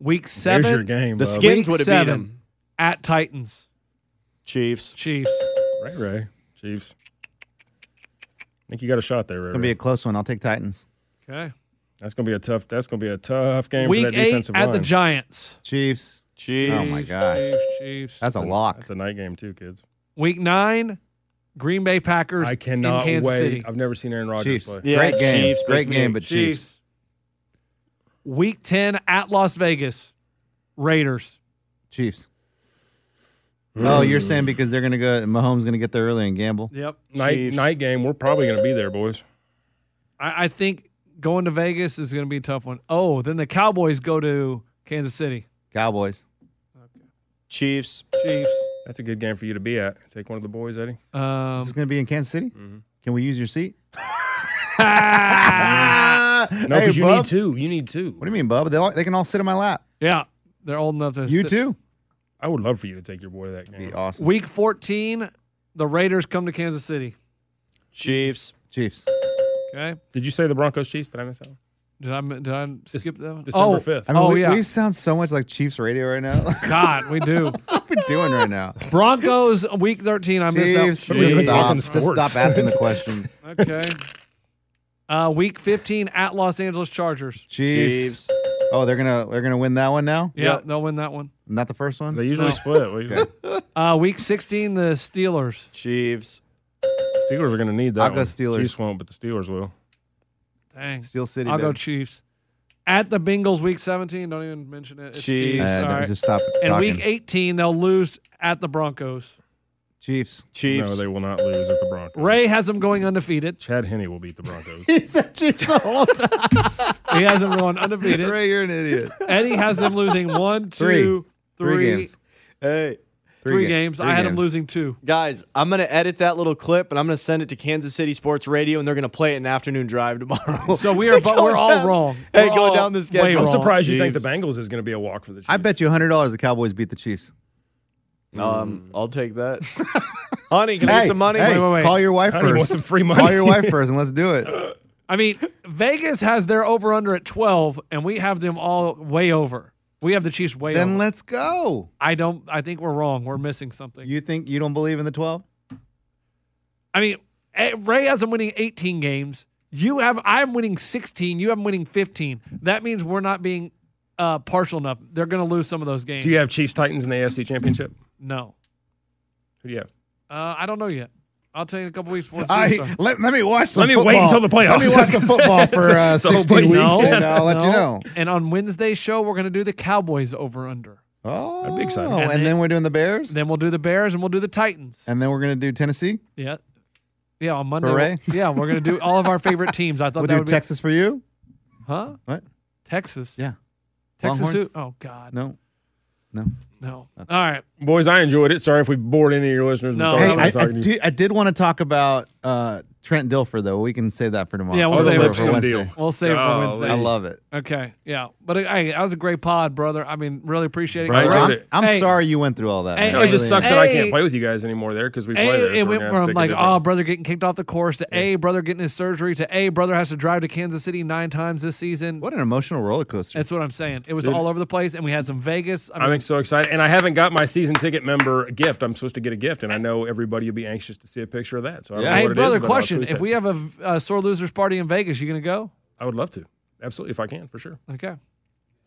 Speaker 3: Week
Speaker 5: There's your
Speaker 3: seven
Speaker 5: game.
Speaker 4: the
Speaker 5: bub.
Speaker 4: Skins
Speaker 3: Week
Speaker 4: would have beat
Speaker 3: seven.
Speaker 4: them.
Speaker 3: at Titans.
Speaker 4: Chiefs.
Speaker 3: Chiefs.
Speaker 5: Ray Ray. Chiefs. I think you got a shot there, Ray.
Speaker 2: Gonna be
Speaker 5: Ray.
Speaker 2: a close one. I'll take Titans.
Speaker 3: Okay.
Speaker 5: that's gonna be a tough. That's gonna be a tough game for
Speaker 3: Week
Speaker 5: that
Speaker 3: eight
Speaker 5: defensive line.
Speaker 3: at the Giants.
Speaker 2: Chiefs.
Speaker 4: Chiefs.
Speaker 2: Oh my gosh.
Speaker 3: Chiefs. Chiefs.
Speaker 2: That's a lock.
Speaker 5: That's a night game too, kids.
Speaker 3: Week nine, Green Bay Packers.
Speaker 5: I cannot
Speaker 3: in Kansas
Speaker 5: wait.
Speaker 3: City.
Speaker 5: I've never seen Aaron Rodgers
Speaker 2: Chiefs.
Speaker 5: play.
Speaker 4: Yeah,
Speaker 2: Great game.
Speaker 4: Chiefs,
Speaker 2: Great
Speaker 4: basically.
Speaker 2: game, but Chiefs.
Speaker 3: Week ten at Las Vegas. Raiders.
Speaker 2: Chiefs. Oh,
Speaker 5: Mm.
Speaker 2: you're saying because they're gonna go Mahomes gonna get there early and gamble.
Speaker 3: Yep.
Speaker 5: Night
Speaker 4: Chiefs.
Speaker 5: night game. We're probably gonna be there, boys.
Speaker 3: I, I think going to Vegas is going to be a tough one. Oh, then the Cowboys go to Kansas City.
Speaker 2: Cowboys.
Speaker 4: Chiefs.
Speaker 3: Chiefs.
Speaker 5: That's a good game for you to be at. Take one of the boys, Eddie.
Speaker 3: Um,
Speaker 2: This is gonna be in Kansas City?
Speaker 5: Mm-hmm.
Speaker 2: Can we use your
Speaker 3: *laughs*
Speaker 2: seat?
Speaker 5: No,
Speaker 2: Hey,
Speaker 5: because you
Speaker 2: bub.
Speaker 5: need two. You need two.
Speaker 2: What do you mean, Bub? They, all, they can all sit in my lap.
Speaker 3: yeah, they're old enough to.
Speaker 2: You
Speaker 3: sit-
Speaker 2: too.
Speaker 5: I would love for you to take your boy to that
Speaker 2: Be
Speaker 5: game.
Speaker 2: awesome.
Speaker 3: Week 14, the Raiders come to Kansas City.
Speaker 4: Chiefs.
Speaker 2: Chiefs.
Speaker 3: Okay.
Speaker 5: Did you say the Broncos Chiefs? Did I miss that one?
Speaker 3: Did I did I skip that one?
Speaker 5: December
Speaker 3: oh,
Speaker 5: 5th.
Speaker 2: I mean,
Speaker 3: oh
Speaker 2: we,
Speaker 3: yeah.
Speaker 2: we sound so much like Chiefs radio right now. what
Speaker 3: *laughs* God, we do.
Speaker 2: are we doing right now?
Speaker 3: *laughs* Broncos week 13. I missed
Speaker 2: Chiefs.
Speaker 3: that.
Speaker 5: We're
Speaker 2: Just
Speaker 5: even
Speaker 2: stop,
Speaker 5: talking
Speaker 2: just
Speaker 5: sports.
Speaker 2: stop asking
Speaker 3: *laughs*
Speaker 2: the
Speaker 5: *laughs*
Speaker 2: question.
Speaker 3: one. Okay. Uh, week 15 at Los Angeles Chargers.
Speaker 2: Chiefs. Oh, they're gonna they're gonna win that one now.
Speaker 3: Yeah, they'll win that one.
Speaker 2: Not the first one.
Speaker 5: They usually split. What do you think?
Speaker 3: Uh, week 16, the Steelers.
Speaker 4: Chiefs.
Speaker 5: Steelers are going to need that.
Speaker 2: I'll go
Speaker 5: one.
Speaker 2: Steelers.
Speaker 5: Chiefs won't, but the Steelers will.
Speaker 3: Dang.
Speaker 2: Steel City.
Speaker 3: I'll go
Speaker 2: baby.
Speaker 3: Chiefs. At the Bengals week 17. Don't even mention it. It's Chiefs.
Speaker 4: Chiefs.
Speaker 2: Uh,
Speaker 3: All
Speaker 2: no,
Speaker 3: right.
Speaker 2: Just stop.
Speaker 3: And
Speaker 2: talking.
Speaker 3: week 18, they'll lose at the Broncos.
Speaker 2: Chiefs.
Speaker 4: Chiefs.
Speaker 5: No, they will not lose at the Broncos.
Speaker 3: Ray has them going undefeated.
Speaker 5: Chad Henney will beat the Broncos.
Speaker 2: *laughs* He said Chiefs the whole time.
Speaker 3: He has them going undefeated.
Speaker 2: Ray, you're an idiot.
Speaker 3: Eddie has them losing one,
Speaker 2: Three.
Speaker 3: two,
Speaker 2: Three
Speaker 3: three-
Speaker 2: games.
Speaker 4: hey.
Speaker 3: three
Speaker 2: ga-
Speaker 3: games.
Speaker 2: three
Speaker 3: I had
Speaker 2: games.
Speaker 3: him losing two.
Speaker 4: Guys, I'm going to edit that little clip and I'm going to send it to Kansas City Sports Radio and they're going to play it in afternoon drive
Speaker 2: *laughs*
Speaker 4: tomorrow. *laughs*
Speaker 3: So we are, but we're
Speaker 4: Going
Speaker 3: all
Speaker 4: down-
Speaker 3: wrong.
Speaker 4: Hey,
Speaker 3: We're
Speaker 4: going
Speaker 3: all
Speaker 4: down the
Speaker 3: way
Speaker 4: schedule.
Speaker 5: I'm
Speaker 3: wrong.
Speaker 5: surprised you think the
Speaker 4: Chiefs.
Speaker 5: Bengals is going to be a walk for the Chiefs.
Speaker 2: I bet you hundred dollars the Cowboys beat the Chiefs.
Speaker 4: Um, I'll take
Speaker 2: *laughs*
Speaker 4: that. Honey, can I get some money?
Speaker 2: Hey,
Speaker 3: wait, wait.
Speaker 2: call your wife
Speaker 5: Honey, want
Speaker 2: first.
Speaker 5: some free money?
Speaker 2: Call your wife first and let's do it.
Speaker 3: I mean, Vegas has their over under at 12, and we have them all way over. We have the Chiefs way
Speaker 2: then
Speaker 3: over.
Speaker 2: let's go.
Speaker 3: I don't. I think we're wrong. We're missing something.
Speaker 2: You think you don't believe in the twelve?
Speaker 3: I mean, eh, Ray has them winning 18 games. You have. I'm winning 16. You have them winning 15. That means we're not being uh, partial enough. They're going to lose some of those games.
Speaker 5: Do you have Chiefs Titans in the AFC Championship?
Speaker 3: No.
Speaker 5: Who do you have?
Speaker 3: Uh, I don't know yet. I'll tell you in a couple weeks. uh, before the
Speaker 2: I,
Speaker 3: season starts.
Speaker 2: let, let me watch. Some
Speaker 5: Let me wait
Speaker 2: football.
Speaker 5: until the playoffs.
Speaker 2: Let me watch
Speaker 5: *laughs*
Speaker 2: the football for uh,
Speaker 5: It's a whole
Speaker 2: 16 weeks,
Speaker 5: bunch. No.
Speaker 2: and I'll let you know.
Speaker 3: And on Wednesday's show, we're going to do the Cowboys over under.
Speaker 2: Oh,
Speaker 5: That'd be exciting.
Speaker 2: And,
Speaker 3: And
Speaker 2: then,
Speaker 3: then-
Speaker 2: we're doing the Bears,
Speaker 3: Then we'll do the Bears and we'll do the Titans.
Speaker 2: and then we're gonna do Tennessee.
Speaker 3: yeah. Yeah, on Monday.
Speaker 2: Hooray.
Speaker 3: we'll- Yeah, we're going to do all of our
Speaker 2: *laughs*
Speaker 3: favorite teams. I thought
Speaker 2: We'll
Speaker 3: that
Speaker 2: do
Speaker 3: would
Speaker 2: Texas for you.
Speaker 3: be. Huh?
Speaker 2: What?
Speaker 3: Texas.
Speaker 2: Yeah.
Speaker 3: Texas who?
Speaker 2: Longhorns?
Speaker 3: Oh, God.
Speaker 2: No. No.
Speaker 3: No. All right.
Speaker 5: Boys, I enjoyed it. Sorry if we bored any of your listeners.
Speaker 3: No.
Speaker 5: No,
Speaker 3: Hey,
Speaker 2: Hey,
Speaker 3: I'm
Speaker 2: I, I,
Speaker 5: talking to you.
Speaker 2: did, I did want to talk about uh, Trent Dilfer, though. We can save that for tomorrow.
Speaker 3: Yeah, we'll
Speaker 2: Or
Speaker 3: save it
Speaker 2: for
Speaker 3: for
Speaker 2: Wednesday.
Speaker 5: deal.
Speaker 3: We'll save it for
Speaker 5: Golly.
Speaker 3: Wednesday.
Speaker 2: I love it.
Speaker 3: Okay. Yeah. But uh, hey, that was a great pod, brother. I mean, really appreciate it.
Speaker 5: Right.
Speaker 3: Great.
Speaker 5: Enjoyed
Speaker 2: I'm,
Speaker 5: it.
Speaker 2: I'm
Speaker 3: Hey.
Speaker 2: sorry you went through all that.
Speaker 3: Hey,
Speaker 2: man.
Speaker 5: No, it just sucks that I
Speaker 3: Hey.
Speaker 5: can't play with you guys anymore there because we play there. so
Speaker 3: A, it
Speaker 5: we're
Speaker 3: went
Speaker 5: gonna have to
Speaker 3: from
Speaker 5: pick a
Speaker 3: like,
Speaker 5: different-
Speaker 3: oh, brother getting kicked off the course to A, brother getting his surgery to A, brother has to drive to Kansas City nine times this season.
Speaker 2: What an emotional roller coaster.
Speaker 3: That's what I'm saying. It was all over the place, and we had some Vegas. I
Speaker 5: I'm
Speaker 3: mean,
Speaker 5: ex- so excited, and I haven't got my season ticket member gift. I'm supposed to get a gift, and I know everybody will be anxious to see a picture of that. So I don't
Speaker 2: Yeah.
Speaker 5: know
Speaker 3: hey,
Speaker 5: what it is,
Speaker 3: brother,
Speaker 5: but I'll
Speaker 3: question:
Speaker 5: tweet
Speaker 3: If
Speaker 5: that.
Speaker 3: we have a, v- a sore losers party in Vegas, you gonna go?
Speaker 5: I would love to, absolutely, if I can, for sure.
Speaker 3: Okay,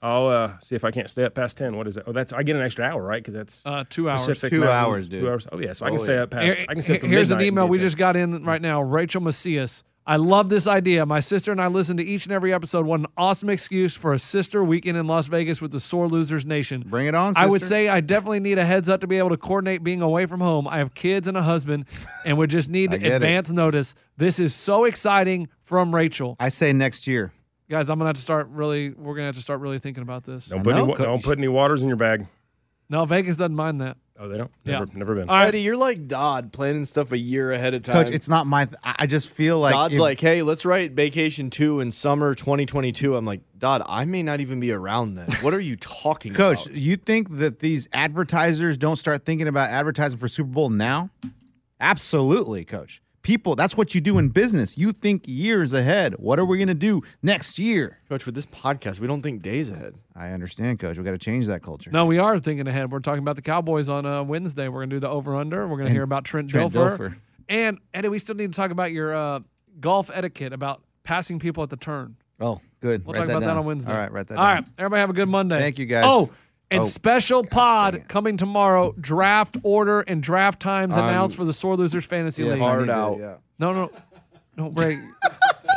Speaker 5: I'll uh, see if I can't stay up past ten. What is that? Oh, that's I get an extra hour, right? Because that's
Speaker 3: uh, two hours.
Speaker 5: Pacific.
Speaker 2: Two
Speaker 5: Mountain-
Speaker 2: hours, dude.
Speaker 5: Two hours. Oh yeah, so I can
Speaker 2: Oh,
Speaker 5: stay
Speaker 2: yeah.
Speaker 5: up past.
Speaker 3: Here-
Speaker 5: I can stay up to
Speaker 3: here's an
Speaker 5: midnight and
Speaker 3: email
Speaker 5: be
Speaker 3: we
Speaker 5: ten.
Speaker 3: just got in right now. Rachel Macias. I love this idea. My sister and I listen to each and every episode. What an awesome excuse for a sister weekend in Las Vegas with the Sore Losers Nation.
Speaker 2: Bring it on,
Speaker 3: I would
Speaker 2: sister.
Speaker 3: say I definitely need a heads up to be able to coordinate being away from home. I have kids and a husband and would just
Speaker 2: *laughs*
Speaker 3: need
Speaker 2: I get it.
Speaker 3: advance notice. This is so exciting from Rachel.
Speaker 2: I say next year.
Speaker 3: Guys, I'm going to have to start really, we're going to have to start really thinking about this.
Speaker 5: Don't put, any,
Speaker 2: No,
Speaker 5: wa-
Speaker 2: coach.
Speaker 5: don't put any waters in your bag.
Speaker 3: No, Vegas doesn't mind that.
Speaker 5: Oh, they don't.
Speaker 3: Yeah.
Speaker 5: Never, never been.
Speaker 3: All right.
Speaker 4: Eddie, you're like Dodd planning stuff a year ahead of time.
Speaker 2: Coach, it's not my. Th- I I just feel like.
Speaker 4: Dodd's
Speaker 2: if-
Speaker 4: like, hey, let's write vacation two in summer 2022. I'm like, Dodd, I may not even be around then. What are you talking
Speaker 2: Coach,
Speaker 4: about?
Speaker 2: you think that these advertisers don't start thinking about advertising for Super Bowl now? Absolutely, coach. People, that's what you do in business. You think years ahead. What are we going to do next year?
Speaker 4: Coach, with this podcast, we don't think days ahead.
Speaker 2: I understand, coach. We got to change that culture.
Speaker 3: No, we are thinking ahead. We're talking about the Cowboys on uh, Wednesday. We're going to do the over under. We're going to hear about Trent,
Speaker 2: Trent
Speaker 3: Dilfer.
Speaker 2: Dilfer.
Speaker 3: And Eddie, we still need to talk about your uh, golf etiquette about passing people at the turn.
Speaker 2: Oh, good.
Speaker 3: We'll
Speaker 2: Write
Speaker 3: talk
Speaker 2: that
Speaker 3: about that
Speaker 2: down.
Speaker 3: on Wednesday.
Speaker 2: All right, write that
Speaker 3: All
Speaker 2: down.
Speaker 3: right, everybody have a good Monday.
Speaker 2: Thank you, guys.
Speaker 3: Oh, and
Speaker 2: Oh,
Speaker 3: special
Speaker 2: dang
Speaker 3: pod
Speaker 2: it.
Speaker 3: coming tomorrow. Draft order and draft times announced for the Sore Losers Fantasy
Speaker 2: Yes,
Speaker 3: League.
Speaker 2: I
Speaker 4: Hard
Speaker 2: need to-
Speaker 4: out.
Speaker 2: yeah.
Speaker 3: No, no, no, break.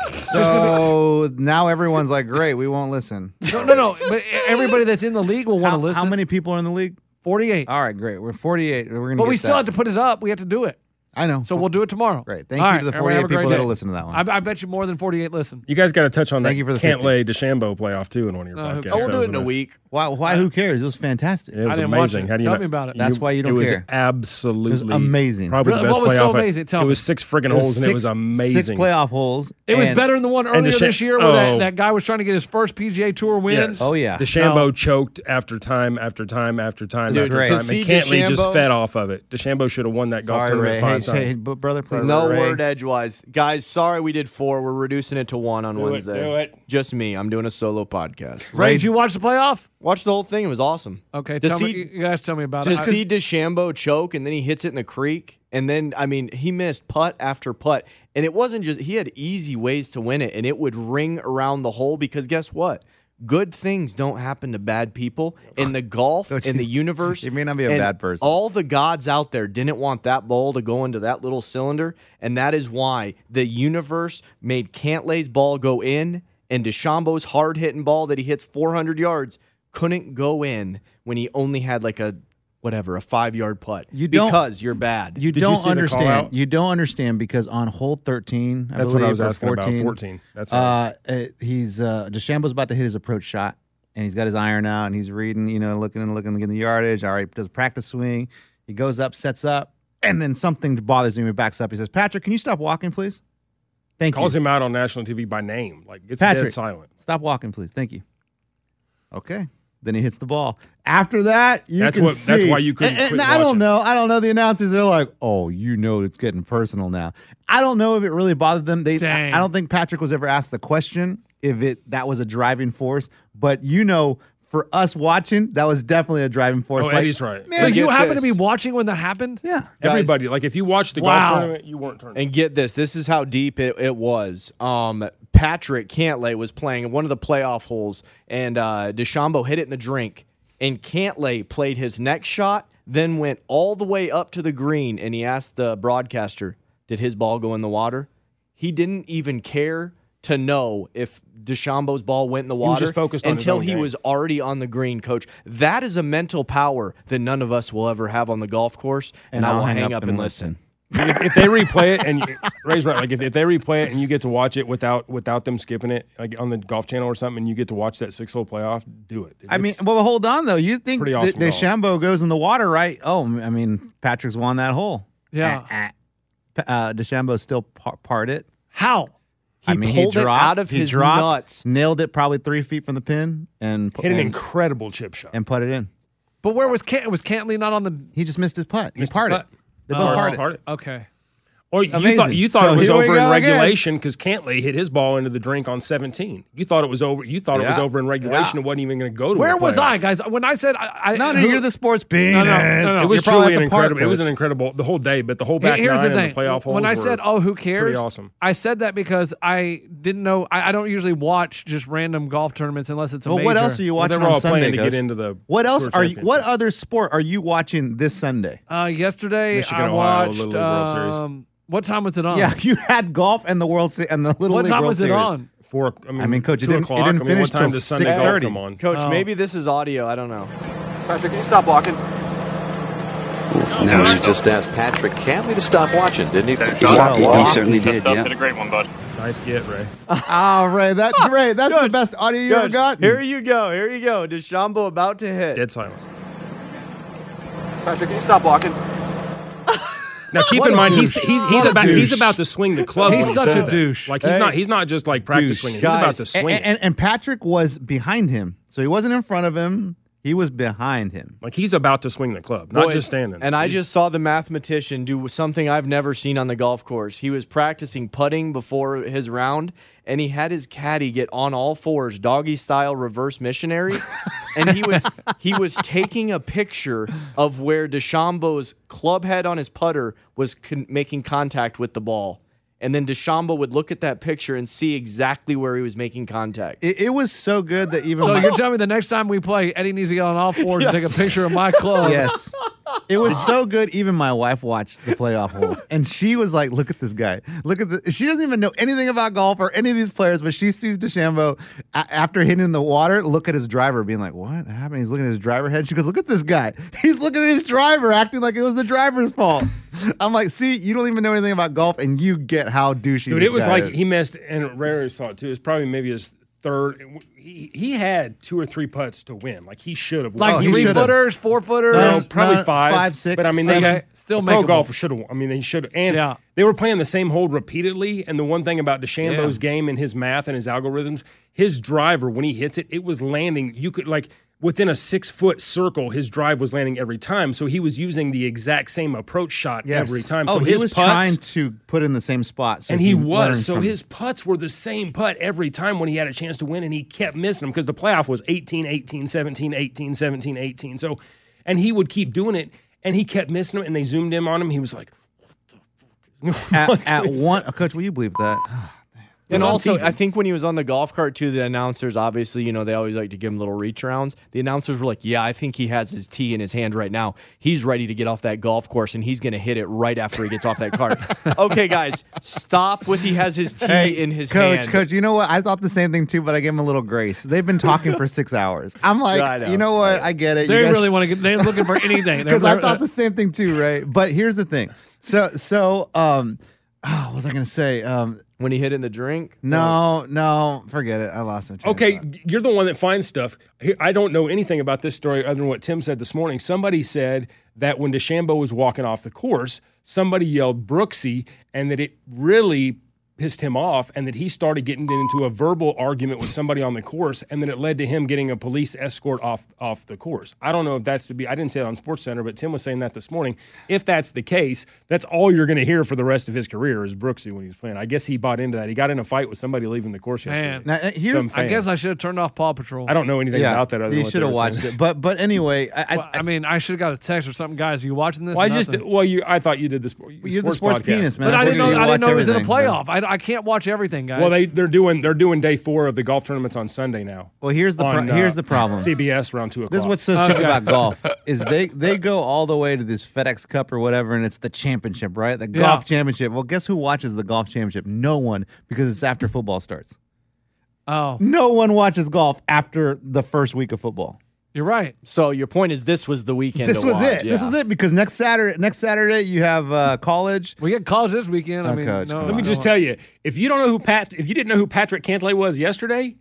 Speaker 3: *laughs*
Speaker 2: So now everyone's like, great, we won't listen.
Speaker 3: no, no, no. But everybody that's in the league will want to
Speaker 2: How,
Speaker 3: listen.
Speaker 2: how many people are in the league?
Speaker 3: Forty-eight.
Speaker 2: All right, great. We're 48. We're gonna
Speaker 3: but we
Speaker 2: get
Speaker 3: still
Speaker 2: that.
Speaker 3: have to put it up. We have to do it.
Speaker 2: I know.
Speaker 3: So we'll do it tomorrow.
Speaker 2: Great. Thank
Speaker 3: All
Speaker 2: you
Speaker 3: right,
Speaker 2: to the
Speaker 3: everybody have
Speaker 2: 48
Speaker 3: a great
Speaker 2: people that'll
Speaker 3: day.
Speaker 2: listen to that one.
Speaker 3: I, I bet you more than 48 listen.
Speaker 5: You guys got to touch on that.
Speaker 2: Thank you for the
Speaker 5: can't
Speaker 2: 50.
Speaker 5: lay DeChambeau playoff too in one of your
Speaker 3: Oh, who
Speaker 5: podcasts.
Speaker 3: cares?
Speaker 4: Oh, we'll
Speaker 5: That
Speaker 4: do
Speaker 5: was
Speaker 4: it in a
Speaker 5: amazing.
Speaker 4: week.
Speaker 2: Why? Why? Who cares? It was
Speaker 5: Uh,
Speaker 2: fantastic.
Speaker 5: It was
Speaker 3: I didn't watch
Speaker 5: amazing.
Speaker 3: it.
Speaker 5: How do you
Speaker 3: Tell
Speaker 5: not-
Speaker 3: me about it.
Speaker 2: That's why you don't
Speaker 5: it was
Speaker 2: care.
Speaker 5: Absolutely
Speaker 2: amazing.
Speaker 5: Probably the
Speaker 3: Really?
Speaker 5: best
Speaker 3: What was so
Speaker 5: playoff I-
Speaker 3: amazing? Tell
Speaker 5: it
Speaker 3: me.
Speaker 5: was six freaking
Speaker 2: There's
Speaker 5: holes, and
Speaker 2: six-
Speaker 5: it was amazing.
Speaker 2: Six playoff holes.
Speaker 3: It was
Speaker 2: and-
Speaker 3: better than the one
Speaker 5: and
Speaker 3: earlier
Speaker 5: Desha-
Speaker 3: this year where that,
Speaker 5: oh.
Speaker 3: that guy was trying to get his first PGA Tour win.
Speaker 5: Yes.
Speaker 2: Oh, yeah.
Speaker 5: DeChambeau
Speaker 3: No.
Speaker 5: choked after time after time after time
Speaker 2: Dude,
Speaker 5: after
Speaker 2: great.
Speaker 5: time.
Speaker 2: to
Speaker 4: see
Speaker 5: And Cantley just
Speaker 4: DeChambeau-
Speaker 5: fed off of it. DeChambeau should have won that golf
Speaker 2: Sorry, Ray.
Speaker 5: tournament
Speaker 2: Hey,
Speaker 5: five
Speaker 2: hey,
Speaker 5: times.
Speaker 2: but brother, please.
Speaker 4: No
Speaker 2: Ray.
Speaker 4: word edgewise. Guys, sorry we did four. We're reducing it to one on
Speaker 5: it,
Speaker 4: Wednesday.
Speaker 5: do it.
Speaker 4: Just me. I'm doing a solo podcast.
Speaker 3: Ray, did you watch the playoff?
Speaker 4: Watch the whole thing. It was awesome.
Speaker 3: Okay,
Speaker 4: To
Speaker 3: tell
Speaker 4: see,
Speaker 3: me, you guys tell me about
Speaker 4: to
Speaker 3: it. I-
Speaker 4: see DeChambeau choke and then he hits it in the creek. And then, I mean, he missed putt after putt. And it wasn't just, he had easy ways to win it. And it would ring around the hole because guess what? Good things don't happen to bad people in the golf,
Speaker 2: *laughs* Don't
Speaker 4: in
Speaker 2: you-
Speaker 4: the universe.
Speaker 2: you may not be a
Speaker 4: and
Speaker 2: bad person.
Speaker 4: All the gods out there didn't want that ball to go into that little cylinder. And that is why the universe made Cantlay's ball go in and DeChambeau's hard hitting ball that he hits 400 yards couldn't go in when he only had like a whatever, a five yard putt.
Speaker 2: You don't-
Speaker 4: because you're bad.
Speaker 2: You
Speaker 5: Did you
Speaker 2: don't
Speaker 5: see the call
Speaker 2: understand.
Speaker 5: out?
Speaker 2: You don't understand because on hole 13, I
Speaker 5: That's what
Speaker 2: believe,
Speaker 5: I was
Speaker 2: or
Speaker 5: asking
Speaker 2: 14,
Speaker 5: about. 14. That's all right.
Speaker 2: uh, uh, he's uh, Deshambo's about to hit his approach shot, and he's got his iron out, and he's reading, you know, looking and looking, looking at the yardage. All right, does a practice swing. He goes up, sets up, and then something bothers him. He backs up. He says, "Patrick, can you stop walking, please? Thank
Speaker 5: calls
Speaker 2: you.
Speaker 5: him out on national TV by name. Like it's
Speaker 2: Patrick.
Speaker 5: dead silent.
Speaker 2: Stop walking, please. Thank you. Okay." Then he hits the ball. After that, you
Speaker 5: That's
Speaker 2: can
Speaker 5: what- that's
Speaker 2: see-
Speaker 5: why you couldn't
Speaker 2: And- and
Speaker 5: quit
Speaker 2: I don't
Speaker 5: watching.
Speaker 2: know. I don't know. The announcers are like, "Oh, you know, it's getting personal now." I don't know if it really bothered them. They, I,
Speaker 3: Dang.
Speaker 2: I don't think Patrick was ever asked the question if it that was a driving force. But you know, for us watching, that was definitely a driving force.
Speaker 5: Oh,
Speaker 2: Like,
Speaker 5: Eddie's right.
Speaker 2: man,
Speaker 3: so
Speaker 4: get
Speaker 3: you happened to be
Speaker 4: this.
Speaker 3: watching when that happened?
Speaker 2: yeah.
Speaker 5: Everybody, like if you watched the
Speaker 3: Wow.
Speaker 5: golf tournament, you weren't turning.
Speaker 4: And get this, this is how deep it, it was. Um, Patrick Cantlay was playing in one of the playoff holes, and uh, DeChambeau hit it in the drink. And Cantlay played his next shot, then went all the way up to the green, and he asked the broadcaster, "Did his ball go in the water?" He didn't even care to know if DeChambeau's ball went in the water
Speaker 5: was just focused on his
Speaker 4: until
Speaker 5: own
Speaker 4: he
Speaker 5: game.
Speaker 4: was already on the green, Coach. That is a mental power that none of us will ever have on the golf course, and, I will hang up, and listen.
Speaker 5: If, if they replay it and you, Ray's right, like if, if they replay it and you get to watch it without without them skipping it, like on the golf channel or something, and you get to watch that six hole playoff, do it.
Speaker 2: I mean,
Speaker 5: It's-
Speaker 2: well, hold on though. You think
Speaker 5: Pretty
Speaker 2: De-
Speaker 5: awesome golf.
Speaker 2: DeChambeau goes in the water, right? Oh, I mean, Patrick's won that hole.
Speaker 3: Yeah.
Speaker 2: Eh, eh. Pa- Uh, DeChambeau still par- parred it.
Speaker 3: How?
Speaker 2: I mean, he
Speaker 4: pulled it
Speaker 2: dropped
Speaker 4: out of
Speaker 2: he
Speaker 4: his
Speaker 2: dropped,
Speaker 4: nuts.
Speaker 2: nailed it probably three feet from the pin, and
Speaker 5: hit an
Speaker 2: and,
Speaker 5: incredible chip shot.
Speaker 2: and put it in.
Speaker 3: But where was Can- was Cantley not on the?
Speaker 2: He just missed his putt. He
Speaker 5: Missed his
Speaker 2: parred
Speaker 5: putt.
Speaker 2: it. They both
Speaker 3: Oh.
Speaker 2: parred
Speaker 5: Hard
Speaker 2: it.
Speaker 5: it.
Speaker 3: Okay.
Speaker 5: Or Oh, you thought
Speaker 2: Amazing.
Speaker 5: you thought
Speaker 2: So
Speaker 5: it was
Speaker 2: here we
Speaker 5: over in
Speaker 2: go again.
Speaker 5: regulation because Cantley hit his ball into the drink on 17. You thought it was over. You thought it was
Speaker 2: Yeah.
Speaker 5: over in regulation. It wasn't even going to go to. a
Speaker 3: Where was
Speaker 5: playoff.
Speaker 3: I, guys? When I said I, I
Speaker 2: No, no,
Speaker 3: who-
Speaker 2: you're the sports bean.
Speaker 3: No, no, no, no.
Speaker 5: It was truly
Speaker 2: You're probably at
Speaker 5: an
Speaker 2: the park,
Speaker 5: incredible. It was
Speaker 2: coach.
Speaker 5: an incredible. The whole day, but the whole back
Speaker 3: Here's
Speaker 5: nine
Speaker 3: the thing.
Speaker 5: and the playoff holes.
Speaker 3: when I
Speaker 5: were
Speaker 3: said, "Oh, who cares?"
Speaker 5: Pretty awesome.
Speaker 3: I said that because I didn't know. I, I don't usually watch just random golf tournaments unless it's a
Speaker 2: But
Speaker 3: major.
Speaker 2: what else are you
Speaker 5: Well,
Speaker 2: watching
Speaker 5: they were all
Speaker 2: on Sunday?
Speaker 5: playing to get
Speaker 2: Coach?
Speaker 5: into the
Speaker 2: what else
Speaker 5: Tour
Speaker 2: are you? What
Speaker 5: Championship.
Speaker 2: other sport are you watching this Sunday?
Speaker 3: Uh, yesterday,
Speaker 5: Michigan,
Speaker 3: I
Speaker 5: Ohio,
Speaker 3: watched.
Speaker 5: Little League World Series.
Speaker 3: um, what time was it on?
Speaker 2: Yeah, *laughs* you had golf and the World Se- and the Little
Speaker 3: What
Speaker 2: League
Speaker 3: time
Speaker 2: World
Speaker 3: was it
Speaker 2: Series.
Speaker 3: on?
Speaker 5: four. I mean,
Speaker 2: I mean, Coach, it
Speaker 5: two
Speaker 2: didn't- it
Speaker 5: o'clock.
Speaker 2: didn't
Speaker 5: I mean,
Speaker 2: finish
Speaker 5: what time
Speaker 2: till
Speaker 5: does Sunday golf
Speaker 2: 6:30.
Speaker 5: come on?
Speaker 4: Coach,
Speaker 3: Oh.
Speaker 2: *laughs*
Speaker 4: maybe this is audio. I don't know.
Speaker 6: Patrick, can you stop walking?
Speaker 9: Now you just asked Patrick Cantley to stop watching, didn't he?
Speaker 2: Wow.
Speaker 9: He certainly did, yeah.
Speaker 6: Did a great one, bud.
Speaker 5: Nice get, Ray.
Speaker 2: Oh, Ray, that's great. That's the best audio you ever
Speaker 4: Coach,
Speaker 2: got.
Speaker 4: here you go. Here you go. DeChambeau about to hit.
Speaker 5: Dead silent.
Speaker 6: Patrick, can you stop walking?
Speaker 5: Now keep
Speaker 3: What
Speaker 5: in
Speaker 3: a
Speaker 5: mind he's
Speaker 3: douche.
Speaker 5: he's, he's
Speaker 3: What a
Speaker 5: about he's
Speaker 3: douche.
Speaker 5: about to swing the club.
Speaker 3: He's
Speaker 5: when he
Speaker 3: such
Speaker 5: says
Speaker 3: a
Speaker 5: that.
Speaker 3: douche.
Speaker 5: Like he's
Speaker 2: Hey.
Speaker 5: not he's not just like practice swinging. He's
Speaker 4: Guys,
Speaker 5: about to swing.
Speaker 2: And,
Speaker 5: it.
Speaker 2: and, and Patrick was behind him, so he wasn't in front of him. He was behind him.
Speaker 5: Like he's about to swing the club, not
Speaker 4: Boy,
Speaker 5: just standing.
Speaker 4: And I
Speaker 5: He's-
Speaker 4: just saw the mathematician do something I've never seen on the golf course. He was practicing putting before his round, and he had his caddy get on all fours, doggy style, reverse
Speaker 5: *laughs*
Speaker 4: missionary, and he was he was taking a picture of where Deshambo's club head on his putter was con- making contact with the ball. And then Deshambo would look at that picture and see exactly where he was making contact.
Speaker 5: *laughs*
Speaker 2: It, it was so good that even
Speaker 3: So
Speaker 2: my-
Speaker 3: you're telling me the next time we play, Eddie needs to get on all fours and take a picture of my club.
Speaker 2: yes, it was so good. Even my wife watched the playoff holes, and she was like, "Look at this guy! Look at the." She doesn't even know anything about golf or any of these players, but she sees DeChambeau a- after hitting in the water. Look at his driver, being like, "What happened?" He's looking at his driver head. She goes, "Look at this guy! *laughs* He's looking at his driver, acting like it was the driver's fault." I'm like, "See, you don't even know anything about golf, and you get how douchey."
Speaker 5: Dude,
Speaker 2: this
Speaker 5: it was
Speaker 2: guy
Speaker 5: like
Speaker 2: is.
Speaker 5: he *laughs* missed, and Rare saw it too. It's probably maybe his third. He, he had two or three putts to win. Like he should have.
Speaker 3: Like
Speaker 2: Oh, he
Speaker 3: three
Speaker 2: should've.
Speaker 3: footers, four footers.
Speaker 2: No,
Speaker 5: No, probably
Speaker 2: no,
Speaker 5: five,
Speaker 2: five, six,
Speaker 5: But I mean,
Speaker 2: seven.
Speaker 5: they
Speaker 3: Okay, still
Speaker 5: pro
Speaker 3: makeable.
Speaker 5: golfer should have. I mean, they should. And
Speaker 3: Yeah.
Speaker 5: they were playing the same hole repeatedly. And the one thing about Deshambo's game and his math and his algorithms, his driver when he hits it, it was landing. You could like within a six foot circle, his drive was landing every time. So he was using the exact same approach shot
Speaker 2: Yes.
Speaker 5: every time.
Speaker 2: Oh,
Speaker 5: so
Speaker 2: he
Speaker 5: his
Speaker 2: was
Speaker 5: putts,
Speaker 2: trying to put in the same spot, so
Speaker 5: and he
Speaker 2: learned
Speaker 5: was. So
Speaker 2: from it.
Speaker 5: his putts were the same putt every time when he had a chance to win, and he kept missing them because the playoff was 18, 18, 17, 18, 17, 18. So, and he would keep doing it, and he kept missing them, and they zoomed in on him. He was like, *laughs* what the fuck is going on?"
Speaker 2: at, at one, oh, coach, will you believe that?
Speaker 4: And also, I think when he was on the golf cart too, the announcers obviously, you know, they always like to give him little reach rounds. The announcers were like, "Yeah, I think he has his tee in his hand right now. He's ready to get off that golf course, and he's going to hit it right after he gets off that
Speaker 2: *laughs*
Speaker 4: cart." okay, guys, stop with he has his tee in his
Speaker 2: coach,
Speaker 4: hand.
Speaker 2: coach, you know what? I thought the same thing too, but I gave him a little grace. They've been talking for six hours. *laughs* I'm like,
Speaker 4: I know.
Speaker 2: you know what? I get it.
Speaker 3: They really want to get. They're looking for
Speaker 2: *laughs*
Speaker 3: anything.
Speaker 2: because I thought the same thing too, right? But here's the thing. So, so, um, oh, what was I gonna say? Um,
Speaker 4: when he hit in the drink,
Speaker 2: no, no, forget it. I lost my train of
Speaker 5: Okay,
Speaker 2: thought.
Speaker 5: you're the one that finds stuff. Here- I don't know anything about this story other than what Tim said this morning. Somebody said that when DeChambeau was walking off the course, somebody yelled Brooksy, and that it really pissed him off, and that he started getting into a verbal argument with somebody on the course, and then it led to him getting a police escort off off the course. I don't know if that's to be. I didn't say it on Sports Center, but Tim was saying that this morning. If that's the case, that's all you're going to hear for the rest of his career is Brooksy when he's playing. I guess he bought into that. He got in a fight with somebody leaving the course yesterday.
Speaker 3: Man.
Speaker 2: Now, uh, here's
Speaker 5: Some
Speaker 3: I guess I should have turned off Paw Patrol.
Speaker 5: I don't know anything about that. Other than
Speaker 2: you
Speaker 5: what
Speaker 2: should
Speaker 5: they
Speaker 2: have
Speaker 5: were
Speaker 2: watched
Speaker 5: saying.
Speaker 2: it. But, but anyway, I, I,
Speaker 3: Well, I mean, I should have got a text or something, guys. Are you watching this?
Speaker 5: Well, I
Speaker 3: Nothing.
Speaker 5: just well, you. I thought you did this.
Speaker 2: you're the sports penis, man.
Speaker 3: But I didn't know.
Speaker 2: You
Speaker 3: I
Speaker 2: watch
Speaker 3: didn't know it was in a
Speaker 2: everything, but-
Speaker 3: playoff. I, I can't watch everything, guys.
Speaker 5: Well, they they're doing they're doing day four of the golf tournaments on Sunday now.
Speaker 2: well, here's the pro-
Speaker 5: on, uh,
Speaker 2: here's the problem.
Speaker 5: CBS around two o'clock.
Speaker 2: This is what's so stupid about golf is *laughs* they they go all the way to this FedEx Cup or whatever, and it's the championship, right? The golf
Speaker 3: Yeah.
Speaker 2: championship. Well, guess who watches the golf championship? No one, because it's after football starts.
Speaker 3: oh
Speaker 2: No one watches golf after the first week of football.
Speaker 3: You're right.
Speaker 4: So your point is this was the weekend.
Speaker 2: This
Speaker 4: to
Speaker 2: was
Speaker 4: watch,
Speaker 2: it. This
Speaker 4: yeah.
Speaker 2: was it because next Saturday, next Saturday you have uh, college.
Speaker 3: We get college this weekend. I mean,
Speaker 2: Okay,
Speaker 3: no,
Speaker 2: come
Speaker 5: Let me
Speaker 3: no.
Speaker 5: just tell you, if you don't know who Pat, if you didn't know who Patrick Cantlay was yesterday,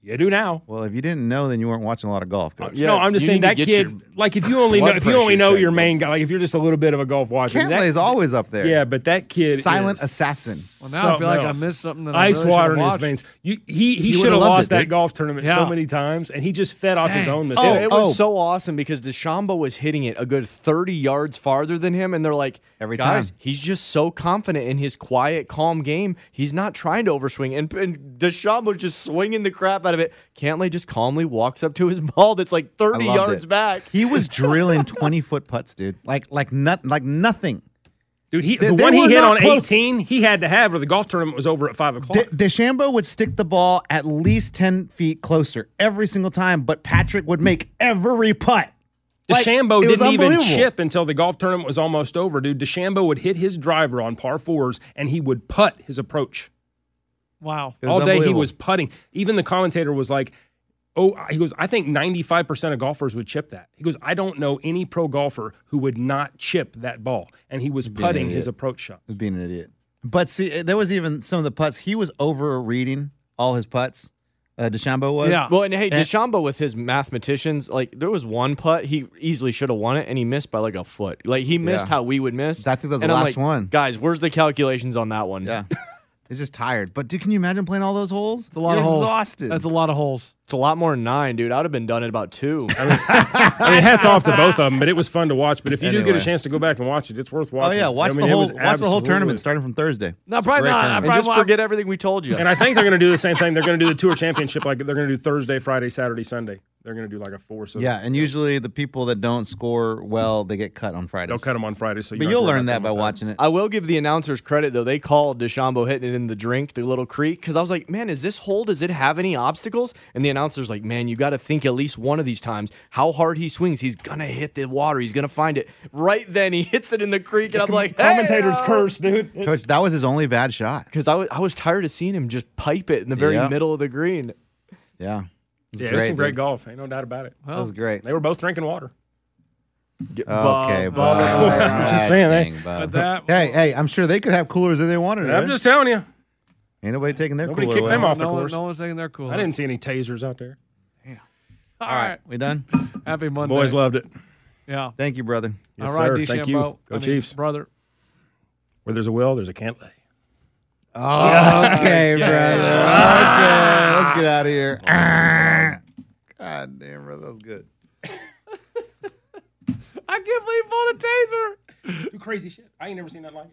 Speaker 5: you do now.
Speaker 2: Well, if you didn't know, then you weren't watching a lot of golf. Coach.
Speaker 4: Yeah,
Speaker 5: no, I'm just
Speaker 4: you
Speaker 5: saying
Speaker 4: need to get
Speaker 5: that kid.
Speaker 4: your
Speaker 5: Like, if you only know,
Speaker 4: blood
Speaker 5: if you only
Speaker 4: pressure
Speaker 5: know
Speaker 4: checked,
Speaker 5: your
Speaker 4: bro.
Speaker 5: main guy, like if you're just a little bit of a golf watcher,
Speaker 2: Cantlay
Speaker 5: that-
Speaker 2: is always up there.
Speaker 5: Yeah, but that kid,
Speaker 2: Silent
Speaker 5: is
Speaker 2: assassin.
Speaker 3: Well, now I feel like
Speaker 5: something
Speaker 3: I
Speaker 5: else.
Speaker 3: missed something that I
Speaker 5: Ice
Speaker 3: really
Speaker 5: water
Speaker 3: should've
Speaker 5: in his
Speaker 3: watched.
Speaker 5: veins. You, he he
Speaker 2: You
Speaker 5: should
Speaker 2: would've
Speaker 5: have
Speaker 2: loved
Speaker 5: lost
Speaker 2: it,
Speaker 5: that
Speaker 2: dude.
Speaker 5: golf tournament
Speaker 3: Yeah.
Speaker 5: so many times, and he just fed off his
Speaker 3: Dang.
Speaker 5: own
Speaker 4: Dude,
Speaker 5: mistakes.
Speaker 2: Oh,
Speaker 4: it
Speaker 2: oh.
Speaker 4: was so awesome because Deshamba was hitting it a good 30 yards farther than him, and they're like,
Speaker 2: Every
Speaker 4: guys,
Speaker 2: time.
Speaker 4: he's just so confident in his quiet, calm game. He's not trying to overswing, and, and Deshamba's just swinging the crap out of it. Cantley just calmly walks up to his *laughs* ball that's like 30
Speaker 2: loved
Speaker 4: yards
Speaker 2: it.
Speaker 4: back.
Speaker 5: *laughs*
Speaker 2: He was drilling 20 foot putts, dude. Like like not like nothing.
Speaker 5: Dude, he,
Speaker 2: They-
Speaker 5: the
Speaker 2: they
Speaker 5: one
Speaker 2: were
Speaker 5: he hit
Speaker 2: not
Speaker 5: on
Speaker 2: close.
Speaker 5: 18, he had to have, or the golf tournament was over at five o'clock.
Speaker 2: De- DeChambeau would stick the ball at least 10 feet closer every single time, but Patrick would make every putt. Like,
Speaker 5: DeChambeau
Speaker 2: it was
Speaker 5: didn't even
Speaker 2: unbelievable.
Speaker 5: chip until the golf tournament was almost over, dude. DeChambeau would hit his driver on par fours and he would putt his approach.
Speaker 3: Wow.
Speaker 4: It was
Speaker 5: All day he
Speaker 4: unbelievable.
Speaker 5: was putting. Even the commentator was like, "Oh, he goes, I think 95% of golfers would chip that." He goes, "I don't know any pro golfer who would not chip that ball." And he was
Speaker 2: an
Speaker 5: putting
Speaker 2: idiot.
Speaker 5: his approach shot.
Speaker 2: He was being an idiot. But see, eh, there was even some of the putts. He was over reading all his putts. Uh, DeChambeau was.
Speaker 3: Yeah.
Speaker 4: Well, and hey,
Speaker 2: And-
Speaker 4: Deshamba with his mathematicians, like there was one putt he easily should have won it, and he missed by like a foot. Like he missed
Speaker 2: Yeah.
Speaker 4: how we would miss.
Speaker 2: I think that was the
Speaker 4: And I'm
Speaker 2: last
Speaker 4: like,
Speaker 2: one.
Speaker 4: Guys, where's the calculations on that one? *laughs*
Speaker 2: Yeah. *laughs* He's just tired. But dude, can you imagine playing all those holes?
Speaker 3: It's a lot
Speaker 2: You're
Speaker 3: of holes.
Speaker 2: exhausted.
Speaker 3: That's a lot of holes.
Speaker 4: It's a lot more than nine, dude. I'd have been done at about two.
Speaker 5: I mean, hats off to both of them, but it was fun to watch. But if you do get
Speaker 2: Anyway.
Speaker 5: a chance to go back and watch it, it's worth
Speaker 2: Oh
Speaker 5: watching.
Speaker 2: yeah,
Speaker 5: I
Speaker 2: watch
Speaker 5: mean,
Speaker 2: the
Speaker 5: it
Speaker 2: whole
Speaker 5: was
Speaker 2: watch the whole tournament
Speaker 5: absolutely-
Speaker 2: starting from Thursday.
Speaker 3: No, probably
Speaker 2: Great
Speaker 3: not. I
Speaker 2: tournament.
Speaker 4: and
Speaker 3: probably
Speaker 4: just
Speaker 3: won't-
Speaker 4: forget everything we told you.
Speaker 5: And I think they're going to do the same thing. They're going to do the tour championship like they're going to do Thursday, Friday, Saturday, Sunday. They're going to do like a four. So
Speaker 2: Yeah, and usually the people that don't score well, they get cut on Fridays.
Speaker 5: they'll cut them on Friday. So you
Speaker 2: But
Speaker 5: don't have
Speaker 2: you'll
Speaker 5: to worry
Speaker 2: learn
Speaker 5: about
Speaker 2: that by
Speaker 5: on Saturday.
Speaker 2: watching it.
Speaker 4: I will give the announcers credit though. They called Deshambo hitting it in the drink, the little creek, because I was like, "Man, is this hole? Does it have any obstacles?" And the announcers like, "Man, you got to think at least one of these times how hard he swings. He's gonna hit the water. He's gonna find it." Right then, he hits it in the creek, and I'm like, uh,
Speaker 5: Commentators curse, dude.
Speaker 2: Coach, that was his only bad shot.
Speaker 4: Because I was I was tired of seeing him just pipe it in the very
Speaker 2: Yeah.
Speaker 4: middle of the green.
Speaker 2: Yeah. It was
Speaker 5: Yeah, it was some great
Speaker 2: dude.
Speaker 5: golf. Ain't no doubt about it.
Speaker 2: That was great.
Speaker 5: They were both drinking water.
Speaker 2: Okay,
Speaker 4: Bub-
Speaker 2: Bub.
Speaker 5: *laughs* I'm just saying, eh?
Speaker 2: Dang, Bub.
Speaker 3: But that-
Speaker 2: hey, hey, I'm sure they could have coolers if they wanted.
Speaker 5: I'm
Speaker 2: eh?
Speaker 5: just telling you.
Speaker 2: Ain't nobody taking their
Speaker 5: Nobody
Speaker 2: cooler
Speaker 5: kicked
Speaker 2: away.
Speaker 5: them off the
Speaker 3: no, one-
Speaker 5: course.
Speaker 3: no one's taking their cool.
Speaker 5: I didn't see any tasers out there.
Speaker 3: All right.
Speaker 2: We done?
Speaker 3: *laughs* Happy Monday.
Speaker 5: Boys loved it.
Speaker 3: Yeah.
Speaker 2: Thank you, brother.
Speaker 5: Yes,
Speaker 3: All right,
Speaker 5: sir. Thank you.
Speaker 3: DeChambeau.
Speaker 5: Go
Speaker 3: I mean,
Speaker 5: Chiefs.
Speaker 3: brother.
Speaker 5: Where there's a will, there's a Cantlay.
Speaker 2: Oh,
Speaker 5: *laughs*
Speaker 2: Okay, brother. Okay, let's get out of here. God damn, brother, that was good.
Speaker 3: I can't believe on a taser.
Speaker 5: Do crazy shit. I ain't never seen that like it.